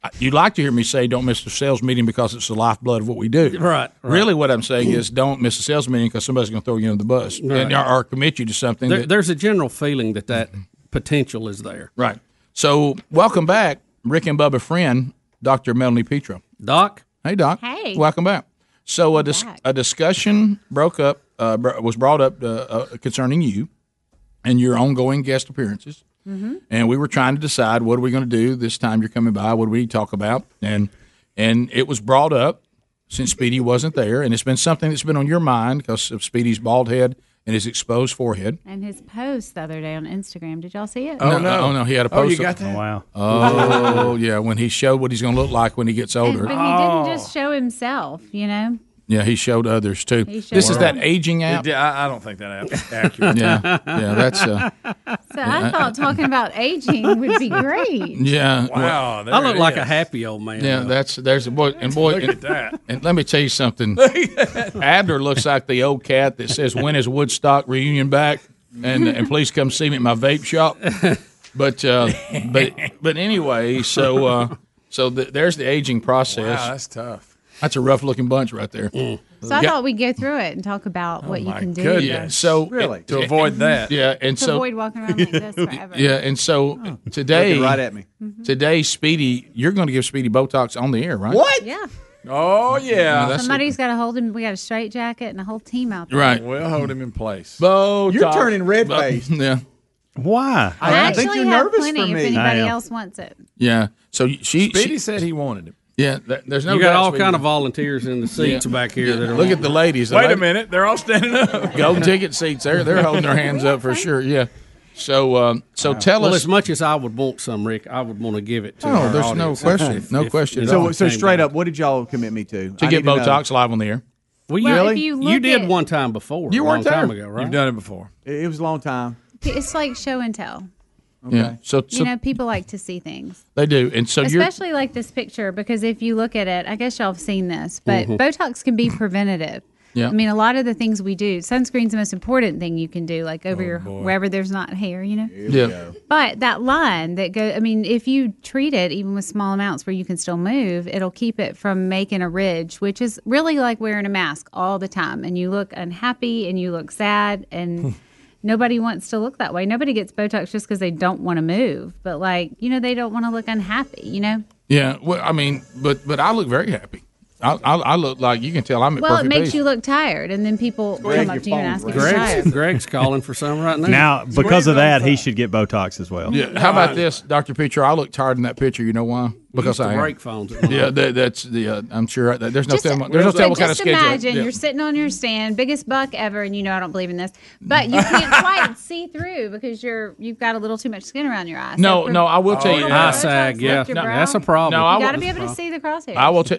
[SPEAKER 2] I- You'd like to hear me say, "Don't miss a sales meeting" because it's the lifeblood of what we do.
[SPEAKER 4] Right, right.
[SPEAKER 2] Really, what I'm saying is, don't miss a sales meeting because somebody's going to throw you under the bus
[SPEAKER 4] Right.
[SPEAKER 2] and, or, or commit you to something.
[SPEAKER 4] There,
[SPEAKER 2] that,
[SPEAKER 4] there's a general feeling that that potential is there.
[SPEAKER 2] Right. So, welcome back, Rick and Bubba friend, Dr. Melanie Petro.
[SPEAKER 4] Doc?
[SPEAKER 2] Hey, Doc.
[SPEAKER 20] Hey.
[SPEAKER 2] Welcome back. So a, dis- a discussion broke up uh, br- was brought up uh, uh, concerning you and your ongoing guest appearances,
[SPEAKER 21] Mm-hmm.
[SPEAKER 2] and we were trying to decide what are we going to do this time you're coming by. What do we talk about? And and it was brought up since Speedy wasn't there, and it's been something that's been on your mind because of Speedy's bald head and his exposed forehead.
[SPEAKER 20] And his post the other day on Instagram. Did y'all see it?
[SPEAKER 2] Oh no, he had a
[SPEAKER 20] Oh,
[SPEAKER 2] post.
[SPEAKER 20] you
[SPEAKER 2] up-
[SPEAKER 20] got
[SPEAKER 6] that?
[SPEAKER 7] wow.
[SPEAKER 2] Oh (laughs) yeah, when he showed what he's going to look like when he gets
[SPEAKER 20] And-
[SPEAKER 2] older.
[SPEAKER 20] but he didn't just
[SPEAKER 2] Oh.
[SPEAKER 20] show himself, you know?
[SPEAKER 2] Yeah, he showed others too.
[SPEAKER 20] He showed
[SPEAKER 2] This is that
[SPEAKER 20] others.
[SPEAKER 2] aging app.
[SPEAKER 5] Yeah, I, I don't think that app is accurate.
[SPEAKER 2] yeah, yeah, that's uh,
[SPEAKER 20] So I thought talking about aging would be great.
[SPEAKER 2] yeah.
[SPEAKER 4] Wow, there I look it like a is. happy old man,
[SPEAKER 2] Yeah,
[SPEAKER 4] though.
[SPEAKER 2] that's there's a boy and boy.
[SPEAKER 4] Look
[SPEAKER 2] and,
[SPEAKER 4] at that.
[SPEAKER 2] And let me tell you something. Adler looks like the old cat that says, "When is Woodstock reunion back?" And and please come see me at my vape shop. But uh, but but anyway, so uh, so th- there's the aging process.
[SPEAKER 5] Wow, that's tough.
[SPEAKER 2] That's a rough looking bunch right there.
[SPEAKER 20] So I
[SPEAKER 2] Got-
[SPEAKER 20] thought we'd go through it and talk about what you can do.
[SPEAKER 2] Yeah, Oh, so really
[SPEAKER 5] To avoid that.
[SPEAKER 2] Yeah, and
[SPEAKER 20] to
[SPEAKER 2] so
[SPEAKER 20] avoid walking around
[SPEAKER 2] (laughs)
[SPEAKER 20] like this forever.
[SPEAKER 2] yeah, and so today
[SPEAKER 6] Looking right at me.
[SPEAKER 2] Today, Speedy, you're going to give Speedy Botox on the air, right?
[SPEAKER 20] Yeah.
[SPEAKER 5] Oh yeah.
[SPEAKER 2] No, that's
[SPEAKER 20] Somebody's got to hold him. We got a straight jacket and a whole team out there.
[SPEAKER 2] Right.
[SPEAKER 5] We'll hold him in place.
[SPEAKER 2] Botox.
[SPEAKER 6] You're turning red
[SPEAKER 2] (laughs)
[SPEAKER 6] faced.
[SPEAKER 2] Yeah.
[SPEAKER 7] Why?
[SPEAKER 20] I, actually have plenty if anybody
[SPEAKER 2] I am.
[SPEAKER 20] else wants it.
[SPEAKER 2] Yeah. So y- she
[SPEAKER 4] Speedy
[SPEAKER 5] said he wanted him.
[SPEAKER 2] Yeah. th- there's no.
[SPEAKER 4] you got
[SPEAKER 2] doubt
[SPEAKER 4] all
[SPEAKER 2] Speedy-
[SPEAKER 4] kind of volunteers in the seats
[SPEAKER 2] Yeah.
[SPEAKER 4] back here
[SPEAKER 2] Yeah.
[SPEAKER 4] that are
[SPEAKER 2] Look at the ladies. The
[SPEAKER 5] Wait a
[SPEAKER 2] lady-
[SPEAKER 5] minute. (laughs) They're all standing up.
[SPEAKER 2] Golden ticket seats. They're they're holding their hands up for sure. Yeah. So um, so tell
[SPEAKER 4] well,
[SPEAKER 2] us.
[SPEAKER 4] as much as I would want some, Rick, I would want to give it to.
[SPEAKER 2] Oh,
[SPEAKER 4] our
[SPEAKER 2] there's no
[SPEAKER 4] audience.
[SPEAKER 2] question. No
[SPEAKER 4] If-
[SPEAKER 2] question
[SPEAKER 4] if
[SPEAKER 2] at all.
[SPEAKER 4] it
[SPEAKER 6] Oh, So, so
[SPEAKER 4] came
[SPEAKER 6] straight
[SPEAKER 4] down.
[SPEAKER 6] up, what did y'all commit me to?
[SPEAKER 2] To
[SPEAKER 6] I
[SPEAKER 2] get
[SPEAKER 6] need know.
[SPEAKER 2] Botox live on the air.
[SPEAKER 4] Well,
[SPEAKER 6] Well,
[SPEAKER 4] you,
[SPEAKER 6] if you
[SPEAKER 4] you
[SPEAKER 6] look
[SPEAKER 4] did
[SPEAKER 6] at-
[SPEAKER 4] one time before.
[SPEAKER 6] You
[SPEAKER 4] a
[SPEAKER 6] weren't
[SPEAKER 4] long time
[SPEAKER 6] there.
[SPEAKER 4] ago, right?
[SPEAKER 6] You've done
[SPEAKER 5] it before.
[SPEAKER 6] It it was a long time.
[SPEAKER 20] It's like show and tell.
[SPEAKER 2] Yeah. So, so
[SPEAKER 20] you know, people like to see things.
[SPEAKER 2] they do, and so you're.
[SPEAKER 20] Especially like this picture, because if you look at it, I guess y'all have seen this, but
[SPEAKER 2] Mhm.
[SPEAKER 20] Botox can be preventative.
[SPEAKER 2] Yeah.
[SPEAKER 20] I mean, a lot of the things we do, sunscreen's the most important thing you can do, like over your
[SPEAKER 2] boy.
[SPEAKER 20] wherever there's not hair, you know.
[SPEAKER 2] Yeah.
[SPEAKER 20] But that line that go, I mean, if you treat it even with small amounts where you can still move, it'll keep it from making a ridge, which is really like wearing a mask all the time, and you look unhappy and you look sad and. Nobody wants to look that way. Nobody gets Botox just because they don't want to move, but like you know, they don't want to look unhappy. You know,
[SPEAKER 2] Yeah. Well, I mean, but but I look very happy. I I, I look like you can tell I'm at
[SPEAKER 20] well, it
[SPEAKER 2] perfect
[SPEAKER 20] makes
[SPEAKER 2] peace.
[SPEAKER 20] you look tired, and then people come up to you and ask if you're tired.
[SPEAKER 4] Greg's, Greg's calling for some right now.
[SPEAKER 7] Now, because of that, he should get Botox as well.
[SPEAKER 2] Yeah. How about this, Doctor Picture? I look tired in that picture. You know why? Because
[SPEAKER 4] used to
[SPEAKER 2] I am.
[SPEAKER 4] break
[SPEAKER 2] (laughs)
[SPEAKER 4] phones at one
[SPEAKER 2] Yeah,
[SPEAKER 4] time.
[SPEAKER 2] that, that's the. Uh, I'm sure I, there's no
[SPEAKER 20] Just-
[SPEAKER 2] telling. There's no
[SPEAKER 20] but
[SPEAKER 2] telling what
[SPEAKER 20] just
[SPEAKER 2] kind of schedule.
[SPEAKER 20] imagine
[SPEAKER 2] Yeah.
[SPEAKER 20] you're sitting on your stand, biggest buck ever, and you know I don't believe in this,
[SPEAKER 2] (laughs)
[SPEAKER 20] but you can't quite see through because you're you've got a little too much skin around your eyes.
[SPEAKER 2] No, no, I will tell you.
[SPEAKER 4] Eye sag, Oh, yeah,
[SPEAKER 20] your
[SPEAKER 4] No,
[SPEAKER 20] brow.
[SPEAKER 4] that's a problem.
[SPEAKER 2] No, I
[SPEAKER 20] you got to
[SPEAKER 2] will-
[SPEAKER 20] be able to see the crosshair.
[SPEAKER 2] I will tell.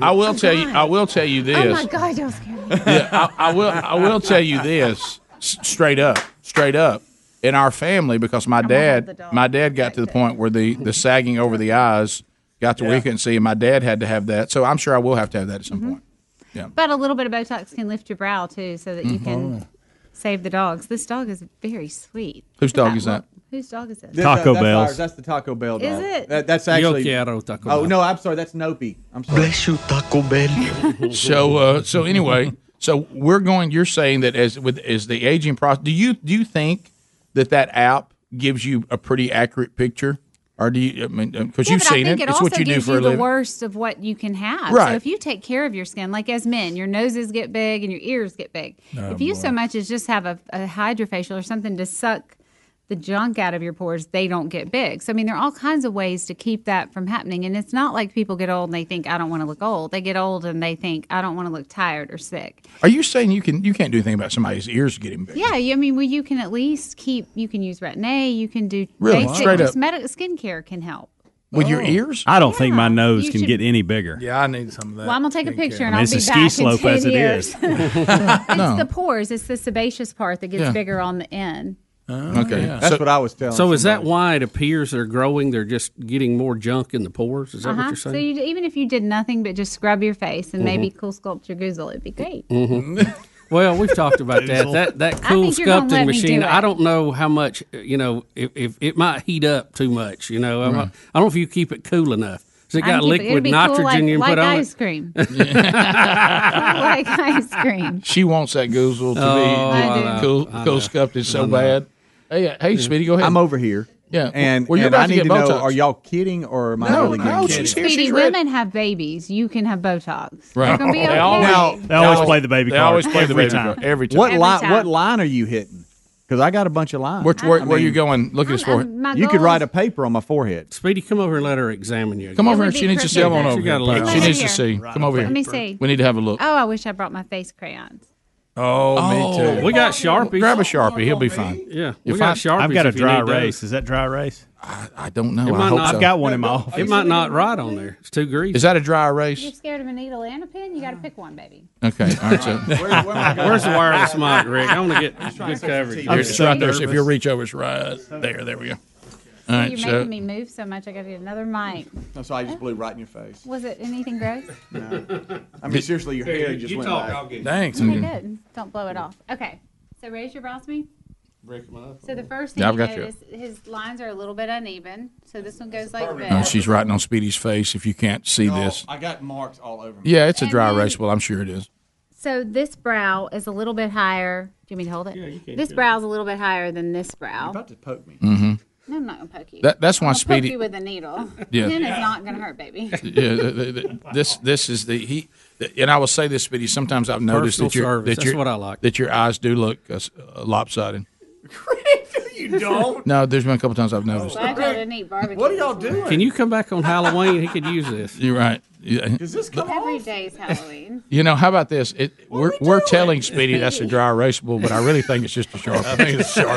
[SPEAKER 2] I will tell you. I will tell you this.
[SPEAKER 20] Oh my God, y'all scared me.
[SPEAKER 2] yeah, I, I will. I will tell you this s- straight up, straight up. In our family, because my dad, my dad got to the point where the the sagging over the eyes got to where he couldn't see, and my dad had to have that. So I'm sure I will have to have that at some
[SPEAKER 20] Mm-hmm.
[SPEAKER 2] point.
[SPEAKER 20] But a little bit of Botox can lift your brow too, so that you
[SPEAKER 4] Uh-huh.
[SPEAKER 20] can save the dogs. This dog is very sweet. Uh,
[SPEAKER 2] Whose dog is that?
[SPEAKER 20] Whose dog is this?
[SPEAKER 6] That's- that's ours. That's the Taco Bell dog.
[SPEAKER 20] Is it?
[SPEAKER 6] That, that's
[SPEAKER 20] Yo
[SPEAKER 6] actually.
[SPEAKER 4] quiero Taco
[SPEAKER 6] oh
[SPEAKER 4] Bell.
[SPEAKER 6] no, I'm sorry. That's Nopi. I'm sorry. Bless you, Taco (laughs) Bell.
[SPEAKER 2] So, uh, so anyway, so we're going. You're saying that as with as the aging process, do you do you think that that app gives you a pretty accurate picture, or do you? I mean, because
[SPEAKER 20] Yeah,
[SPEAKER 2] you've
[SPEAKER 20] but
[SPEAKER 2] seen
[SPEAKER 20] I think
[SPEAKER 2] it,
[SPEAKER 20] it,
[SPEAKER 2] it's
[SPEAKER 20] also
[SPEAKER 2] what you do
[SPEAKER 20] gives
[SPEAKER 2] for
[SPEAKER 20] you
[SPEAKER 2] a
[SPEAKER 20] the
[SPEAKER 2] living.
[SPEAKER 20] worst of what you can have.
[SPEAKER 2] Right.
[SPEAKER 20] So if you take care of your skin, like as men, your noses get big and your ears get big.
[SPEAKER 2] Oh,
[SPEAKER 20] if you
[SPEAKER 2] boy.
[SPEAKER 20] so much as just have a, a hydrofacial or something to suck the junk out of your pores, they don't get big. So I mean, there are all kinds of ways to keep that from happening. And it's not like people get old and they think I don't want to look old. They get old and they think I don't want to look tired or sick.
[SPEAKER 2] Are you saying you can you can't do anything about somebody's ears getting big?
[SPEAKER 20] Yeah, you- I mean, well, you can at least keep. You can use Retin-A. You can do
[SPEAKER 7] Really?
[SPEAKER 20] basic,
[SPEAKER 7] Straight
[SPEAKER 20] just
[SPEAKER 7] up.
[SPEAKER 20] medical skincare can help. Oh.
[SPEAKER 2] With
[SPEAKER 4] Oh.
[SPEAKER 2] your ears?
[SPEAKER 7] I don't think my nose
[SPEAKER 20] You
[SPEAKER 7] can
[SPEAKER 20] should-
[SPEAKER 7] get any bigger.
[SPEAKER 5] Yeah, I need some of
[SPEAKER 20] Well, I'm gonna take a picture and
[SPEAKER 7] I mean,
[SPEAKER 20] I'll
[SPEAKER 7] it's
[SPEAKER 20] be
[SPEAKER 7] a
[SPEAKER 20] back
[SPEAKER 7] ski slope
[SPEAKER 20] in 10
[SPEAKER 7] as it
[SPEAKER 20] years.
[SPEAKER 7] is. (laughs)
[SPEAKER 20] (laughs) it's
[SPEAKER 7] No.
[SPEAKER 20] the pores. It's the sebaceous part that gets
[SPEAKER 7] Yeah.
[SPEAKER 20] bigger on the end.
[SPEAKER 2] Okay. Oh, yeah. That's what I was telling
[SPEAKER 4] So is that why it appears they're growing? They're just getting more junk in the pores. Is that what
[SPEAKER 20] Uh-huh.
[SPEAKER 4] you're
[SPEAKER 20] So
[SPEAKER 4] saying?
[SPEAKER 20] you, even if you did nothing but just scrub your face and maybe
[SPEAKER 4] Mhm.
[SPEAKER 20] cool sculpt your goozle, it'd be great.
[SPEAKER 2] (laughs)
[SPEAKER 4] Mhm. well, we've talked about that.
[SPEAKER 7] Diesel.
[SPEAKER 4] That that
[SPEAKER 20] I
[SPEAKER 4] cool
[SPEAKER 20] think you're gonna let
[SPEAKER 4] sculpting
[SPEAKER 20] me
[SPEAKER 4] machine.
[SPEAKER 20] do it.
[SPEAKER 4] I don't know how much uh, you know. If, if it might heat up too much, you know. I'm-
[SPEAKER 2] Right.
[SPEAKER 4] I don't know if you keep it cool enough. Has it
[SPEAKER 20] I
[SPEAKER 4] got
[SPEAKER 20] can keep it- it'd
[SPEAKER 4] liquid
[SPEAKER 20] be
[SPEAKER 4] nitrogen
[SPEAKER 20] cool like,
[SPEAKER 4] you can
[SPEAKER 20] like
[SPEAKER 4] put on
[SPEAKER 20] ice
[SPEAKER 4] it? (laughs)
[SPEAKER 20] cream. like ice cream.
[SPEAKER 2] She wants that goozle to
[SPEAKER 4] Oh, I
[SPEAKER 2] be
[SPEAKER 4] do.
[SPEAKER 2] cool,
[SPEAKER 4] I know.
[SPEAKER 2] cool sculpted
[SPEAKER 4] I
[SPEAKER 2] so
[SPEAKER 4] know.
[SPEAKER 2] bad. Hey, uh, hey, Speedy, go ahead.
[SPEAKER 6] I'm over here.
[SPEAKER 2] Yeah.
[SPEAKER 6] And,
[SPEAKER 2] Well, you're
[SPEAKER 6] and
[SPEAKER 2] about
[SPEAKER 6] I
[SPEAKER 2] to
[SPEAKER 6] need
[SPEAKER 2] get
[SPEAKER 6] to know:
[SPEAKER 2] Botox.
[SPEAKER 6] Are y'all kidding or am I
[SPEAKER 2] No,
[SPEAKER 6] really
[SPEAKER 2] no,
[SPEAKER 4] Oh,
[SPEAKER 6] getting
[SPEAKER 2] she's
[SPEAKER 6] kidded?
[SPEAKER 2] here.
[SPEAKER 20] Speedy,
[SPEAKER 2] ready.
[SPEAKER 20] women have babies. You can have Botox.
[SPEAKER 6] Right.
[SPEAKER 20] You're gonna be
[SPEAKER 6] They
[SPEAKER 20] okay.
[SPEAKER 6] always- Now-
[SPEAKER 7] They always
[SPEAKER 6] Now-
[SPEAKER 7] play the baby
[SPEAKER 6] they
[SPEAKER 7] card.
[SPEAKER 6] always play the
[SPEAKER 7] every
[SPEAKER 6] baby
[SPEAKER 7] time.
[SPEAKER 6] card every time. What
[SPEAKER 20] Every
[SPEAKER 6] line?
[SPEAKER 20] time.
[SPEAKER 6] What line are you hitting? Because I got a bunch of lines.
[SPEAKER 2] Which- where- where you going? Look at his forehead.
[SPEAKER 20] my
[SPEAKER 6] you could
[SPEAKER 20] goal
[SPEAKER 6] write a paper on my forehead.
[SPEAKER 4] Speedy, come over and let her examine you.
[SPEAKER 2] Come
[SPEAKER 20] It
[SPEAKER 2] over
[SPEAKER 20] would
[SPEAKER 2] here.
[SPEAKER 20] be
[SPEAKER 2] She needs to see.
[SPEAKER 20] perfect.
[SPEAKER 2] Come on
[SPEAKER 4] She
[SPEAKER 2] over.
[SPEAKER 4] got a lot
[SPEAKER 2] here.
[SPEAKER 4] of
[SPEAKER 2] She
[SPEAKER 4] paper.
[SPEAKER 2] needs to see. Come over here.
[SPEAKER 20] Let me see.
[SPEAKER 2] We need to have a look.
[SPEAKER 20] Oh, I wish I brought my face crayons.
[SPEAKER 5] Oh,
[SPEAKER 4] me too. We got Sharpies.
[SPEAKER 2] Grab a sharpie. He'll be fine.
[SPEAKER 4] Yeah,
[SPEAKER 2] If
[SPEAKER 4] we got
[SPEAKER 2] I-
[SPEAKER 4] Sharpies.
[SPEAKER 7] I've got a
[SPEAKER 4] if you
[SPEAKER 7] dry
[SPEAKER 4] need those.
[SPEAKER 7] erase. Is that dry erase?
[SPEAKER 2] I don't know.
[SPEAKER 4] It might
[SPEAKER 2] I hope
[SPEAKER 4] not-
[SPEAKER 2] so.
[SPEAKER 4] I've got one
[SPEAKER 7] in my office.
[SPEAKER 4] It might not write on there. It's too greasy.
[SPEAKER 2] Is that a dry erase?
[SPEAKER 20] You're scared of a needle and a pin. You got to pick one, baby.
[SPEAKER 2] Okay. All
[SPEAKER 20] (laughs)
[SPEAKER 2] right. So
[SPEAKER 4] Where's the wireless mic, Rick? I want to get good coverage.
[SPEAKER 2] There, it's right there. So if you reach over, it's right there. There we go. All right.
[SPEAKER 20] You're
[SPEAKER 2] So
[SPEAKER 20] making me move so much. I got to get another mic.
[SPEAKER 6] That's why I just blew right in
[SPEAKER 2] (laughs)
[SPEAKER 6] your face.
[SPEAKER 20] Was it anything gross?
[SPEAKER 4] (laughs)
[SPEAKER 6] No. I mean, seriously, your hair just went back.
[SPEAKER 2] Thanks.
[SPEAKER 20] Okay, good. Don't blow it off. Okay. So raise your brows to me. So the first thing
[SPEAKER 2] Yeah, I've
[SPEAKER 20] you
[SPEAKER 2] got you.
[SPEAKER 20] notice, his lines are a little bit uneven. So this one goes like this.
[SPEAKER 2] Oh, she's writing on Speedy's face. If you can't see this,
[SPEAKER 6] Oh, I got marks all over.
[SPEAKER 2] yeah, it's a
[SPEAKER 20] And
[SPEAKER 2] dry
[SPEAKER 20] then-
[SPEAKER 2] erase. Well, I'm sure it is.
[SPEAKER 20] So this brow is a little bit higher. Do you want me to hold it? Yeah, you
[SPEAKER 2] can,
[SPEAKER 20] This
[SPEAKER 2] yeah.
[SPEAKER 20] brow is a little bit higher than this brow. You're about
[SPEAKER 6] to poke me.
[SPEAKER 2] hmm
[SPEAKER 20] No, I'm not gonna poke you.
[SPEAKER 2] That- that's why
[SPEAKER 20] I'm gonna
[SPEAKER 2] Speedy-
[SPEAKER 20] Poke you with a needle.
[SPEAKER 2] Yeah.
[SPEAKER 20] Pin is not gonna hurt, baby.
[SPEAKER 2] yeah, th- th- th- this this is the he. th- And I will say this, Speedy. Sometimes I've noticed
[SPEAKER 4] Personal
[SPEAKER 2] that your
[SPEAKER 4] service.
[SPEAKER 2] that
[SPEAKER 4] That's
[SPEAKER 2] your,
[SPEAKER 4] what I like.
[SPEAKER 2] that your eyes do look uh, s- uh, lopsided.
[SPEAKER 6] you don't.
[SPEAKER 2] No, there's been a couple times I've noticed.
[SPEAKER 20] I go to eat barbecue.
[SPEAKER 6] What are y'all doing?
[SPEAKER 4] Can you come back on Halloween? He could use this.
[SPEAKER 2] You're right. Yeah.
[SPEAKER 20] Every day's Halloween.
[SPEAKER 2] You know, how about this? It, we're we are telling Speedy that's a dry erasable, but I really think it's just a sharpie.
[SPEAKER 4] I think it's a (laughs)
[SPEAKER 5] (laughs)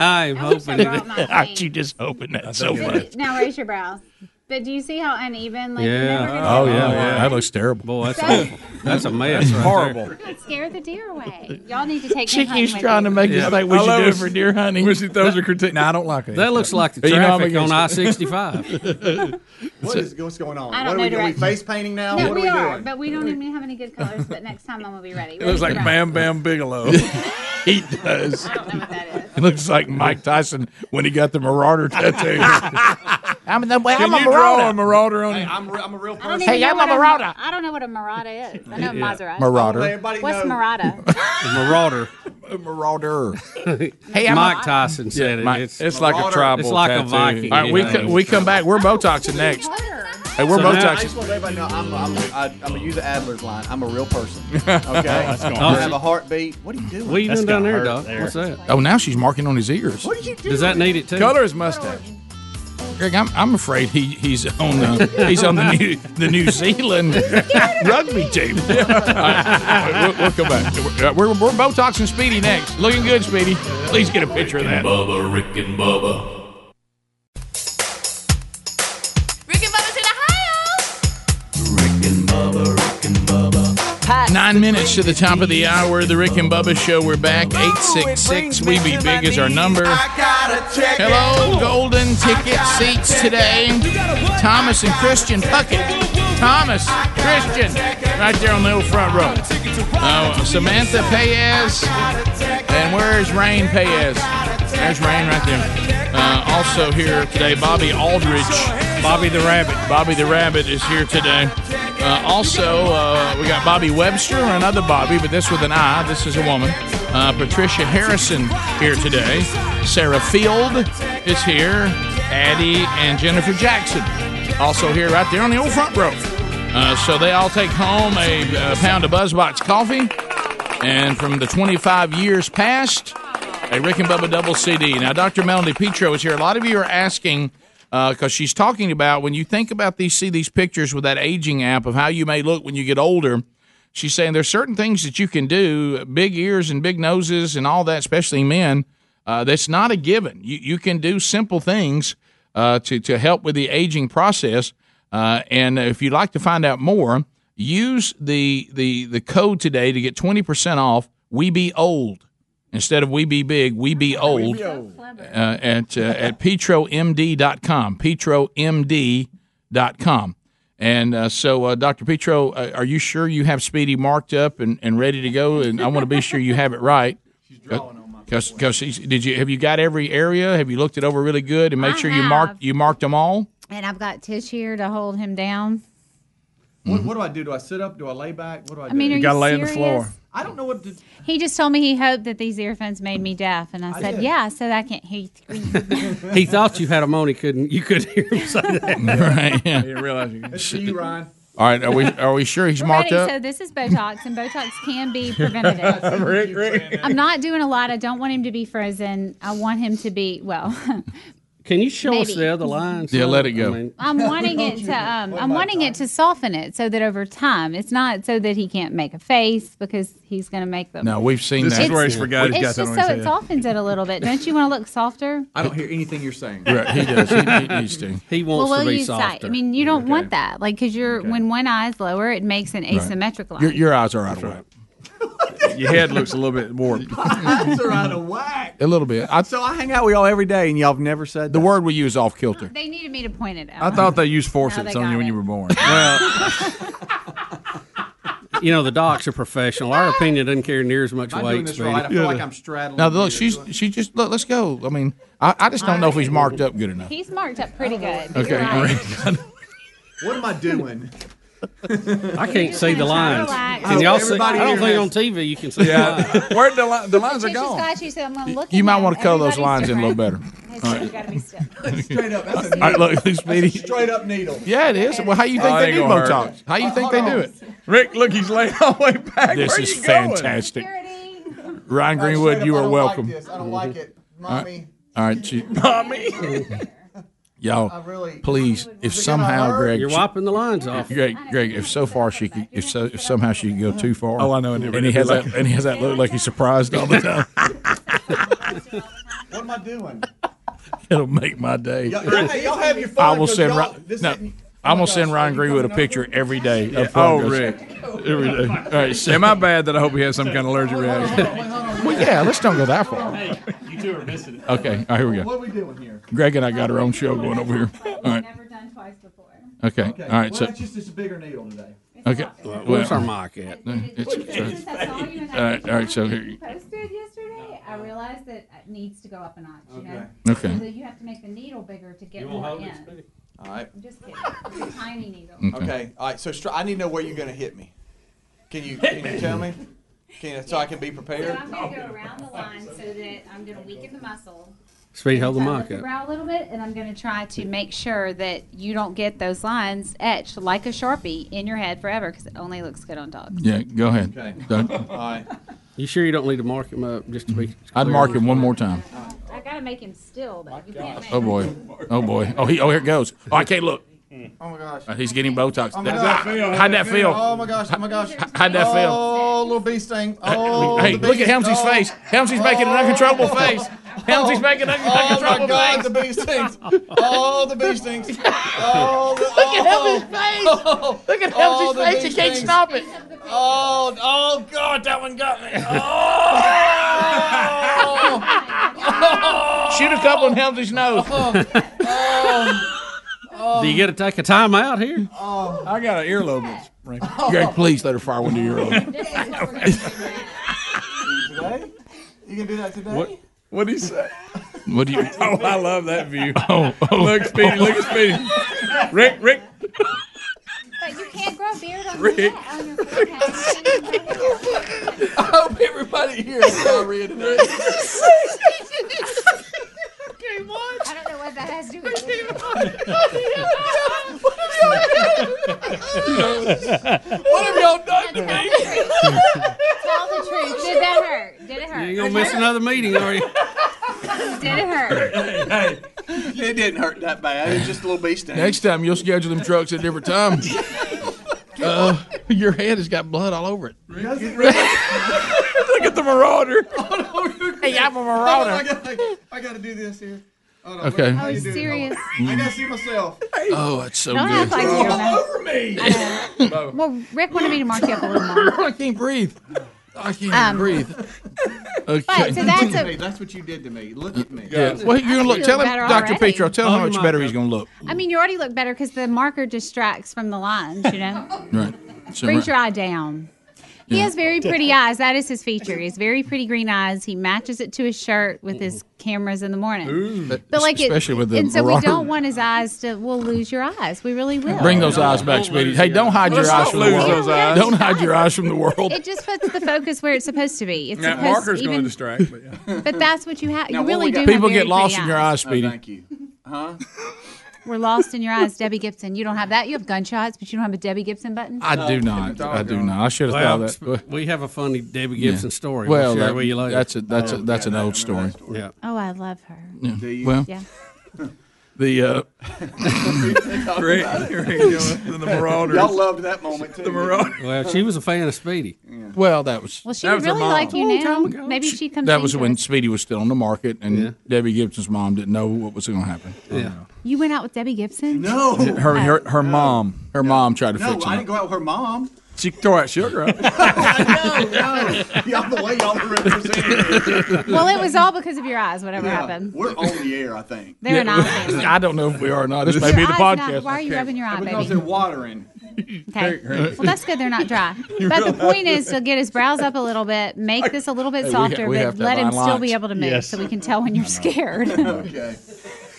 [SPEAKER 4] I'm hoping. (laughs)
[SPEAKER 2] Aren't you just hoping that so much?
[SPEAKER 20] now raise your brows. But do you see how uneven? Like you're never gonna
[SPEAKER 2] Oh
[SPEAKER 20] get
[SPEAKER 2] yeah.
[SPEAKER 20] it
[SPEAKER 4] yeah.
[SPEAKER 2] That looks terrible.
[SPEAKER 4] Boy, that's
[SPEAKER 20] So-
[SPEAKER 4] a, that's a mess. Right
[SPEAKER 20] You're
[SPEAKER 4] horrible.
[SPEAKER 20] gonna scare the deer away. Y'all need to take.
[SPEAKER 2] Chicky's trying to make us Yeah. think we I should love do it it. for deer hunting.
[SPEAKER 5] When she throws her critique, no, I don't like it.
[SPEAKER 4] That looks like the
[SPEAKER 5] You know I'm
[SPEAKER 4] traffic on I
[SPEAKER 5] against it.
[SPEAKER 4] sixty five. (laughs)
[SPEAKER 6] What is what's going on?
[SPEAKER 20] I
[SPEAKER 6] what
[SPEAKER 20] don't
[SPEAKER 6] are
[SPEAKER 20] know
[SPEAKER 6] we doing? We
[SPEAKER 20] direction.
[SPEAKER 6] face painting now?
[SPEAKER 20] No,
[SPEAKER 6] what
[SPEAKER 20] we,
[SPEAKER 6] are we
[SPEAKER 20] are,
[SPEAKER 6] doing?
[SPEAKER 20] but we don't even have any good colors. But next time I'm gonna be ready.
[SPEAKER 5] It looks like Bam Bam Bigelow.
[SPEAKER 2] (laughs) he does. It looks like Mike Tyson when he got the Marauder (laughs) tattoo. I'm the
[SPEAKER 5] Can you draw a marauder on
[SPEAKER 6] Hey,
[SPEAKER 5] him?
[SPEAKER 6] I'm, re- I'm a real
[SPEAKER 20] I don't
[SPEAKER 6] person.
[SPEAKER 20] even know what Marauda. I don't know what a Marauda is. I know
[SPEAKER 4] Yeah.
[SPEAKER 20] Maserati.
[SPEAKER 2] Marauder.
[SPEAKER 6] Everybody
[SPEAKER 20] What's
[SPEAKER 6] know. (laughs)
[SPEAKER 20] Marauda?
[SPEAKER 4] Marauder.
[SPEAKER 2] (laughs) Marauder.
[SPEAKER 4] hey, Mike Tyson said it.
[SPEAKER 2] Mike-
[SPEAKER 4] it's,
[SPEAKER 2] it's like a tribal
[SPEAKER 4] It's like
[SPEAKER 2] tattoo.
[SPEAKER 4] a Viking.
[SPEAKER 2] All right, we, co- we come back. We're Botoxing next. Hey, we're
[SPEAKER 4] So now-
[SPEAKER 6] I
[SPEAKER 2] Botoxing.
[SPEAKER 6] just want everybody to know I'm, I'm, I, I'm a user Adler's line. I'm a real
[SPEAKER 2] (laughs)
[SPEAKER 6] person. Okay,
[SPEAKER 2] That's gonna
[SPEAKER 6] I
[SPEAKER 2] hurt.
[SPEAKER 6] have a heartbeat. What are you doing?
[SPEAKER 4] What are you
[SPEAKER 6] That's
[SPEAKER 4] doing down
[SPEAKER 6] gonna
[SPEAKER 4] there,
[SPEAKER 6] hurt
[SPEAKER 4] Doc? What's that?
[SPEAKER 2] Oh, now she's marking on his ears.
[SPEAKER 6] What are you doing?
[SPEAKER 4] Does that need it too?
[SPEAKER 5] Color his mustache.
[SPEAKER 2] Greg, I'm, I'm afraid he, he's on the he's on (laughs) the new the New Zealand (laughs) rugby team. All right, we'll, we'll come back. We're, we're, we're Botox and Speedy next. Looking good, Speedy. Please get a picture of
[SPEAKER 8] Rick and
[SPEAKER 2] that.
[SPEAKER 8] Bubba, Rick and Bubba.
[SPEAKER 21] Rick and Bubba's in Ohio.
[SPEAKER 2] Nine minutes to the top of the hour. The Rick and Bubba Show. We're back. Eight six six. We be big is our number. Hello, golden ticket seats today. Thomas and Christian Puckett. Thomas, Christian, right there on the old front row. Uh, Samantha Payez, and where's Rain Payez? There's Rain right there. Uh, also here today, Bobby Aldridge. Bobby the Rabbit. Bobby the Rabbit is here today. Uh, also, uh, we got Bobby Webster, another Bobby, but this with an I. This is a woman. Uh, Patricia Harrison here today. Sarah Field is here. Addie and Jennifer Jackson also here right there on the old front row. Uh, so they all take home a, uh pound of Buzzbox coffee. And from the 25 years past, a Rick and Bubba double CD. Now, Dr. Melanie Petro is here. A lot of you are asking because she's talking about when you think about these, see these pictures with that aging app of how you may look when you get older. She's saying there's certain things that you can do, big ears and big noses and all that, especially men. Uh, that's not a given. You you can do simple things uh, to to help with the aging process. Uh, and if you'd like to find out more, use the the the code today to get twenty percent off. We be old instead of we be big. We be old uh, at uh, at petromd.com. Petromd.com. And uh, so, uh, Dr. Petro, uh, are you sure you have Speedy marked up and, and ready to go? And I want to be sure you have it right. She's drawing on my. Because did you have you got every area? Have you looked it over really good and made
[SPEAKER 20] I
[SPEAKER 2] sure you marked you marked them all?
[SPEAKER 20] and I've got Tish here to hold him down.
[SPEAKER 6] What, what do I do? Do I sit up? Do I lay back? What do I do? Oh,
[SPEAKER 20] I mean, are You gotta you lay on the serious? floor.
[SPEAKER 6] I don't know what to.
[SPEAKER 20] He just told me he hoped that these earphones made me deaf, and I, said,
[SPEAKER 4] did.
[SPEAKER 20] "Yeah," so I can't hear you.
[SPEAKER 4] He thought you had him on. He couldn't. You could hear him say
[SPEAKER 2] (laughs)
[SPEAKER 4] that.
[SPEAKER 2] right. Yeah. didn't realize you.
[SPEAKER 6] Ryan.
[SPEAKER 2] All right. Are we are we sure
[SPEAKER 20] (laughs)
[SPEAKER 2] he's
[SPEAKER 20] We're
[SPEAKER 2] marked
[SPEAKER 20] ready.
[SPEAKER 2] up?
[SPEAKER 20] So this is Botox, and Botox can be
[SPEAKER 5] (laughs)
[SPEAKER 20] preventative.
[SPEAKER 4] Rick, Rick.
[SPEAKER 20] I'm not doing a lot. I don't want him to be frozen. I want him to be well. (laughs)
[SPEAKER 4] Can you show us
[SPEAKER 20] Maybe.
[SPEAKER 4] the other lines?
[SPEAKER 2] Yeah, let it go.
[SPEAKER 20] I'm wanting it to. Um, I'm wanting it to soften it so that over time, it's not so that he can't make a face because he's going to make them.
[SPEAKER 2] No, we've seen
[SPEAKER 5] This
[SPEAKER 2] that.
[SPEAKER 5] is where he's forgot he's
[SPEAKER 20] It's
[SPEAKER 5] got
[SPEAKER 20] just
[SPEAKER 5] that on his
[SPEAKER 20] so
[SPEAKER 5] head.
[SPEAKER 20] it softens it a little bit. Don't you want to look softer?
[SPEAKER 6] I don't hear anything you're saying.
[SPEAKER 2] Right, he does. He, he needs to.
[SPEAKER 4] He
[SPEAKER 20] well, will you sight? I mean, you don't want that, like, because you're when one eye is lower, it makes an asymmetric line.
[SPEAKER 2] Your, your eyes are out of whack.
[SPEAKER 6] (laughs)
[SPEAKER 5] Your head looks a little bit warped.
[SPEAKER 6] Eyes are out of whack.
[SPEAKER 2] A little bit. I,
[SPEAKER 6] So I hang out with y'all every day, and y'all have never said
[SPEAKER 2] the word we use off kilter.
[SPEAKER 20] They needed me to point it out.
[SPEAKER 5] I thought they used
[SPEAKER 20] Now
[SPEAKER 5] forceps
[SPEAKER 20] they
[SPEAKER 5] on
[SPEAKER 20] got
[SPEAKER 5] you when
[SPEAKER 20] it.
[SPEAKER 5] you were
[SPEAKER 4] (laughs)
[SPEAKER 5] born.
[SPEAKER 4] You know, the docs are professional. Our opinion doesn't carry near as much
[SPEAKER 6] Am I
[SPEAKER 4] weight.
[SPEAKER 6] doing this right? I feel like I'm straddling.
[SPEAKER 2] Now look, she's she just look. Let's go. I mean, I, I just don't know if he's marked up good enough.
[SPEAKER 20] He's marked up pretty good.
[SPEAKER 2] Okay.
[SPEAKER 20] You're right.
[SPEAKER 6] What am I doing?
[SPEAKER 4] I can't see the lines.
[SPEAKER 20] relax.
[SPEAKER 4] Can y'all
[SPEAKER 6] Oh,
[SPEAKER 4] see? I
[SPEAKER 6] everybody
[SPEAKER 4] don't
[SPEAKER 6] here has-
[SPEAKER 4] think on TV you can see.
[SPEAKER 5] Yeah.
[SPEAKER 4] The (laughs) lines.
[SPEAKER 5] Where the, li- the lines are
[SPEAKER 20] She's just
[SPEAKER 5] gone.
[SPEAKER 20] got you, so I'm gonna look
[SPEAKER 2] You
[SPEAKER 20] at
[SPEAKER 2] might
[SPEAKER 20] them.
[SPEAKER 2] want to color those lines
[SPEAKER 20] Everybody's
[SPEAKER 2] in a little better.
[SPEAKER 20] different.
[SPEAKER 2] All
[SPEAKER 20] Okay,
[SPEAKER 2] right.
[SPEAKER 20] You gotta be
[SPEAKER 6] (laughs)
[SPEAKER 20] still.
[SPEAKER 6] Straight up. That's a
[SPEAKER 2] All right, look,
[SPEAKER 6] (laughs)
[SPEAKER 2] Speedy.
[SPEAKER 6] straight up needle.
[SPEAKER 2] Yeah, it is. Well, how you think
[SPEAKER 5] Oh,
[SPEAKER 2] they
[SPEAKER 5] they
[SPEAKER 2] do
[SPEAKER 5] gonna hurt.
[SPEAKER 2] Botox? How you think they do it?
[SPEAKER 5] Rick, look, he's laying all the way back.
[SPEAKER 2] This
[SPEAKER 5] Where
[SPEAKER 2] is
[SPEAKER 5] you going?
[SPEAKER 2] fantastic. Ryan Greenwood, you are welcome.
[SPEAKER 6] I don't like it,
[SPEAKER 2] mommy. All right, (laughs) she,
[SPEAKER 5] Mommy.
[SPEAKER 2] y'all, please, if somehow Greg,
[SPEAKER 4] You're wiping the lines off.
[SPEAKER 2] Greg, Greg, if so far she could, if so, if somehow she could go too far.
[SPEAKER 5] Oh, I know, and it
[SPEAKER 2] And he
[SPEAKER 5] would
[SPEAKER 2] has
[SPEAKER 5] be
[SPEAKER 2] that, and he has that look like he's surprised all the time.
[SPEAKER 6] (laughs) What am I doing?
[SPEAKER 2] It'll make my day.
[SPEAKER 6] Y'all, hey, y'all have your fun.
[SPEAKER 2] I will
[SPEAKER 6] 'cause
[SPEAKER 2] send.
[SPEAKER 6] y'all-
[SPEAKER 2] Ri-
[SPEAKER 6] this
[SPEAKER 2] no,
[SPEAKER 6] isn't-
[SPEAKER 2] I'm gonna send Ryan Greenwood a picture every day. of
[SPEAKER 5] Oh,
[SPEAKER 2] progress.
[SPEAKER 6] (laughs)
[SPEAKER 2] every day. All right, so,
[SPEAKER 5] Am I bad that I hope he has some kind of allergic reaction?
[SPEAKER 2] well, yeah, let's don't go that far.
[SPEAKER 8] You two are missing it.
[SPEAKER 2] Okay, all right, here we go.
[SPEAKER 6] What are we doing here?
[SPEAKER 2] Greg and I got our own show going over here. All right,
[SPEAKER 20] Never done twice before.
[SPEAKER 2] okay, all
[SPEAKER 6] Okay.
[SPEAKER 2] right,
[SPEAKER 6] well,
[SPEAKER 2] so
[SPEAKER 6] that's just this bigger needle today.
[SPEAKER 2] okay,
[SPEAKER 4] Where's our
[SPEAKER 2] well,
[SPEAKER 4] mic at?
[SPEAKER 2] it's, it's,
[SPEAKER 20] Since I saw you and I
[SPEAKER 2] all right, all right, so here, you-
[SPEAKER 20] posted yesterday, I realized that it needs to go up a notch. You know,
[SPEAKER 2] okay.
[SPEAKER 20] so you have to make the needle bigger to get more in.
[SPEAKER 6] All right.
[SPEAKER 20] I'm just kidding. It's a tiny needle.
[SPEAKER 6] Okay. All right. So str- I need to know where you're going to hit me. Can you can you tell me? Can you, so I can be
[SPEAKER 20] So
[SPEAKER 6] prepared?
[SPEAKER 20] I'm gonna go around the line so that I'm gonna weaken the muscle.
[SPEAKER 4] Speed, hold the
[SPEAKER 20] I lift
[SPEAKER 4] mic
[SPEAKER 20] the
[SPEAKER 4] up.
[SPEAKER 20] brow a little bit, and I'm going to try to make sure that you don't get those lines etched like a sharpie in your head forever because it only looks good on dogs.
[SPEAKER 2] Yeah, go ahead.
[SPEAKER 6] Okay.
[SPEAKER 2] Doug,
[SPEAKER 4] (laughs)
[SPEAKER 6] All right.
[SPEAKER 4] You sure you don't need to mark him up just to be?
[SPEAKER 2] Mm-hmm. I'd mark him one more time.
[SPEAKER 20] I got to make him still, though. You can't make
[SPEAKER 2] Oh boy. Oh boy. Oh he. Oh here it goes. Oh I can't look.
[SPEAKER 6] Oh my gosh.
[SPEAKER 2] Uh, he's getting Botox.
[SPEAKER 6] Oh my
[SPEAKER 2] That-
[SPEAKER 6] gosh.
[SPEAKER 2] Ah, How'd that feel?
[SPEAKER 6] Oh my gosh. Oh my gosh.
[SPEAKER 2] How'd that feel?
[SPEAKER 6] Oh, little bee sting. Oh,
[SPEAKER 2] Hey,
[SPEAKER 6] the
[SPEAKER 2] look at
[SPEAKER 6] bee-
[SPEAKER 2] Helmsy's
[SPEAKER 6] oh.
[SPEAKER 2] face. Helmsy's making an uncontrollable face.
[SPEAKER 6] (laughs)
[SPEAKER 2] Helmsy's making an
[SPEAKER 6] Oh my
[SPEAKER 2] uncontrollable
[SPEAKER 6] God,
[SPEAKER 2] face.
[SPEAKER 6] the bee stings! Oh, the bee
[SPEAKER 2] (laughs)
[SPEAKER 6] stings! Oh, the, look at oh, face! Look at oh, the bee stings.
[SPEAKER 2] it.
[SPEAKER 6] Oh, oh God, that one
[SPEAKER 2] (laughs)
[SPEAKER 6] got me! Oh,
[SPEAKER 2] Shoot a couple in Helmsy's nose. (laughs)
[SPEAKER 6] Oh.
[SPEAKER 4] Do you get to take a time out here?
[SPEAKER 5] I got an earlobe. that's- Right.
[SPEAKER 2] Oh. Greg, please let her fire one to your
[SPEAKER 20] (laughs)
[SPEAKER 2] own.
[SPEAKER 6] today? You can do that today?
[SPEAKER 5] What do you say?
[SPEAKER 2] What do you?
[SPEAKER 5] (laughs) Oh, I love that view.
[SPEAKER 2] (laughs) Oh, oh.
[SPEAKER 5] Look, Speedy. Look at Speedy. Rick, Rick.
[SPEAKER 20] But you can't grow a beard on your head. On your forehead.
[SPEAKER 6] I hope everybody here is diarrhea today.
[SPEAKER 20] I don't know what that has to do with it.
[SPEAKER 6] What have y'all done?
[SPEAKER 20] Tell the truth. Tell the truth. Did that hurt? Did it
[SPEAKER 4] You
[SPEAKER 20] hurt?
[SPEAKER 4] gonna miss another meeting, are you?
[SPEAKER 20] Did it hurt?
[SPEAKER 6] It didn't hurt that bad. It was just a little bee
[SPEAKER 2] (laughs)
[SPEAKER 6] sting.
[SPEAKER 2] Next time you'll schedule them trucks at different
[SPEAKER 6] (laughs)
[SPEAKER 2] times. Uh, your head has got blood all over it. Look at the marauder. Hey, I'm
[SPEAKER 6] (laughs)
[SPEAKER 2] a
[SPEAKER 6] Hold on,
[SPEAKER 2] marauder.
[SPEAKER 6] I gotta, I gotta do this here. Hold on,
[SPEAKER 2] Okay.
[SPEAKER 6] how
[SPEAKER 20] I
[SPEAKER 6] you
[SPEAKER 20] was
[SPEAKER 6] doing?
[SPEAKER 20] Oh, serious.
[SPEAKER 6] I gotta see myself.
[SPEAKER 2] Oh, it's so
[SPEAKER 20] Don't act
[SPEAKER 2] good.
[SPEAKER 20] like you don't know.
[SPEAKER 6] Over me.
[SPEAKER 20] Well, Rick wanted me to mark you up a little more.
[SPEAKER 2] (laughs) I can't breathe. I can't
[SPEAKER 6] (laughs)
[SPEAKER 20] Um,
[SPEAKER 2] breathe. Okay.
[SPEAKER 20] But so that's
[SPEAKER 6] Hey,
[SPEAKER 20] a.
[SPEAKER 6] that's what you did to me. Look at me.
[SPEAKER 2] (laughs) Yeah. Well, you're gonna look.
[SPEAKER 20] feel
[SPEAKER 2] Tell him,
[SPEAKER 20] better
[SPEAKER 2] Doctor
[SPEAKER 20] already.
[SPEAKER 2] Petro. Tell
[SPEAKER 6] Oh,
[SPEAKER 2] him how much better he's gonna look.
[SPEAKER 20] I mean, you already look
[SPEAKER 6] (laughs)
[SPEAKER 20] better because the marker distracts from the lines. You know,
[SPEAKER 2] Right. So,
[SPEAKER 20] brings your
[SPEAKER 2] right.
[SPEAKER 20] eye down. He has very pretty eyes. That is his feature. He has very pretty green eyes. He matches it to his shirt with his cameras in the morning. But like,
[SPEAKER 2] Especially
[SPEAKER 20] it,
[SPEAKER 2] with the
[SPEAKER 20] and so
[SPEAKER 2] Robert-
[SPEAKER 20] we don't want his eyes to. We'll lose your eyes. We really will.
[SPEAKER 2] Bring those eyes back, Speedy. Hey, don't hide
[SPEAKER 5] Let's
[SPEAKER 2] your eyes
[SPEAKER 5] not
[SPEAKER 2] from the
[SPEAKER 5] lose
[SPEAKER 2] world.
[SPEAKER 5] those eyes.
[SPEAKER 2] Don't hide your eyes from the
[SPEAKER 20] (laughs)
[SPEAKER 2] world.
[SPEAKER 20] It just puts the focus where it's supposed to be. It's
[SPEAKER 5] That
[SPEAKER 20] supposed-
[SPEAKER 5] marker's
[SPEAKER 20] even-
[SPEAKER 5] going to distract. But yeah.
[SPEAKER 20] (laughs) But that's what you have. You
[SPEAKER 5] Now, what
[SPEAKER 20] really
[SPEAKER 5] we got-
[SPEAKER 20] do.
[SPEAKER 2] People
[SPEAKER 20] have
[SPEAKER 2] get
[SPEAKER 20] very
[SPEAKER 2] lost
[SPEAKER 20] pretty
[SPEAKER 2] in your eyes, Speedy.
[SPEAKER 6] you.
[SPEAKER 20] Huh? We're lost in your eyes, Debbie Gibson. You don't have that. You have gunshots, but you don't have a Debbie Gibson button.
[SPEAKER 2] I do not. I do not. I should have
[SPEAKER 4] Well,
[SPEAKER 2] thought of that.
[SPEAKER 4] We have a funny Debbie Gibson
[SPEAKER 2] Yeah.
[SPEAKER 4] story.
[SPEAKER 2] Well,
[SPEAKER 4] Well, share
[SPEAKER 2] that-
[SPEAKER 4] it with you later.
[SPEAKER 2] that's a that's a, that's an old story.
[SPEAKER 4] Yeah.
[SPEAKER 20] Oh, I love her.
[SPEAKER 2] Yeah. Do you? Well.
[SPEAKER 20] yeah.
[SPEAKER 5] (laughs)
[SPEAKER 2] The uh,
[SPEAKER 5] Rick, Rick, you know, the Marauders.
[SPEAKER 21] Y'all loved that moment too.
[SPEAKER 5] The Marauders.
[SPEAKER 4] Well, she was a fan of Speedy.
[SPEAKER 2] Well, that was
[SPEAKER 20] Well, she
[SPEAKER 2] that
[SPEAKER 20] would
[SPEAKER 2] was her
[SPEAKER 20] really
[SPEAKER 2] mom.
[SPEAKER 20] like you now. Maybe she comes.
[SPEAKER 2] That was
[SPEAKER 20] into
[SPEAKER 2] when
[SPEAKER 20] it.
[SPEAKER 2] Speedy was still on the market, and Debbie Gibson's mom didn't know what was going to happen. Yeah.
[SPEAKER 20] you went out with Debbie Gibson.
[SPEAKER 2] Her
[SPEAKER 17] (laughs)
[SPEAKER 2] her, her mom her mom tried to
[SPEAKER 17] No,
[SPEAKER 2] fix
[SPEAKER 17] I
[SPEAKER 2] it.
[SPEAKER 17] didn't go out with
[SPEAKER 2] (laughs)
[SPEAKER 17] her mom.
[SPEAKER 2] She throw out sugar.
[SPEAKER 20] Oh,
[SPEAKER 17] No, no. (laughs) Y'all, the way y'all were represented.
[SPEAKER 20] (laughs) well, it was all because of your eyes. Whatever happened.
[SPEAKER 17] We're on the air, I think.
[SPEAKER 20] They're an eye
[SPEAKER 2] (laughs)
[SPEAKER 20] family.
[SPEAKER 2] I don't know if we are or not. This may
[SPEAKER 20] Your
[SPEAKER 2] be the
[SPEAKER 20] eye's not-
[SPEAKER 2] podcast.
[SPEAKER 20] why are you rubbing your eye,
[SPEAKER 17] because
[SPEAKER 20] baby?
[SPEAKER 17] they're watering. (laughs)
[SPEAKER 20] Okay. Well, that's good. They're not dry. But the point is to get his brows up a little bit, make this a little
[SPEAKER 17] Hey,
[SPEAKER 20] bit
[SPEAKER 17] we-
[SPEAKER 20] softer,
[SPEAKER 17] we have
[SPEAKER 20] but
[SPEAKER 17] to
[SPEAKER 20] let him
[SPEAKER 17] have eye
[SPEAKER 20] still be
[SPEAKER 17] lines.
[SPEAKER 20] able to move,
[SPEAKER 17] Yes.
[SPEAKER 20] so we can tell
[SPEAKER 17] (laughs)
[SPEAKER 20] when you're scared.
[SPEAKER 17] okay.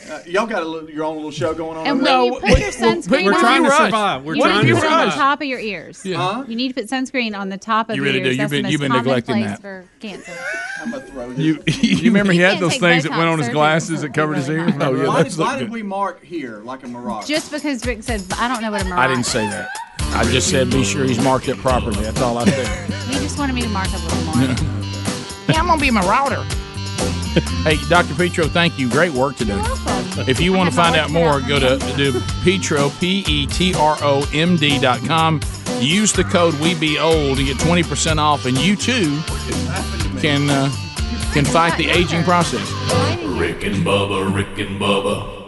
[SPEAKER 17] Uh, y'all got a little, your own little show going on.
[SPEAKER 20] And
[SPEAKER 17] over
[SPEAKER 20] when
[SPEAKER 17] there?
[SPEAKER 20] you put your sunscreen
[SPEAKER 17] we're
[SPEAKER 20] on,
[SPEAKER 17] trying to survive. We're
[SPEAKER 20] you
[SPEAKER 17] trying
[SPEAKER 20] need
[SPEAKER 17] to
[SPEAKER 20] to put it on the
[SPEAKER 17] survive.
[SPEAKER 20] top of your ears.
[SPEAKER 17] Yeah. Huh?
[SPEAKER 20] You need to put sunscreen on the top of
[SPEAKER 2] You
[SPEAKER 20] your
[SPEAKER 2] really
[SPEAKER 20] ears.
[SPEAKER 2] do. You've
[SPEAKER 20] That's
[SPEAKER 2] been-
[SPEAKER 20] the most
[SPEAKER 2] you've been
[SPEAKER 20] common
[SPEAKER 2] neglecting
[SPEAKER 20] place
[SPEAKER 2] that.
[SPEAKER 20] for cancer.
[SPEAKER 2] (laughs)
[SPEAKER 5] You,
[SPEAKER 20] (laughs)
[SPEAKER 5] you remember he had
[SPEAKER 20] can't
[SPEAKER 5] those
[SPEAKER 20] take
[SPEAKER 5] things that went
[SPEAKER 20] Botox
[SPEAKER 5] on his
[SPEAKER 20] surgery
[SPEAKER 5] glasses that
[SPEAKER 20] (laughs)
[SPEAKER 5] covered his ears?
[SPEAKER 17] Oh, why did,
[SPEAKER 5] the-
[SPEAKER 17] why did we mark here like a mirage?
[SPEAKER 20] Just because Rick said, I don't know what a mirage
[SPEAKER 2] I didn't say that. I just said be sure he's marked it properly. That's all I said.
[SPEAKER 20] He just wanted me to mark a little more.
[SPEAKER 2] Yeah, I'm gonna be a marauder. (laughs) hey, Dr. Petro, thank you. Great work today. If you want to find out more, go to do Petro P E T R O M D dot com. Use the code We Be Old to get twenty percent off, and you too can uh, can fight the aging process.
[SPEAKER 8] Rick and Bubba, Rick and Bubba.